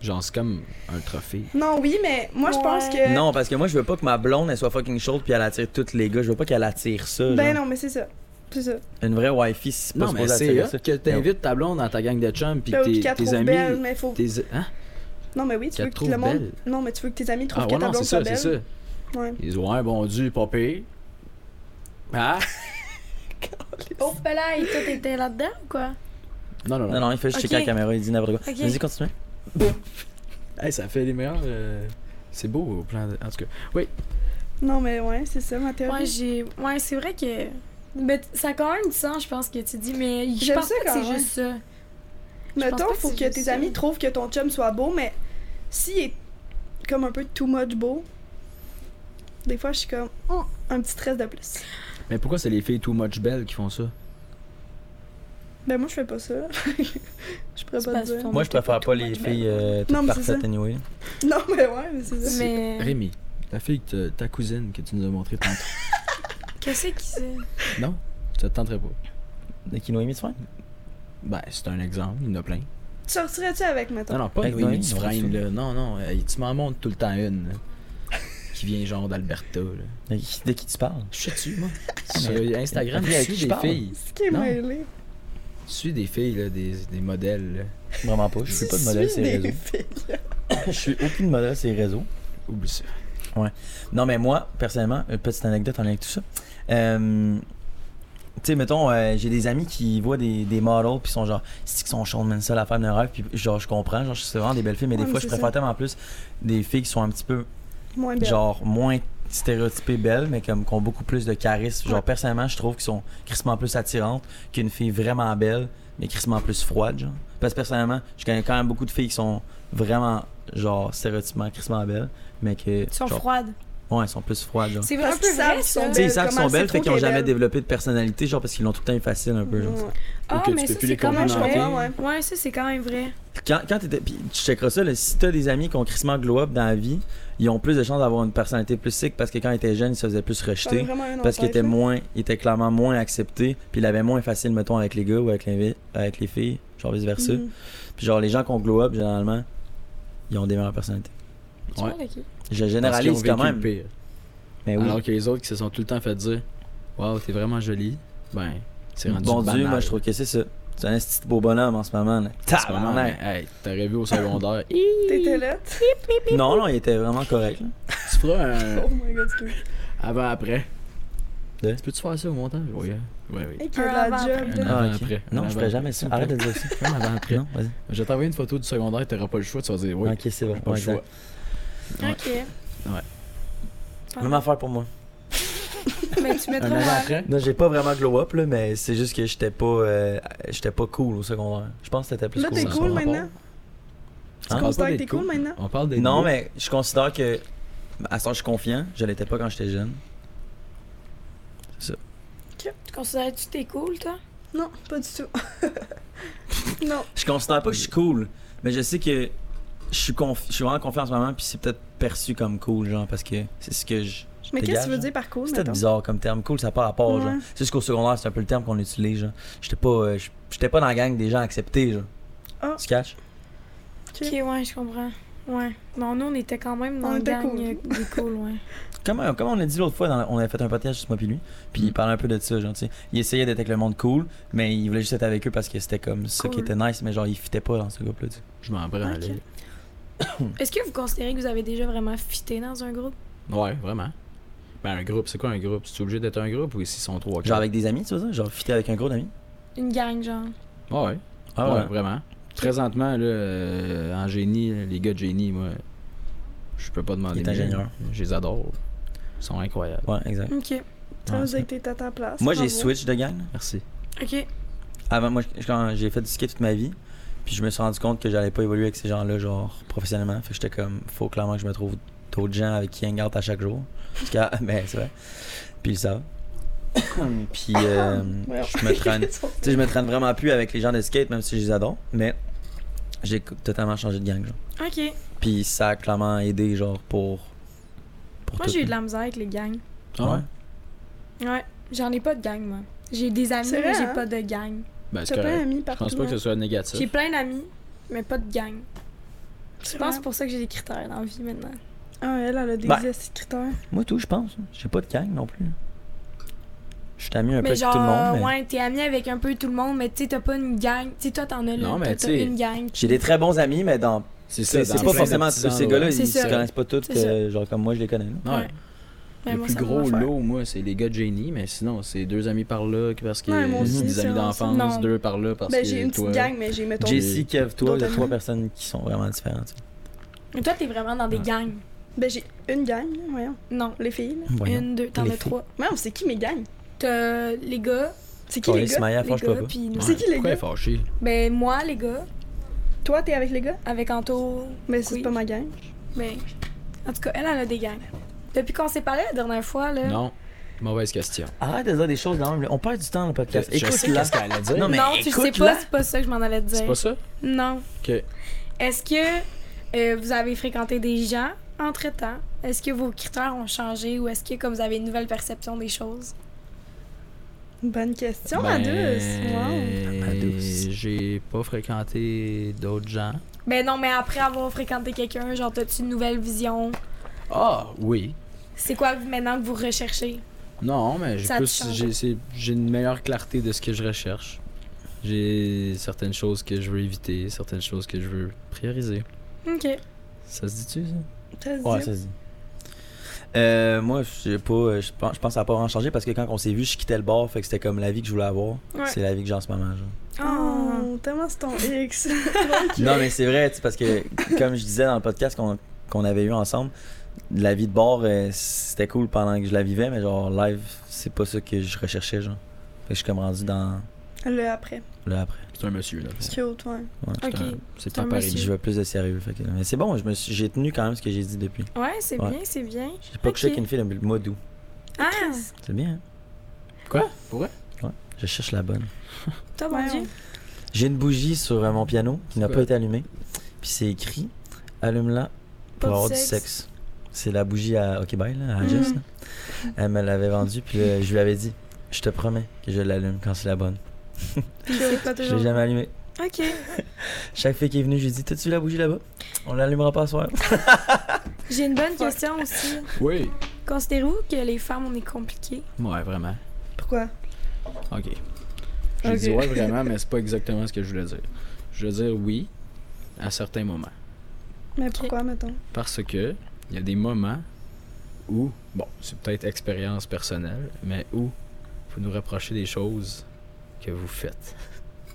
Genre, c'est comme un trophée.
Non, oui, mais moi, je pense
Ouais.
que.
Non, parce que moi, je veux pas que ma blonde, elle soit fucking chaude puis elle attire tous les gars. Je veux pas qu'elle attire ça.
Ben
genre.
non, mais c'est ça. C'est ça.
Une vraie wifi, c'est pas
Non, mais
supposé
c'est
attirer
hot
ça.
que t'invites ta blonde dans ta gang de chums pis
Ben,
que
ou
tes,
qu'elle
tes
trouve
amis.
belle, mais faut.
tes- hein?
Non, mais oui, tu
Qu'elle
veux
te
que
trouve
le monde.
belle.
Non, mais tu veux que tes amis trouvent
Ah,
que
ouais,
ta
non, c'est
blonde soit
ça, c'est
belle.
ça.
Ouais.
Ils disent, ouais, bon Dieu, pas pire. Ah?
Oh, ben là, et toi, t'étais là-dedans ou quoi?
Non, non, non.
Non, non, il fait juste
Ok.
checker la caméra, il dit n'importe quoi.
Ok.
Vas-y, continue.
Hey, ça fait les meilleurs. euh, C'est beau au plan. de- En tout cas,
Non, mais ouais, c'est ça, ma théorie.
Ouais, j'ai. Ouais, c'est vrai que. Mais t- ça a quand même du sens, je pense, que tu dis, mais je
J'aime
pense
ça
pas que
quand
c'est
même.
juste ça. pense
Mettons,
pas que
faut
c'est
que
juste
tes
ça.
amis trouvent que ton chum soit beau, mais s'il est comme un peu too much beau, des fois, je suis comme Hum, un petit stress de plus.
mais pourquoi c'est les filles too much belles qui font ça?
Ben, moi, je fais pas ça. je pourrais
C'est
pas
pas
te dire.
son-
Moi, je préfère pas les filles euh,
Non,
toutes
mais c'est
parfaites,
ça.
anyway.
Non, mais ouais, mais c'est ça.
Mais.
Rémi, la fille, que te- ta cousine que tu nous as montrée tantôt,
Qu'est-ce qui c'est?
ça te tenterait pas.
De Kinoémie, tu vois?
Ben, c'est un exemple, il y en a plein.
Tu sortirais-tu avec, mettons?
Non, non, pas
Avec
Noémie
Noémie,
du
on
Frein,
va
là. Non, non, euh, tu m'en montres tout le temps une, là, Qui vient genre d'Alberta, là.
De qui, de qui tu parles?
Je suis dessus, moi.
mais-
Sur Instagram,
mais
je
avec qui
suis
je
des
parle?
filles.
C'est qui est
Non.
mêlé.
Je suis des filles, là, des, des modèles, là.
Vraiment pas, je suis pas de modèle,
Suis
c'est
des
réseau.
filles.
Je suis aucune modèle, c'est réseau.
Oublie ça.
Non, mais moi, personnellement, une petite anecdote en lien avec tout ça. Euh, tu sais, mettons, euh, j'ai des amis qui voient des, des models, puis sont genre, c'est qu'ils sont chaudes, man, ça, la femme d'un rêve, puis genre, je comprends, genre, c'est vraiment des belles filles, mais
Ouais,
des
mais
fois, je
c'est
préfère
ça.
tellement plus des filles qui sont un petit peu,
Moins belle.
genre, moins stéréotypées belles, mais comme, qui ont beaucoup plus de charisme. Genre,
Ouais.
personnellement, je trouve qu'ils sont crissement plus attirantes qu'une fille vraiment belle, mais crissement plus froide, genre. Parce que personnellement, je connais quand même beaucoup de filles qui sont vraiment, genre, stéréotypement crissement belles, mais
Euh,
que.
Ils sont
genre,
froides.
Ouais, elles sont plus froides, genre.
C'est
Parce
un
qu'ils
peu
savent
vrai,
qu'ils
ça.
sont
Tu sais, ils
belles,
savent qu'ils sont
comment c'est
belles, fait
trop
qu'ils ont
qu'elle est
jamais
belle.
développé de personnalité, genre parce qu'ils l'ont tout le temps eu facile un peu. Genre.
Ouais.
Ah,
que tu
mais
peux
ça,
plus les
c'est quand
Non,
même
je
complimenter.
vrai.
comprends, ouais.
Ouais, ça, c'est quand même vrai.
Quand, quand t'étais. Puis tu checkeras ça, là, si t'as des amis qui ont crissement glow up dans la vie, ils ont plus de chances d'avoir une personnalité plus sick parce que quand ils étaient jeunes, ils se faisaient plus
J'en ai
rejeter.
vraiment un en
Parce qu'ils
tête,
étaient
là.
moins. Ils étaient clairement moins acceptés, puis ils l'avaient moins facile, mettons, avec les gars ou avec les, avec les filles, genre vice versa.
Mhm.
Puis genre, les gens qui ont glow up, généralement, ils ont des meilleures personnalités.
Tu
Ouais.
parles de qui?
Je
Parce qu'ils ont
généralise quand
vécu le
même.
pire.
Mais oui.
Alors que les autres qui se sont tout le temps fait dire Waouh, t'es vraiment jolie. Ben, c'est rendu
Bon
banal.
Dieu, moi, je trouve que c'est ça. C'est un petit beau bonhomme en ce moment. Là.
En ce moment,
Tabarnak.
hey, t'aurais vu au secondaire. Hi,
T'étais là?
Non, non, il était vraiment correct. là.
tu feras un
Oh my god, excuse.
avant-après.
De?
Tu peux-tu faire ça au montage Oui, hein? oui. oui.
Hey, qu'il y a
Un
de la
avant,
job. là.
Un
Ah, ok.
avant-après.
Non,
Un
je ferais jamais
avant-après.
ça. Arrête de dire ça.
Un avant-après.
Non, vas-y.
Je vais t'envoyer une photo du secondaire, t'auras pas le choix, tu vas dire oui.
Ok, c'est bon.
Pas
Ouais,
le choix.
exact.
Ok.
Même affaire pour moi.
Mais tu
Un
mettras.
avant-après
Non, j'ai pas vraiment glow up, là, mais c'est juste que j'étais pas, euh, j'étais pas cool au secondaire. Je pense que t'étais plus
Là,
cool.
t'es
dans
ça,
ce
cool
moment. Hein?
maintenant?
Tu penses pas
Considère que
d'être
t'es cool maintenant?
On parle des
Non, mais je considère que. À ce temps, je suis confiant. Je l'étais pas quand j'étais jeune.
Tu considères-tu que t'es cool, toi?
Non, pas du tout. non.
Je considère pas que je suis cool, mais je sais que je suis, confi- je suis vraiment confiant en ce moment, puis c'est peut-être perçu comme cool, genre, parce que c'est ce que je. je
Mais qu'est-ce que
dégage,
tu veux
genre.
dire par cool,
C'est peut-être
mettons?
bizarre comme terme. Cool, ça part à part, genre.
Ouais.
C'est juste qu'au secondaire, c'est un peu le terme qu'on utilise, genre. J'étais pas, euh, j- j'étais pas dans la gang des gens acceptés, genre.
Ah.
Tu caches?
Ok, ouais, je comprends. Ouais. Non, nous, on était quand même dans
On
le
était
gang
cool.
euh, des cool, ouais.
Comment, comment euh, on a dit l'autre fois, dans- on avait fait un podcast juste moi puis lui, puis
Mm.
il parlait un peu de ça, genre, tu sais. Il essayait d'être avec le monde cool, mais il voulait juste être avec eux parce que c'était comme ça qui
Cool.
était nice, mais genre, il fitait pas dans ce groupe-là, tu sais.
Je m'en prends,
Ok.
Est-ce que vous considérez que vous avez déjà vraiment fité dans un groupe?
là. Ouais, vraiment. Ben, un groupe, c'est quoi un groupe Tu es obligé d'être un groupe ou s'ils sont trois
Genre
quatre?
avec des amis, tu vois ça? Genre, fitait avec un gros d'amis?
Une gang, genre.
Ah ouais.
Ah
ouais,
ouais.
vraiment. Présentement, là, euh, en génie, là, les gars de génie, moi, je peux pas demander.
Il est
mieux.
ingénieur.
Je les adore. Ils sont incroyables.
Ouais, exact.
Ok.
Ça
Ouais,
veut
c'est-
dire que t'es à ta place.
Moi, j'ai
bravo.
switch de gang, là.
Merci.
Ok.
Avant, moi, je- quand j'ai fait du skate toute ma vie, puis je me suis rendu compte que j'allais pas évoluer avec ces gens-là, genre, professionnellement. Fait que j'étais comme, faut clairement que je me trouve d'autres gens avec qui hang out à chaque jour. Parce que, mais c'est vrai. Puis ils le savent. puis euh,
Voyons.
je me traîne. tu sais, je me traîne vraiment plus avec les gens de skate, même si je les adore. Mais j'ai co- totalement changé de gang, genre.
Ok.
Puis ça a clairement aidé, genre, pour. pour
Moi,
tout,
j'ai eu de
là.
la misère avec les gangs.
Ah ouais?
Ouais. J'en ai pas de gang, moi. J'ai des amis,
C'est vrai,
mais j'ai
hein?
pas de gang.
Ben, c'est
T'as plein
correct.
d'amis
Je
partout. hein?
pense pas que ce soit négatif.
J'ai plein d'amis, mais pas de gang. Je pense que
Ouais.
c'est pour ça que j'ai des critères dans la vie maintenant.
Ah, elle, elle a des
Ben.
estis de critères.
Moi, tout, je pense. J'ai pas de gang non plus. Je suis ami un peu
Mais
avec
genre,
tout le monde. mais-
ouais, t'es ami avec un peu tout le monde, mais tu sais, t'as pas une gang. Tu sais, toi, t'en as là.
Non, mais
toi,
tu
t'as
sais,
une gang.
J'ai des très bons amis, mais dans
C'est
C'est
ça,
c'est
dans
pas
plein de
forcément tous
petits
ces
endroits.
gars-là,
C'est
ils
ça.
se connaissent pas tous,
C'est ça.
euh, genre comme moi je les connais. là.
Ouais.
Ouais. Mais
Le
moi,
plus
ça me
gros
va faire.
lot, moi, c'est les gars de génie, mais sinon, c'est deux amis par là, parce que
Ouais, moi
aussi,
c'est des
c'est
amis
ensemble.
d'enfance,
Non.
deux par là, parce
Ben,
que
j'ai une
toi...
petite gang, mais j'ai, mettons,
Jesse, Kev, toi, il y a
D'autres
trois
amis.
personnes qui sont vraiment différentes.
Mais toi, t'es vraiment dans des
Ouais.
gangs.
ben, j'ai une gang, là, voyons.
Non.
Les filles, là.
Voyons.
Une, deux, t'en
Les
as trois.
Voyons, c'est qui mes gangs?
T'as les gars,
C'est qui
Oh,
les gars?
Ismaël,
les
franchement
gars,
pas.
puis nous.
Ouais,
C'est qui, les gars?
pourquoi elle est fâchée?
Ben, moi, les gars,
Toi, t'es avec les gars?
avec Anto,
Mais c'est
Oui.
pas ma gang.
ben... En tout cas, elle, elle a des gangs. Depuis qu'on s'est parlé la dernière fois,
Euh.
là...
Non. Mauvaise question.
Arrête de dire Ah, des choses dans le On perd du temps le podcast.
Je- je sais
Écoute là.
qu'est-ce qu'elle allait dire.
Non, mais
non, tu
écoute
sais pas,
là.
c'est pas ça que je m'en allais te dire.
C'est pas ça?
Non.
Ok.
Est-ce que euh, vous avez fréquenté des gens entre-temps? Est-ce que vos critères ont changé ou est-ce que comme vous avez une nouvelle perception des choses?
Bonne question,
Ben,
à douce.
Ma douce.
J'ai pas fréquenté d'autres gens.
Ben non, mais après avoir fréquenté quelqu'un, genre, t'as-tu une nouvelle vision?
Ah, oui.
C'est quoi maintenant que vous recherchez?
Non, mais j'ai
Ça a
plus-
changé.
j'ai c'est- j'ai une meilleure clarté de ce que je recherche. J'ai certaines choses que je veux éviter, certaines choses que je veux prioriser.
OK.
Ça se dit-tu, ça?
Ouais, ça se dit. Euh, moi, je sais pas, euh, je pense, je pense que ça n'a pas vraiment changé parce que quand on s'est vu, je quittais le bar, fait que c'était comme la vie que je voulais avoir.
Ouais.
C'est la vie que j'ai en ce moment. genre.
Ah.
Oh, tellement c'est ton X.
Non, mais c'est vrai, tu sais, parce que comme je disais dans le podcast qu'on qu'on avait eu ensemble, la vie de bar, euh, c'était cool pendant que je la vivais, mais genre live, c'est pas ça que je recherchais. genre. Fait que je suis comme rendu dans
Le après.
le après.
C'est un monsieur, là.
C'est cute, ouais.
OK.
C'est
C'est un
un pari.
monsieur.
Je veux plus de sérieux. fait que- Mais c'est bon, je me suis- j'ai tenu quand même ce que j'ai dit depuis.
Ouais, c'est
Ouais.
bien, c'est bien.
J'ai pas couché
Ok.
avec une fille depuis le mois d'août.
Ah!
C'est bien, hein?
Quoi? Pour vrai?
Je cherche la bonne.
Toi, mon
Ouais,
Dieu.
J'ai une bougie sur euh, mon piano qui n'a
Ouais.
pas été allumée. Puis c'est écrit Allume-la
Pas
pour
de
avoir du
sexe.
sexe. C'est la bougie à OK Bye, là, à Jess. là. Elle me l'avait vendue, puis euh, je lui avais dit Je te promets que je l'allume quand c'est la bonne.
Puis c'est pas
Je l'ai
toujours.
jamais allumée.
OK.
Chaque fille qui est venue, je lui ai dit T'as-tu vu la bougie là-bas On l'allumera pas ce soir.
J'ai une bonne
Fuck.
question aussi.
Oui.
Considérez-vous que les femmes, on est compliquées?
Ouais, vraiment.
Pourquoi?
OK. J'ai
Ok.
dit ouais, vraiment, mais c'est pas exactement ce que je voulais dire. Je veux dire oui à certains moments.
Mais
Ok.
pourquoi, mettons?
Parce que il y a des moments où, bon, c'est peut-être expérience personnelle, mais où vous nous rapprochez des choses que vous faites.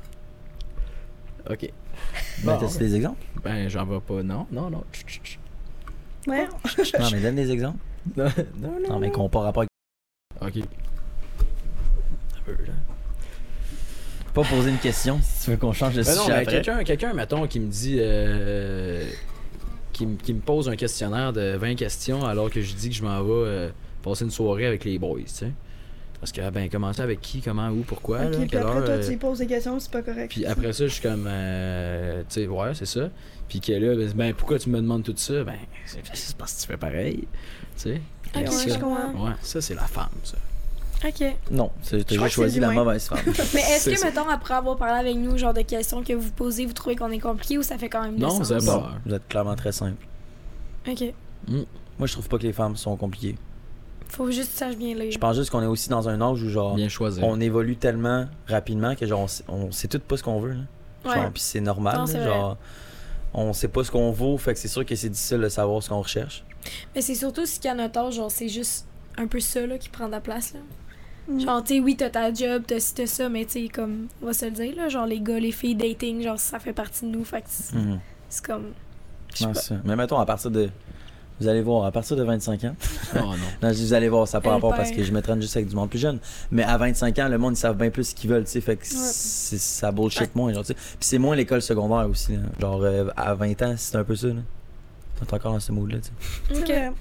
OK.
Ben,
Bon.
T'as-tu des exemples
Ben, j'en vois pas. Non, non, non. Chut, chut, chut.
Ouais.
Non, mais donne des exemples.
Non, non, non.
Non, mais qu'on part rapport avec.
OK. Un peu, là.
Pas poser une question si tu veux qu'on change de
Ben
sujet
non, mais
après.
quelqu'un, quelqu'un, mettons, qui me dit. euh, qui, me- qui me pose un questionnaire de 20 questions alors que je dis que je m'en vais euh, passer une soirée avec les boys, tu sais. Parce que, ah ben, commencer avec qui, comment, où, pourquoi, là,
Ok, puis
quelle
après,
heure,
toi,
euh,
tu y poses des questions, c'est pas correct.
Puis après ça, je suis comme. euh, tu sais, ouais, c'est ça. Puis que là, ben, ben, pourquoi tu me demandes tout ça? Ben, c'est c'est parce que tu fais pareil. Tu sais.
Ok,
Fait que
ouais,
ça,
je comprends.
ouais, ça, c'est la femme, ça.
OK.
Non, c'est- t'as juste
crois que c'est
choisi la
l'humain.
mauvaise femme.
Mais est-ce
C'est
que,
ça.
mettons, après avoir parlé avec nous, genre de questions que vous posez, vous trouvez qu'on est compliqué ou ça fait quand même
Non,
de
ça
sens?
va.
Non, vous êtes clairement très simple.
OK.
Moi, je trouve pas que les femmes sont compliquées.
Faut juste que tu saches bien lire.
Je pense juste qu'on est aussi dans un âge où, genre,
Bien choisi.
on évolue tellement rapidement que, genre, on sait, on sait tout pas ce qu'on veut. Là.
Ouais.
Genre, puis c'est normal.
Non,
là,
c'est vrai.
genre, on sait pas ce qu'on vaut, fait que c'est sûr que c'est difficile de savoir ce qu'on recherche.
Mais c'est surtout si qu'à notre âge, genre, c'est juste un peu ça, là, qui prend de la place, là.
Mm.
Genre, tu sais, oui, t'as ta job, t'as ci, t'as ça, mais tu sais, comme, on va se le dire, là, genre, les gars, les filles, dating, genre, ça fait partie de nous, fait que c'est c'est comme... je sais
Non,
pas.
c'est- Mais mettons, à partir de. Vous allez voir, à partir de 25 ans.
Oh non.
Ah, Non, je dis, vous allez voir, ça n'a pas
Elle
rapport parce
perd.
que je me traîne juste avec du monde plus jeune. Mais à 25 ans, le monde, ils savent bien plus ce qu'ils veulent, tu sais. Fait que c'est- ça bullshit moins, genre, tu sais. Puis c'est moins l'école secondaire aussi, là. Genre, euh, à 20 ans, c'est un peu ça, là. T'es encore dans ce mood-là, tu sais.
C'est
Ok.
vrai.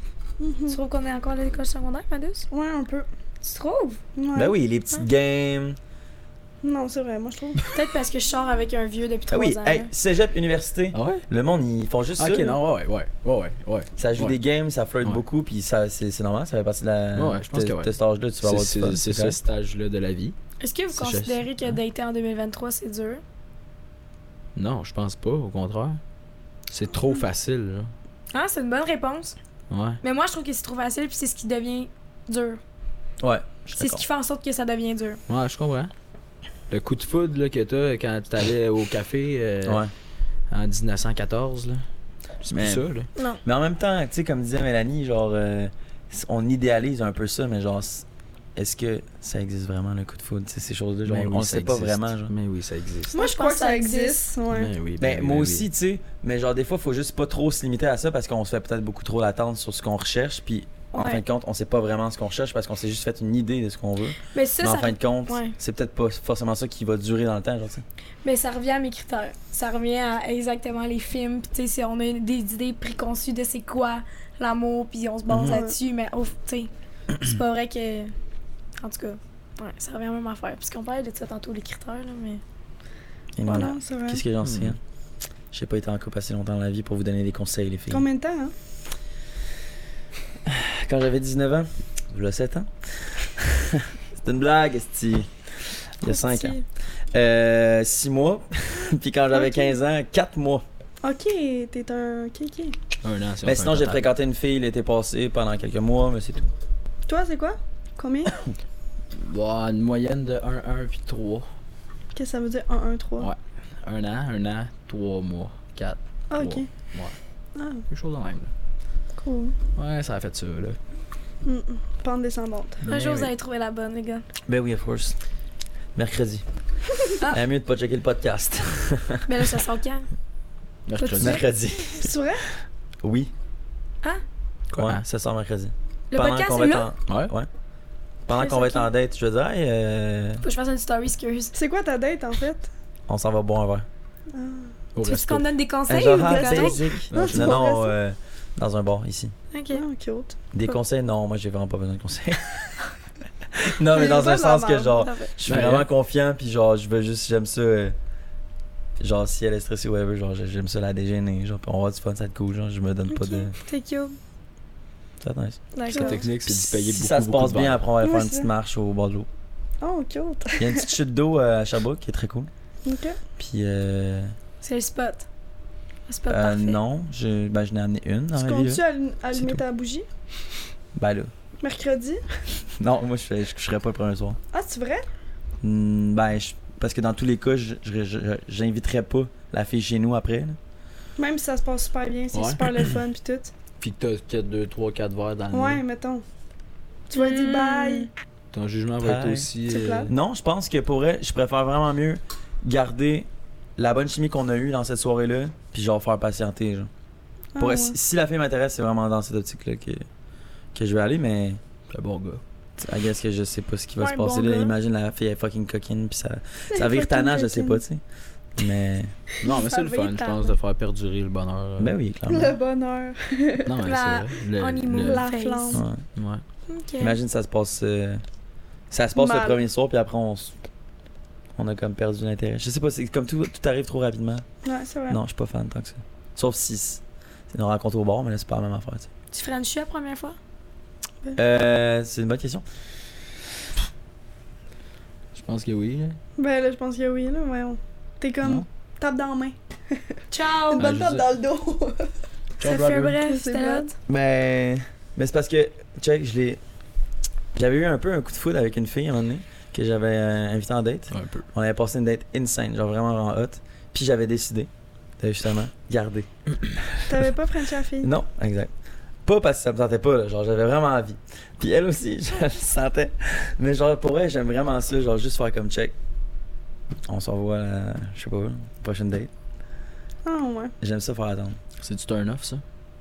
Tu trouves qu'on est encore à l'école secondaire, Madus?
Ouais, un peu.
Tu trouves?
Ouais.
Ben oui, les petites games.
Non, c'est vrai, moi, je trouve.
Peut-être parce que je sors avec un vieux depuis
Ah
trois
oui,
ans.
hey,
là.
cégep, université.
Ah ouais?
Le monde, ils font juste
Ok,
ça. là.
non, ouais, ouais, ouais, ouais, ouais.
Ça joue
Ouais.
des games, ça flirte
Ouais.
beaucoup, puis ça, c'est, c'est normal, ça fait partie de la.
Ouais, je pense
de-
que ouais.
de cet âge-là, tu vas
C'est
avoir du fun.
c'est- c'est ce
correct.
stage-là de la vie.
Est-ce que vous
C'est
considérez
juste-
que dater en 2023, c'est dur?
Non, je pense pas, au contraire. C'est trop facile,
Ah, c'est une bonne réponse.
là. Ouais.
Mais moi, je trouve que c'est trop facile, puis c'est ce qui devient dur.
Ouais, je suis
C'est ce
d'accord.
qui fait en sorte que ça devient dur.
Ouais, je comprends. Le coup de foudre là, que t'as quand t'allais au café euh,
Ouais.
en 1914, là. C'est
Mais-
plus ça, là.
Mais en même temps, tu sais, comme disait Mélanie, genre, euh, c- on idéalise un peu ça, mais genre, c- est-ce que ça existe vraiment le coup de foudre, tu sais, ces choses-là, genre,
Ben
on
oui,
le
ça
sait pas
existe.
vraiment, genre.
Mais oui, ça existe.
Moi, je crois que ça existe. Ouais.
Ben oui,
Ben,
ben
moi
oui.
aussi, tu sais, mais genre, des fois, faut juste pas trop se limiter à ça parce qu'on se fait peut-être beaucoup trop d'attentes sur ce qu'on recherche, puis en
Ouais.
fin de compte, on sait pas vraiment ce qu'on recherche parce qu'on s'est juste fait une idée de ce qu'on veut.
Mais ça,
mais en
ça,
fin de compte,
ouais.
c'est peut-être pas forcément ça qui va durer dans le temps, genre, tu sais.
mais ça revient à mes critères. Ça revient à exactement les films. Puis, tu sais, si on a des idées préconçues de c'est quoi l'amour, puis on se base
Mhm.
là-dessus, mais oh, tu sais, c'est pas vrai que. En tout cas, ouais, ça revient à la même affaire. Puisqu'on parlait de ça tantôt, les critères, là, mais.
Et
Ouais,
voilà.
non, c'est vrai.
Qu'est-ce que j'en
Hmm.
sais, hein? J'ai pas été en couple assez longtemps dans la vie pour vous donner des conseils, les filles.
Combien de temps, hein?
Quand j'avais 19 ans, je l'ai 7 ans. C'est une blague, Esti. Il y a 5 ans. 6 mois. Puis quand j'avais
Ok.
15 ans, 4 mois.
Ok, t'es un. Ok, ok.
Un an,
Mais
c'est un
ben, sinon, j'ai
total.
fréquenté une fille l'été passé pendant quelques mois, mais c'est tout.
Toi, c'est quoi? Combien?
Bah, une moyenne de 1, 1 puis 3.
Qu'est-ce que ça veut dire 1, 1, 3?
Ouais. Un an, un an, 3 mois, 4.
Ah, ok.
Ouais.
Ah,
Quelque chose de même, là.
cool.
Ouais, ça a fait ça, là.
Mm, mm. Pente descendante.
Un
Mais
jour,
oui.
vous allez trouver la bonne, les gars.
Ben oui, of course. Mercredi. Ah. mieux de pas checker le podcast.
Mais là, ça sort quand?
Mercredi.
mercredi.
C'est vrai?
Oui.
Hein?
Ouais,
Hein?
ça sort mercredi.
Le podcast,
qu'on va
là,
être en...
Ouais.
Pendant
Chris,
qu'on va être
ok.
en date, je veux dire, hey, euh,
faut que je fasse une story, excuse.
C'est quoi ta date, en fait?
on s'en va boire un verre.
Ah.
Au
Tu veux
resto.
qu'on donne des
Ah,
conseils
genre,
ou
ah,
des
c'est
conseils?
musique.
Non, c'est
Non,
pas
non,
vrai, ça.
euh, dans un bar ici.
Ok.
Ah, cute.
Des
Pas-
conseils Non, moi j'ai vraiment pas besoin de conseils. non, mais
Mais
dans
pas
un
de la
sens que
merde.
genre,
Parfait.
je suis
Ben,
vraiment
hein.
confiant, puis genre, je veux juste, j'aime ça. euh, genre, si elle est stressée ou whatever, genre, j'aime ça la déjeuner. Genre, puis on va avoir du fun, ça te cool. Genre, je me donne pas
Ok.
de.
T'es cute.
Ça, nice.
Ce qui est
D'accord.
technique, c'est d'y
Si
payer beaucoup,
ça se
beaucoup
passe
de
bien,
verres.
après, on va aller
Oui,
faire une
c'est
petite
ça.
marche au bord de l'eau.
Oh, cute.
Il y a une petite chute d'eau euh, à Sherbrooke qui est très cool.
Ok.
Puis, euh,
C'est le spot. Le spot
euh,
Ah, parfait.
non, je, ben, je n'ai amené une dans
Tu
ma vie.
comptes-tu
là.
allum- allumer
tout.
ta bougie?
Ben là,
Mercredi?
non, moi, je, fais- je coucherais pas le premier soir.
Ah, c'est vrai?
Hmm, ben, je- parce que dans tous les cas, je- je- je- j'inviterais pas la fille chez nous après. là.
Même si ça se passe super bien, c'est
Ouais.
super le fun pis tout.
Puis que t'as 4, 2, 3, 4 verres dans le
Ouais,
nez.
mettons. Tu vas dire
Mm.
bye.
Ton jugement va être
Ouais.
aussi.
C'est
euh,
plate.
Non, je pense que pour elle, je préfère vraiment mieux garder la bonne chimie qu'on a eue dans cette soirée-là, puis genre faire patienter. Genre.
Ah,
Pour elle,
ouais.
si, si la fille m'intéresse, c'est vraiment dans cette optique-là que, que je vais aller, mais. C'est bon gars. I guess que je sais pas ce qui va
Ouais,
se passer
bon
là.
gars.
Imagine la fille elle est fucking coquine, puis ça, ça vire tannant, je sais pas, tu sais. Mais.
Non, mais c'est le
Ça va hein.
fun,
être
je pense, de faire perdurer le bonheur. euh.
Ben oui,
Le
clairement.
bonheur.
Non, mais
La-
c'est vrai.
On y move
la
la flamme.
flamme.
Ouais.
Ouais.
Imagine ça se passe. euh, Ça se passe
Mal.
le premier soir, puis après on s- On a comme perdu l'intérêt. Je sais pas, c'est comme tout, tout arrive trop rapidement.
Ouais, c'est vrai.
Non, je suis pas fan tant que ça. Sauf si c'est une rencontre au bord, mais là, c'est pas la même affaire. tu sais.
Tu Frenchies la première fois?
Euh, c'est une bonne question.
Je pense que oui. là.
Ben là, je pense que oui, là, voyons. T'es comme.
Non.
Tape dans la main.
Ciao!
Ah,
Une bonne
je
tape
sais.
dans le dos.
Ça
Ciao,
fait un
brother.
bref,
C'est
c'était
bon.
hot.
Mais, mais c'est parce que, check, je l'ai. J'avais eu un peu un coup de foudre avec une fille à un moment donné que j'avais euh, invitée en date.
Un peu.
On avait passé une date insane, genre vraiment en hot. Puis j'avais décidé de justement garder.
T'avais pas French la fille.
Non, exact. Pas parce que ça me tentait pas, là, genre j'avais vraiment envie. Puis elle aussi, je le sentais. Mais genre pour elle, j'aime vraiment ça, genre juste faire comme check. On se revoit à la, je sais pas, prochaine date.
Ah, ouais.
J'aime ça faire attendre.
C'est-tu turn-off, ça?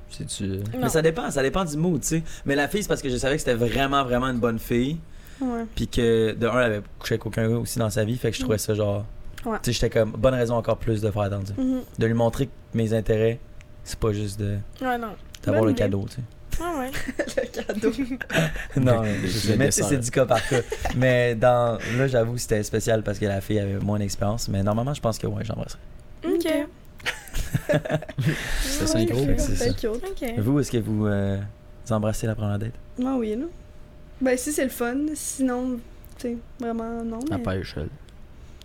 C'est-tu. euh,
Non.
Mais ça dépend, ça dépend du mood, tu sais. Mais la fille, c'est parce que je savais que c'était vraiment, vraiment une bonne fille.
Ouais.
Puis que de un, elle avait couché avec aucun gars aussi dans sa vie. Fait que je trouvais ça genre.
Ouais.
Tu sais, j'étais comme bonne raison encore plus de faire attendre. tu sais.
Mm-hmm.
Mhm.
De lui montrer que mes intérêts, c'est pas juste de
Ouais, non.
d'avoir
Bonne
le
idée.
cadeau, tu
Ah ouais.
Le cadeau.
sais. non, mais je sais.
Le
Mais tu sais,
dessert.
c'est du cas par cas. mais dans. Là, j'avoue, que c'était spécial parce que la fille avait moins d'expérience. Mais normalement, je pense que ouais, j'embrasserais.
Ok.
Ok.
C'était synchro.
Fait que c'est ça.
C'est cute.
Ah, Ok.
Vous, est-ce que vous, euh, vous embrassez la première date?
Ah, oui, là. Ben, si c'est le fun. Sinon, tu sais, vraiment, non.
La
Mais...
pêche, elle.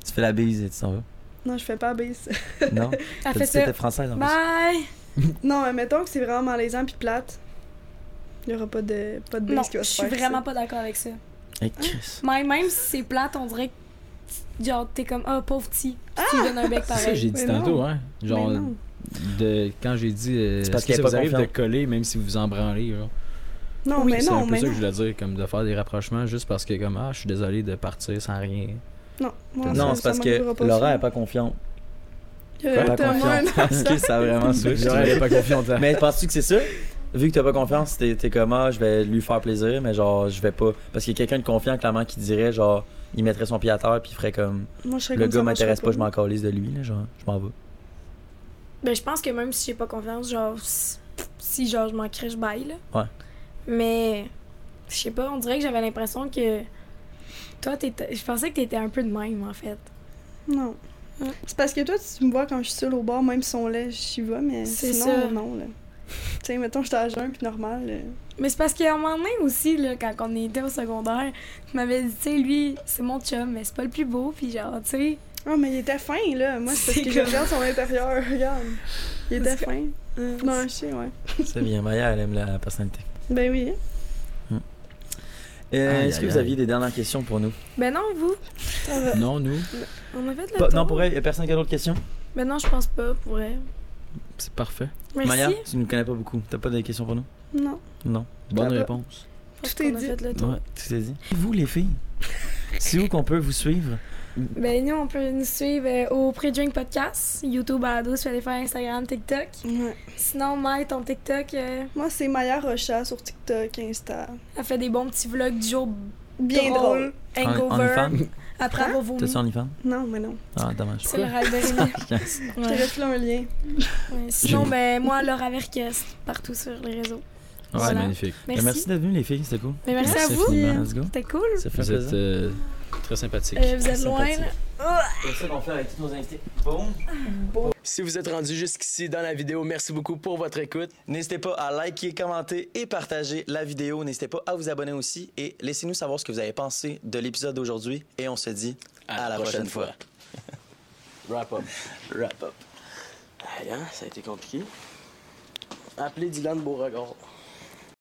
Tu fais la bise et tu t'en vas.
Non, je fais pas baisse.
Non?
Elle
T'as
fait
dit que t'étais
ça. Bah,
française en plus.
Bye!
Non, mais mettons que c'est vraiment malaisant puis plate. Il y aura pas de pas de
Non,
base qui
je
va se
suis
faire.
vraiment pas d'accord avec ça.
Eh, Chris.
Même, même si c'est plate, on dirait que genre t'es comme ah pauvre petit. Tu lui donnes un bec
C'est ça,
pareil.
j'ai dit
Mais non.
tantôt, hein.
Genre...
Genre,
Mais non.
de quand j'ai dit euh,
C'est parce
est-ce
qu'il
que
est
ça
pas
vous arrive
confiant.
de coller même si vous vous en branlez genre.
Non, mais
c'est
non,
un peu
mais
ça que
non.
je voulais dire comme de faire des rapprochements juste parce que comme ah je suis désolé de partir sans rien
Non, moi,
Non,
Non, c'est
ça- ça
parce
m'arrivera
que
pas,
Laura
ça.
est pas confiante.
Il y
Pas
a
la
tellement un
confiance. Parce que ça a vraiment switch.
Genre, elle est pas confiante hein.
Mais penses-tu que c'est ça? Vu que t'as pas confiance, t'es t'es comme ah, je vais lui faire plaisir, mais genre, je vais pas. Parce qu'il y a quelqu'un de confiant, clairement, qui dirait genre, il mettrait son pied à terre, puis il ferait comme.
Moi, je serais
Le
comme ça,
gars
moi, serais
m'intéresse pas, je m'en calisse de lui, là, genre, je m'en vais.
Ben, je pense que même si j'ai pas confiance, genre, si- si genre je m'en crée, je baille, là.
Ouais.
Mais, je sais pas, on dirait que j'avais l'impression que. Toi, t'étais- je pensais que t'étais un peu de même, en fait.
Non. C'est parce que toi, tu me vois quand je suis seule au bar, même si on l'est, j'y vais, mais
C'est
sinon,
ça.
non, là. Tu sais, mettons, j'étais à jeun, puis normal. euh, là.
Mais c'est parce qu'à un moment donné aussi, là, quand on était au secondaire, tu m'avais dit, tu sais, lui, c'est mon chum, mais c'est pas le plus beau, puis genre, tu sais.
Ah, mais il était fin, là. Moi, c'est
C'est
parce que je
comme-
regarde son intérieur, regarde. Il était
Parce que-
fin. Non, je sais, Mm. ouais.
C'est bien, Maya, elle aime la personnalité.
Ben oui.
Euh,
Aïe,
Est-ce que
aïe,
vous
aïe.
aviez des dernières questions pour nous?
Ben non, vous,
Ça va.
non nous
on a fait le
Pas- Bah,
tour.
non, pour elle, y a personne qui a d'autres questions?
Ben non, je pense pas, pour vrai.
c'est parfait
Merci.
Maya, tu nous connais pas beaucoup. T'as pas de questions pour nous?
Non.
Non.
bonne
va.
réponse
Je pense
tout est
qu'on a
dit.
fait le tour.
Ouais, tu t'es dit. Vous, les filles, c'est où qu'on peut vous suivre?
Ben nous, on peut nous suivre euh, au Pre-Drink Podcast, YouTube, Balado, sur les faire Instagram, TikTok.
Ouais.
Sinon, Maya, ton TikTok, euh,
Moi, c'est Maya Rocha sur TikTok, Insta.
elle fait des bons petits vlogs du jour
Bien drôle. Hein?
En-
hangover,
OnlyFans?
après avoir vomi.
T'as-tu OnlyFans?
Non, mais non.
Ah, dommage.
C'est le rêve de Rémi.
Je te
Ouais.
laisse là un lien.
Ouais. Sinon, ben moi, Laura Verkes, partout sur les réseaux.
Ouais,
Voilà.
c'est magnifique
Ben,
Merci.
Merci d'être venu, les filles, c'était cool.
Mais merci,
Merci
à vous.
infiniment.
Let's go.
C'était cool.
Ça fait
vous êtes
plaisir.
euh, très sympathique
Euh, vous êtes loin, là.
C'est ça qu'on fait avec tous nos invités. Boom!
Si vous êtes rendu jusqu'ici dans la vidéo, merci beaucoup pour votre écoute.
N'hésitez pas à liker, commenter et partager la vidéo. N'hésitez pas à vous abonner aussi et laissez-nous savoir ce que vous avez pensé de l'épisode d'aujourd'hui. Et on se dit à, la prochaine, fois.
Wrap up.
Wrap up.
Aïe, hein, ça a été compliqué. Appelez Dylan Beauregard.